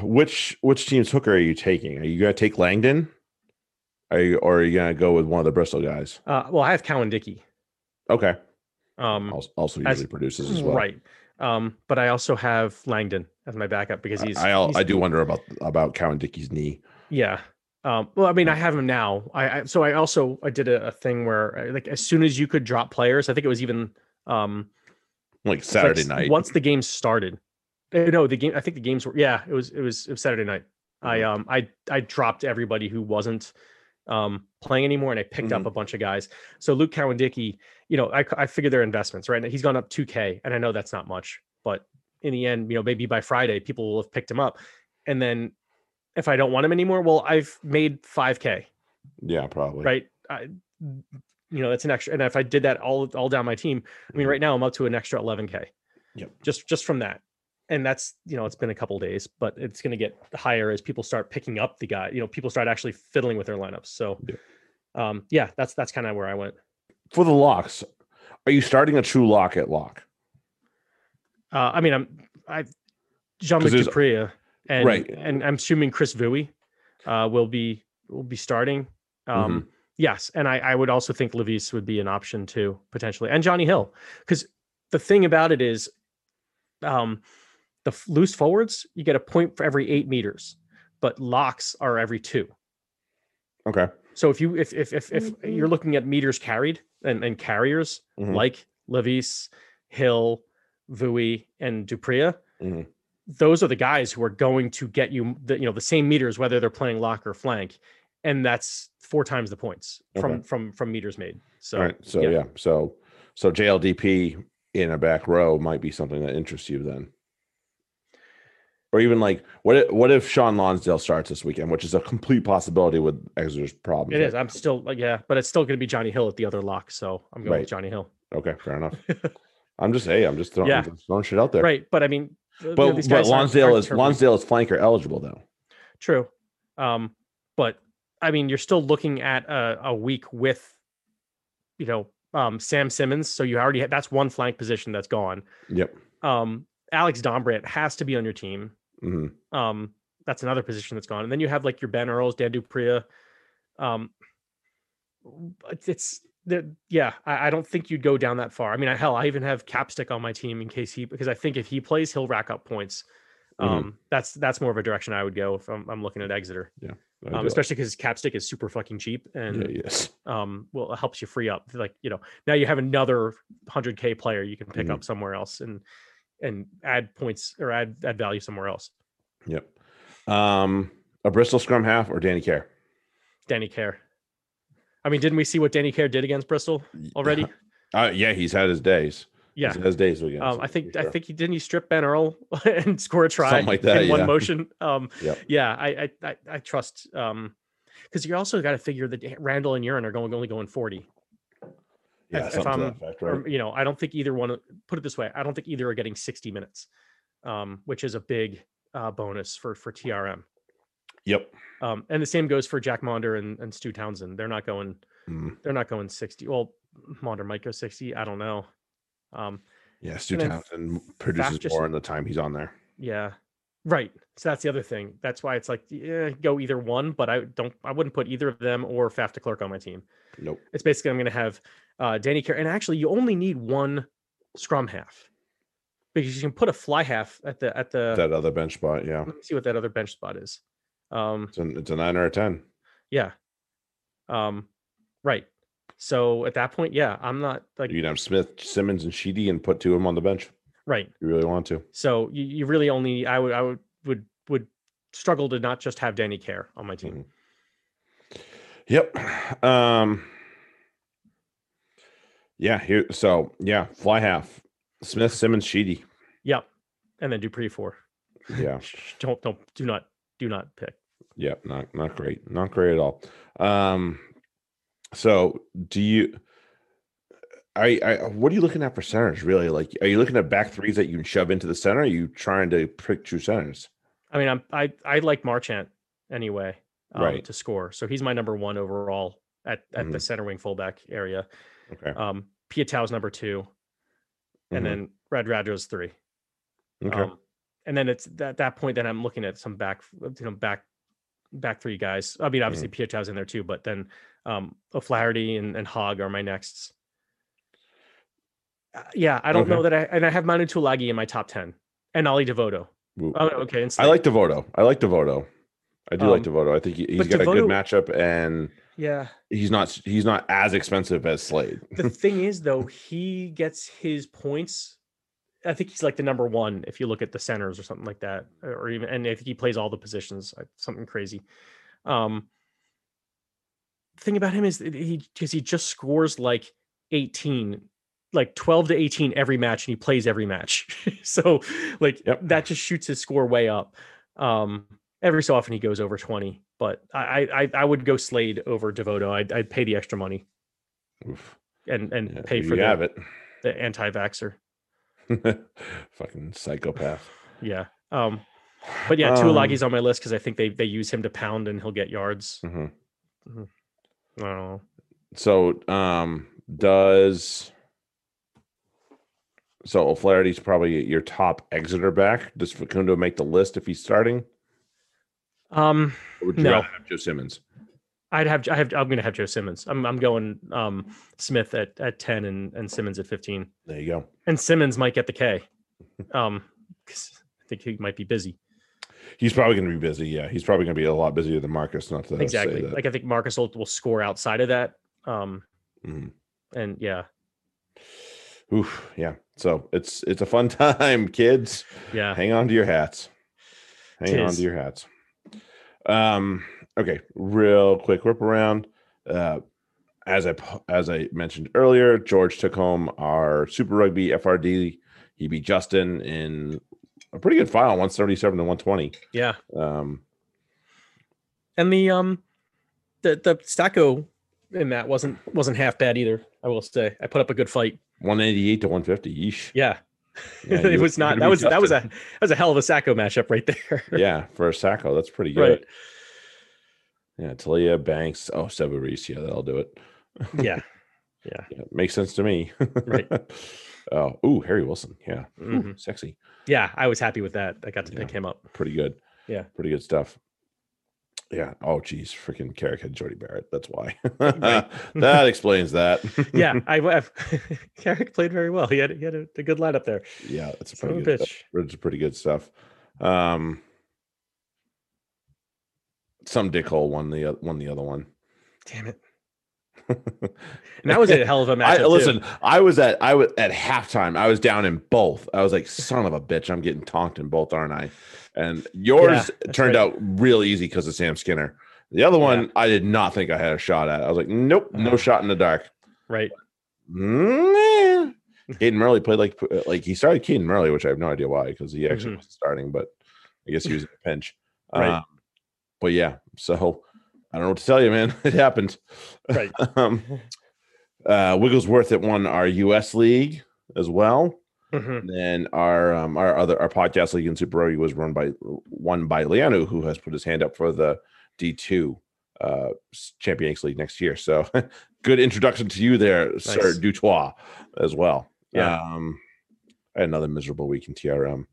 S1: Which which team's hooker are you taking? Are you gonna take Langdon? Are you or are you gonna go with one of the Bristol guys?
S2: Uh, well, I have Cowan Dickey.
S1: Okay.
S2: Um,
S1: Also, also
S2: As-
S1: usually produces as well.
S2: right. Um, but I also have Langdon as my backup because he's
S1: I I,
S2: he's-
S1: I do wonder about about Cowan Dickey's knee.
S2: Yeah. Um, well, I mean,
S1: Mm-hmm.
S2: I have him now. I, I so I also I did a, a thing where I, like as soon as you could drop players, I think it was even um
S1: Like
S2: it's like
S1: Saturday
S2: s-
S1: night.
S2: once the game started. eh, No, the game. I think the games were. Yeah, it was. It was. It was Saturday night. I
S1: Mhm.
S2: um I I dropped everybody who wasn't um playing anymore, and I picked
S1: Mm-hmm.
S2: up a bunch of guys. So Luke Cowan-Dickey, you know, I c- I figure their investments right. He's gone up two k, and I know that's not much, but in the end, you know, maybe by Friday people will have picked him up, and then if I don't want him anymore, well, I've made five k
S1: yeah, probably.
S2: right? I, you know, that's an extra. And if I did that all all down my team, I mean,
S1: Mhm.
S2: right now I'm up to an extra 11k.
S1: Yep.
S2: Just just from that, and that's you know, it's been a couple days, but it's going to get higher as people start picking up the guy. You know, people start actually fiddling with their lineups. So,
S1: Yeah.
S2: um, yeah, that's that's kind of where I went.
S1: For the locks, are you starting a true lock at lock?
S2: Uh, I mean, I'm I Jean Luc
S1: 'Cause there's-
S2: Dupree uh, and
S1: Right.
S2: and I'm assuming Chris Vui uh, will be will be starting. Um,
S1: Mm-hmm.
S2: Yes, and I, I would also think Levis would be an option too potentially, and Johnny Hill because the thing about it is, um, the f- loose forwards you get a point for every eight meters, but locks are every two.
S1: Okay.
S2: So if you if if if, if you're looking at meters carried and, and carriers
S1: Mhm.
S2: like Levis, Hill, Vui, and Dupria,
S1: Mhm.
S2: those are the guys who are going to get you the you know the same meters whether they're playing lock or flank, and that's four times the points from
S1: Okay.
S2: from from meters made. So
S1: All right. So
S2: yeah.
S1: yeah. So so JLDP in a back row might be something that interests you then. or even like what if, what if Sean Lonsdale starts this weekend, which is a complete possibility with Exeter's problem.
S2: It is. I'm still like, yeah, but it's still going to be Johnny Hill at the other lock. So I'm going
S1: Right.
S2: with Johnny Hill.
S1: Okay, fair enough. I'm just hey, I'm just throwing,
S2: Yeah.
S1: I'm just throwing shit out there.
S2: Right. But I mean, th- you know,
S1: But
S2: these
S1: but
S2: guys aren't-
S1: Lonsdale
S2: aren't
S1: is
S2: terrible.
S1: Lonsdale is flanker eligible though.
S2: True. Um, but I mean, you're still looking at a, a week with, you know, um, Sam Simmons. So you already have, that's one flank position that's gone.
S1: Yep.
S2: Um, Alex Dombrandt has to be on your team.
S1: hmm
S2: Um, that's another position that's gone. And then you have like your Ben Earls, Dan Dupria. Um, it's, it's there, yeah, I, I don't think you'd go down that far. I mean, I, hell, I even have Capstick on my team in case he, because I think if he plays, he'll rack up points.
S1: Mhm.
S2: Um, that's that's more of a direction I would go if I'm, I'm looking at Exeter, um,
S1: yeah,
S2: especially because Capstick is super fucking cheap and
S1: yes.
S2: um, well, it helps you free up. Like you know, now you have another 100k player you can pick
S1: Mhm.
S2: up somewhere else and and add points or add add value somewhere else.
S1: Yep. Um, a Bristol scrum half or Danny Care
S2: Danny Care. I mean, didn't we see what Danny Care did against Bristol already?
S1: Uh, yeah, he's had his days.
S2: Yeah.
S1: he's had his days again.
S2: Um, I think I think he didn't he strip Ben Earl and score a try
S1: Something like that,
S2: in one
S1: yeah.
S2: motion. Um,
S1: Yep.
S2: yeah, I, I I I trust um because you also got to figure that Randall and Urine are going only going 40.
S1: yeah,
S2: if
S1: something to
S2: I'm-
S1: that effect, right?
S2: Or, you know, I don't think either one. Put it this way, I don't think either are getting 60 minutes, um, which is a big uh, bonus for for TRM.
S1: Yep.
S2: Um, and the same goes for Jack Maunder and, and Stu Townsend. They're not going.
S1: Mm.
S2: They're not going 60. Well, Maunder might go 60. I don't know. Um,
S1: Yeah, Stu
S2: And then
S1: Townsend produces
S2: just-
S1: more in the time he's on there.
S2: Yeah. Right. So that's the other thing. That's why it's like yeah, go either one, but I don't I wouldn't put either of them or Fafta Clerk on my team.
S1: Nope.
S2: It's basically I'm gonna have uh Danny Care and actually you only need one scrum half because you can put a fly half at the at the
S1: that other bench spot, yeah.
S2: let me see what that other bench spot is. Um
S1: It's, an, it's a nine or a ten.
S2: yeah. Um right. So at that point, yeah, I'm not like
S1: You can have Smith, Simmons, and Sheedy, and put two of them on the bench. If
S2: right.
S1: you really want to?
S2: So you, you really only I would I would would would struggle to not just have Danny Care on my team.
S1: Mhm. Yep. Um. Yeah. Here. So yeah, fly half. Smith, Simmons, Sheedy.
S2: Yep. And then Dupree four.
S1: Yeah.
S2: Don't don't do not do not pick.
S1: Yep. Not not great. Not great at all. Um. So do you? I, I what are you looking at for centers really like are you looking at back threes that you can shove into the center or are you trying to pick true centers
S2: I mean, I'm I I like Marchant anyway um,
S1: Right.
S2: to score, so he's my number one overall at at the
S1: Mhm.
S2: center wing fullback area.
S1: okay
S2: Um, Pietau's number 2
S1: Mhm.
S2: and then Rad Radro's three.
S1: mm-hmm, okay
S2: Um, and then it's at that point then I'm looking at some back you know back back three guys. I mean, obviously
S1: Mm-hmm.
S2: Pietau's in there too, but then um O'Flaherty and, and Hogg are my nexts. Uh, yeah, I don't
S1: Okay.
S2: know that I and I have Manu Tulagi in my top ten and Ollie Devoto.
S1: Woo.
S2: Oh, okay. And
S1: I like Devoto. I like Devoto. I do like
S2: Um,
S1: Devoto. I think he, he's
S2: but
S1: got a good
S2: Devoto-
S1: matchup, and
S2: yeah.
S1: he's not he's not as expensive as Slade.
S2: The thing is, though, he gets his points. I think he's like the number one if you look at the centers or something like that, or even and I think he plays all the positions, uh, something crazy. Um, the thing about him is that he because he just scores like eighteen, like twelve to eighteen every match, and he plays every match. so, like
S1: Yep.
S2: that just shoots his score way up. Um, every so often he goes over twenty, but I I, I- I would go Slade over Devoto. I'd, I'd pay the extra money
S1: Oof.
S2: and and
S1: Yeah,
S2: pay
S1: you
S2: for
S1: have
S2: the,
S1: it.
S2: the anti-vaxer.
S1: Fucking psychopath.
S2: Yeah. Um. But yeah,
S1: Um.
S2: Tuolagi's on my list because I think they they use him to pound and he'll get yards.
S1: Um, mhm.
S2: I don't know.
S1: So um does so O'Flaherty's probably your top Exeter back. Does Facundo make the list if he's starting?
S2: Um.
S1: Or would you
S2: No.
S1: rather have Joe Simmons?
S2: I'd have I have I'm gonna have Joe Simmons. I'm I'm going um Smith at at ten and and Simmons at fifteen.
S1: There you go.
S2: And Simmons might get the K. Um. 'cause I think he might be busy.
S1: He's probably going to be busy. Yeah, he's probably going to be a lot busier than Marcus. Not to
S2: exactly.
S1: Say that.
S2: Like I think Marcus will, will score outside of that. Um.
S1: Mhm.
S2: And yeah.
S1: Oof, yeah. So it's it's a fun time, kids.
S2: Yeah.
S1: Hang on to your hats. Hang on
S2: Tis.
S1: to your hats. Um. Okay. Real quick whip around. Uh, as I po- as I mentioned earlier, George took home our Super Rugby FRD. He beat Justin in a pretty good final, 177 to 120.
S2: Yeah.
S1: Um,
S2: And the um the the Stacco in that wasn't wasn't half bad either, I will say. I put up a good fight.
S1: 188 to 150. Yeesh.
S2: Yeah.
S1: Yeah,
S2: it
S1: you-
S2: was
S1: you're
S2: not
S1: gonna
S2: that
S1: be
S2: was that was a
S1: dusted.
S2: that was a hell of a Sacco matchup right there.
S1: yeah, for a Sacco, that's pretty good.
S2: right.
S1: Yeah, Talia Banks. Oh, Severis. Yeah, that'll do it.
S2: Yeah.
S1: Yeah, makes sense to me.
S2: Right.
S1: oh, ooh, Harry Wilson. Yeah, Ooh,
S2: Mhm.
S1: sexy.
S2: Yeah. I was happy with that. I got to
S1: Mm-hmm. Yeah.
S2: pick him up.
S1: Pretty good.
S2: Yeah.
S1: pretty good stuff. Yeah. Oh, geez, freaking Carrick had Jordy Barrett. That's why.
S2: Right.
S1: that explains that.
S2: Yeah. I I've, Carrick played very well. He had he had a, a good lineup there.
S1: yeah, that's a
S2: Son
S1: pretty
S2: of a
S1: good.
S2: bitch.
S1: It's pretty good stuff. Um, some dickhole won the oth- won the other one.
S2: Damn it. And that was a hell of a matchup.
S1: I,
S2: too.
S1: listen, I was at I was at halftime. I was down in both. I was like, "Son of a bitch, I'm getting tonked in both, aren't I?" And yours
S2: that's
S1: turned
S2: right.
S1: out real easy because of Sam Skinner. The other one, I did not think I had a shot at. I was like, "Nope, no
S2: Uh.
S1: shot in the dark."
S2: Right.
S1: Mm, eh. Caden Murley played like like he started Caden Murley, which I have no idea why because he actually
S2: Mhm.
S1: wasn't starting, but I guess he was in a pinch.
S2: Right.
S1: Um, but yeah, so I don't know what to tell you, man. It happened.
S2: Right.
S1: um, uh, Wigglesworth that won our U.S. league as well.
S2: Mhm.
S1: And then our um, our other our podcast league in Super Rugby was run by won by Leanu, who has put his hand up for the D two uh s- Champions League next year. So good introduction to you there, Sir
S2: Nice.
S1: Dutois, as well.
S2: Yeah.
S1: Um, I had another miserable week in TRM.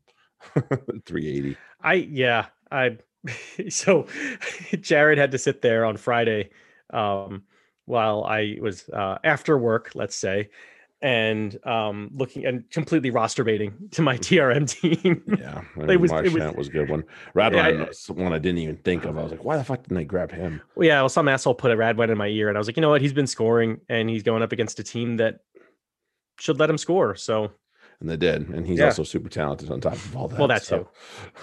S1: 380.
S2: I yeah, I so Jared had to sit there on Friday um while I was uh after work, let's say, and um looking and completely roster baiting to
S1: Mm-hmm.
S2: my TRM team.
S1: Yeah, I mean,
S2: was- it
S1: Marchand
S2: was-
S1: was, a good one. Radwan
S2: I-
S1: was one I didn't even think of. I was like, why the fuck didn't they grab him?
S2: well, yeah, well, some asshole put a rad one in my ear and I was like, you know what, he's been scoring and he's going up against a team that should let him score. So
S1: And they did. And he's
S2: Yeah.
S1: also super talented on top of all that.
S2: Well, that Um,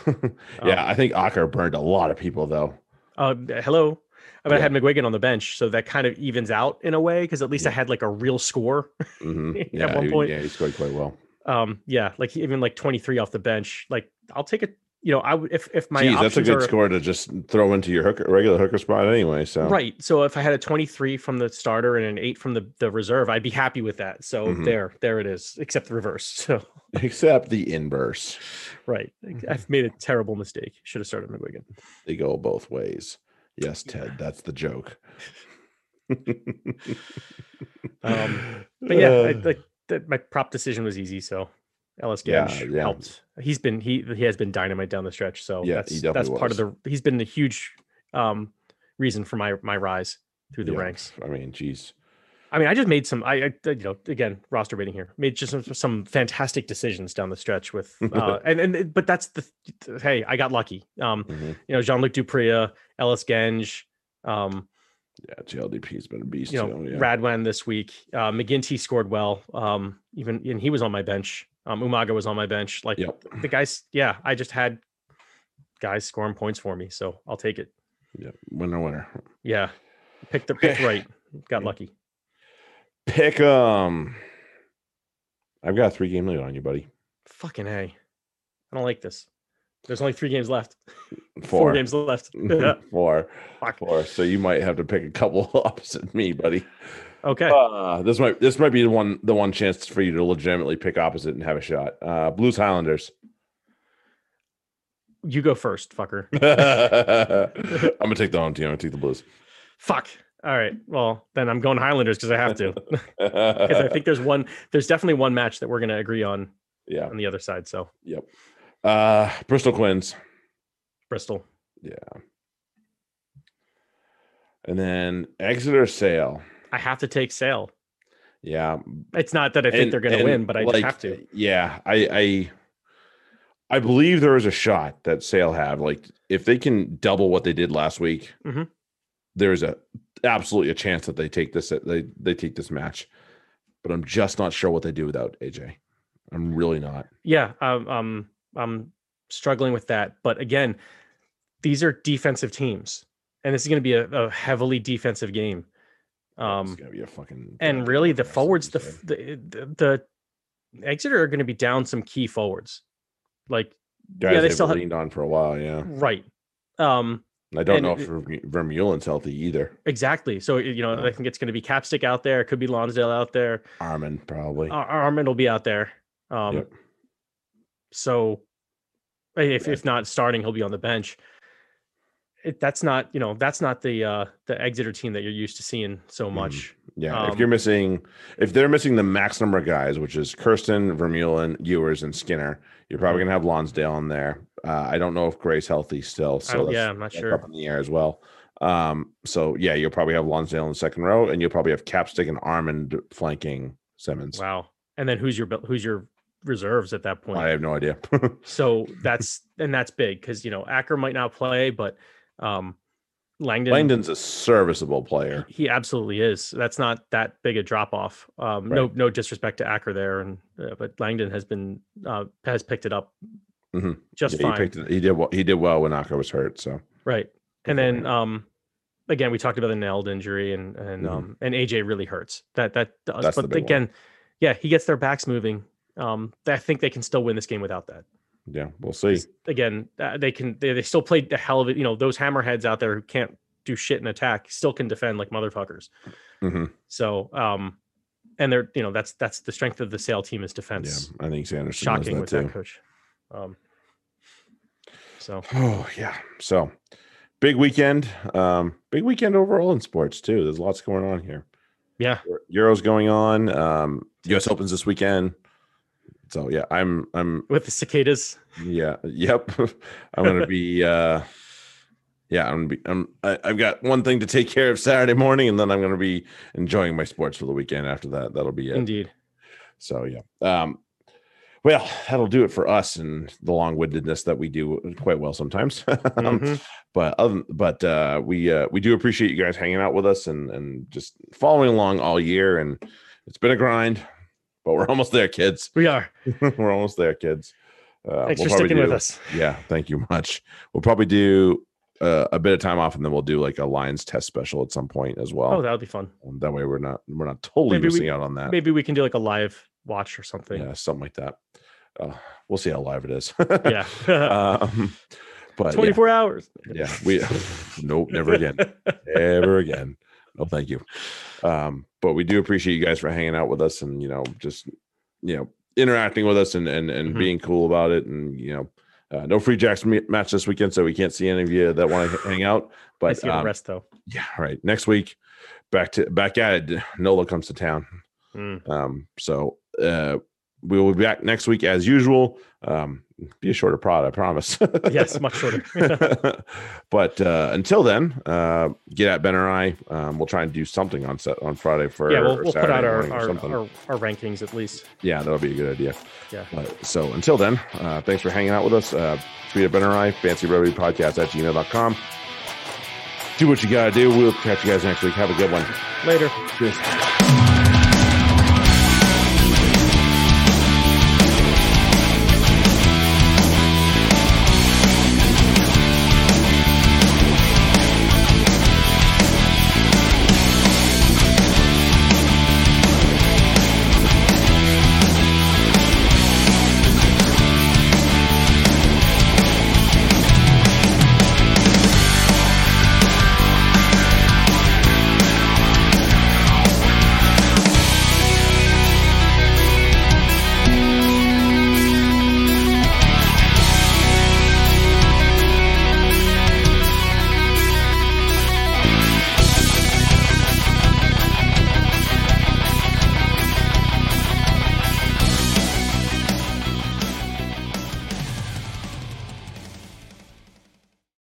S1: too. yeah, I think Ocker burned a lot of people though.
S2: Uh, b- hello. I mean, I
S1: Yeah.
S2: had McGuigan on the bench, so that kind of evens out in a way because at least I had like a real score.
S1: Mhm.
S2: At
S1: Yeah,
S2: one
S1: he,
S2: point.
S1: yeah, he scored quite well.
S2: Um, yeah, like even like 23 off the bench. Like I'll take it. You know, I would if if my
S1: Jeez,
S2: options
S1: that's a good
S2: are
S1: score to just throw into your hooker, regular hooker spot anyway. So
S2: right, so if I had a 23 from the starter and an eight from the the reserve, I'd be happy with that. So
S1: Mhm.
S2: there, there it is. Except the reverse. So
S1: except the inverse,
S2: right,
S1: Mm-hmm.
S2: like, I've made a terrible mistake. Should have started McGuigan.
S1: they go both ways. Yes, Ted, that's the joke.
S2: Um, But yeah, I,
S1: Uh,
S2: like that my prop decision was easy. So Ellis
S1: Yeah,
S2: Gange
S1: yeah.
S2: helped. He's been he he has been dynamite down the stretch. So
S1: Yeah,
S2: that's
S1: he
S2: that's
S1: definitely
S2: part of the he's been the huge um reason for my my rise through the
S1: yeah,
S2: ranks.
S1: I mean, geez,
S2: I mean, I just made some I, I you know again roster rating here made just some, some fantastic decisions down the stretch with uh and and it- but that's the hey I got lucky um
S1: Mhm.
S2: you know Jean Luc Dupria Ellis Gange um
S1: yeah, GLDP's been a beast.
S2: you know
S1: too, yeah.
S2: Radwan this week. Uh, McGinty scored well. Um, even and he was on my bench. Um, Umaga was on my bench. Like
S1: Yep.
S2: the guys, yeah, I just had guys scoring points for me, so I'll take it.
S1: yeah, winner, winner.
S2: Yeah, picked the picked
S1: Okay.
S2: right, got
S1: Yeah.
S2: lucky.
S1: Pick 'em. I've got a three game lead on you, buddy.
S2: Fucking hey, I don't like this. There's only three games left. Four,
S1: Four,
S2: games left.
S1: four,
S2: Fuck.
S1: four. So you might have to pick a couple opposite me, buddy.
S2: Okay.
S1: Uh, this might this might be the one the one chance for you to legitimately pick opposite and have a shot. Uh, Blues Highlanders.
S2: you go first, fucker.
S1: I'm gonna take the home team. I'm gonna take the Blues.
S2: Fuck. All right. Well, then I'm going Highlanders because I have to. Because I think there's one, there's definitely one match that we're gonna agree on
S1: yeah.
S2: on the other side. So
S1: Yep. Uh, Bristol Quins,
S2: Bristol.
S1: and then Exeter Sale.
S2: I have to take Sale.
S1: Yeah,
S2: It's not that I think
S1: And-
S2: they're going to
S1: and,
S2: win, but I just
S1: like,
S2: have to.
S1: Yeah, I, I I believe there is a shot that Sale have. Like if they can double what they did last week,
S2: Mhm.
S1: there is a absolutely a chance that they take this they they take this match. But I'm just not sure what they do without AJ. I'm really not.
S2: Yeah, um, um, I'm struggling with that. But again, these are defensive teams, and this is going to be a, a heavily defensive game.
S1: it's
S2: Um,
S1: gonna be a fucking
S2: and really, the
S1: mess, like
S2: forwards,
S1: you
S2: the,
S1: said.
S2: f- the the the Exeter are going to be down some key forwards. Like
S1: Guys
S2: yeah, they
S1: they've
S2: still have
S1: leaned on for a while. Yeah,
S2: right. Um,
S1: And I don't
S2: And
S1: know
S2: it-
S1: if Verme- Vermeulen's healthy either.
S2: exactly. So you know, I
S1: Yeah.
S2: think it's going to be Capstick out there. It could be Lonsdale out there.
S1: Armin probably.
S2: Ar- Armand will be out there. Um,
S1: Yep.
S2: So i- if
S1: Yeah.
S2: if not starting, he'll be on the bench. It, that's not you know that's not the uh, the Exeter team that you're used to seeing so
S1: Mhm.
S2: much.
S1: yeah,
S2: um,
S1: if you're missing, if they're missing the max number of guys, which is Kirsten, Vermeulen, Ewers, and Skinner, you're probably
S2: Mm-hmm.
S1: gonna have Lonsdale in there. Uh, I don't know if Gray's healthy still,
S2: I
S1: so
S2: don't,
S1: that's,
S2: Oh, yeah, I'm not
S1: that's
S2: sure.
S1: up in the air as well. Um, so yeah, you'll probably have Lonsdale in the second row, and you'll probably have Capstick and Armand flanking Simmons.
S2: Wow. And then who's your bel- who's your reserves at that point?
S1: I have no idea.
S2: So that's and that's big because you know Acker might not play, but um Langdon,
S1: Langdon's a serviceable player.
S2: he absolutely is. That's not that big a drop off. Um, No,
S1: Right.
S2: no disrespect to Acker there, and uh, but Langdon has been uh, has picked it up
S1: Mhm.
S2: just
S1: Yeah, he
S2: fine,
S1: picked it, he did well he did well when Naka was hurt. So
S2: right?
S1: Good
S2: And
S1: for
S2: then
S1: him.
S2: um, again, we talked about the nailed injury, and and
S1: Mhm.
S2: um, and AJ really hurts. That that does,
S1: That's the
S2: but
S1: big one.
S2: again, yeah, he gets their backs moving. Um, I think they can still win this game without that.
S1: yeah, we'll see.
S2: is- again uh, they can they, they still played the hell of it you know those hammerheads out there who can't do shit in attack still can defend like motherfuckers
S1: hmm
S2: so um and they're you know that's that's the strength of the sale team is
S1: Yeah,
S2: defense
S1: I think Sanderson
S2: shocking with
S1: does that
S2: that
S1: too.
S2: coach um so
S1: Oh yeah. So big weekend. Um, big weekend overall in sports too. There's lots going on here. E-,
S2: yeah
S1: Euros going on. Um, US Opens this weekend. So yeah, I'm I'm
S2: with the cicadas
S1: yeah, yep. I'm gonna be uh yeah, I'm gonna be I'm I, I've got one thing to take care of Saturday morning, and then I'm gonna be enjoying my sports for the weekend after that. That'll be it.
S2: indeed
S1: So yeah. Um well, that'll do it for us and the long-windedness that we do quite well sometimes. Um,
S2: Mhm.
S1: but other, but uh, we uh, we do appreciate you guys hanging out with us and and just following along all year. And it's been a grind, but we're almost there, kids.
S2: we are
S1: we're almost there, kids. Uh,
S2: thanks
S1: we'll
S2: for
S1: probably
S2: sticking with
S1: do-
S2: us
S1: Yeah, thank you much. We'll probably do uh, a bit of time off, and then we'll do like a Lions test special at some point as well.
S2: oh that would be fun
S1: Um, that way, we're not we're not totally
S2: Maybe we-
S1: missing out on that.
S2: maybe we can do like a live watch or something
S1: Yeah, something like that. Uh, we'll see how live it is.
S2: yeah,
S1: um, but yeah,
S2: 24 hours
S1: yeah, we nope, never again. ever again. No, thank you. Um, but we do appreciate you guys for hanging out with us and you know, just you know, interacting with us and and and
S2: Mhm.
S1: being cool about it. And you know, uh, no free jacks me- match this weekend, so we can't see any of you that want to hang out.
S2: I
S1: But
S2: see you to
S1: um,
S2: rest though
S1: yeah, all right. Next week, back to back at it. Nola comes to town.
S2: Mm.
S1: Um, so uh, we will be back next week as usual. Um, be a shorter prod, I promise.
S2: yes much shorter
S1: but uh, until then, uh, get at Ben or I. Um, we'll try and do something on set on Friday for
S2: yeah, we'll,
S1: or
S2: we'll put
S1: Saturday
S2: out our
S1: morning or
S2: our,
S1: something.
S2: our our rankings at least.
S1: yeah, that'll be a good idea.
S2: Yeah.
S1: But, so until then, uh, thanks for hanging out with us. Uh, tweet at Ben or I, fancy Brevity podcast at gmail.com. Do what you gotta do. We'll catch you guys next week. Have a good one.
S2: Later.
S1: Cheers.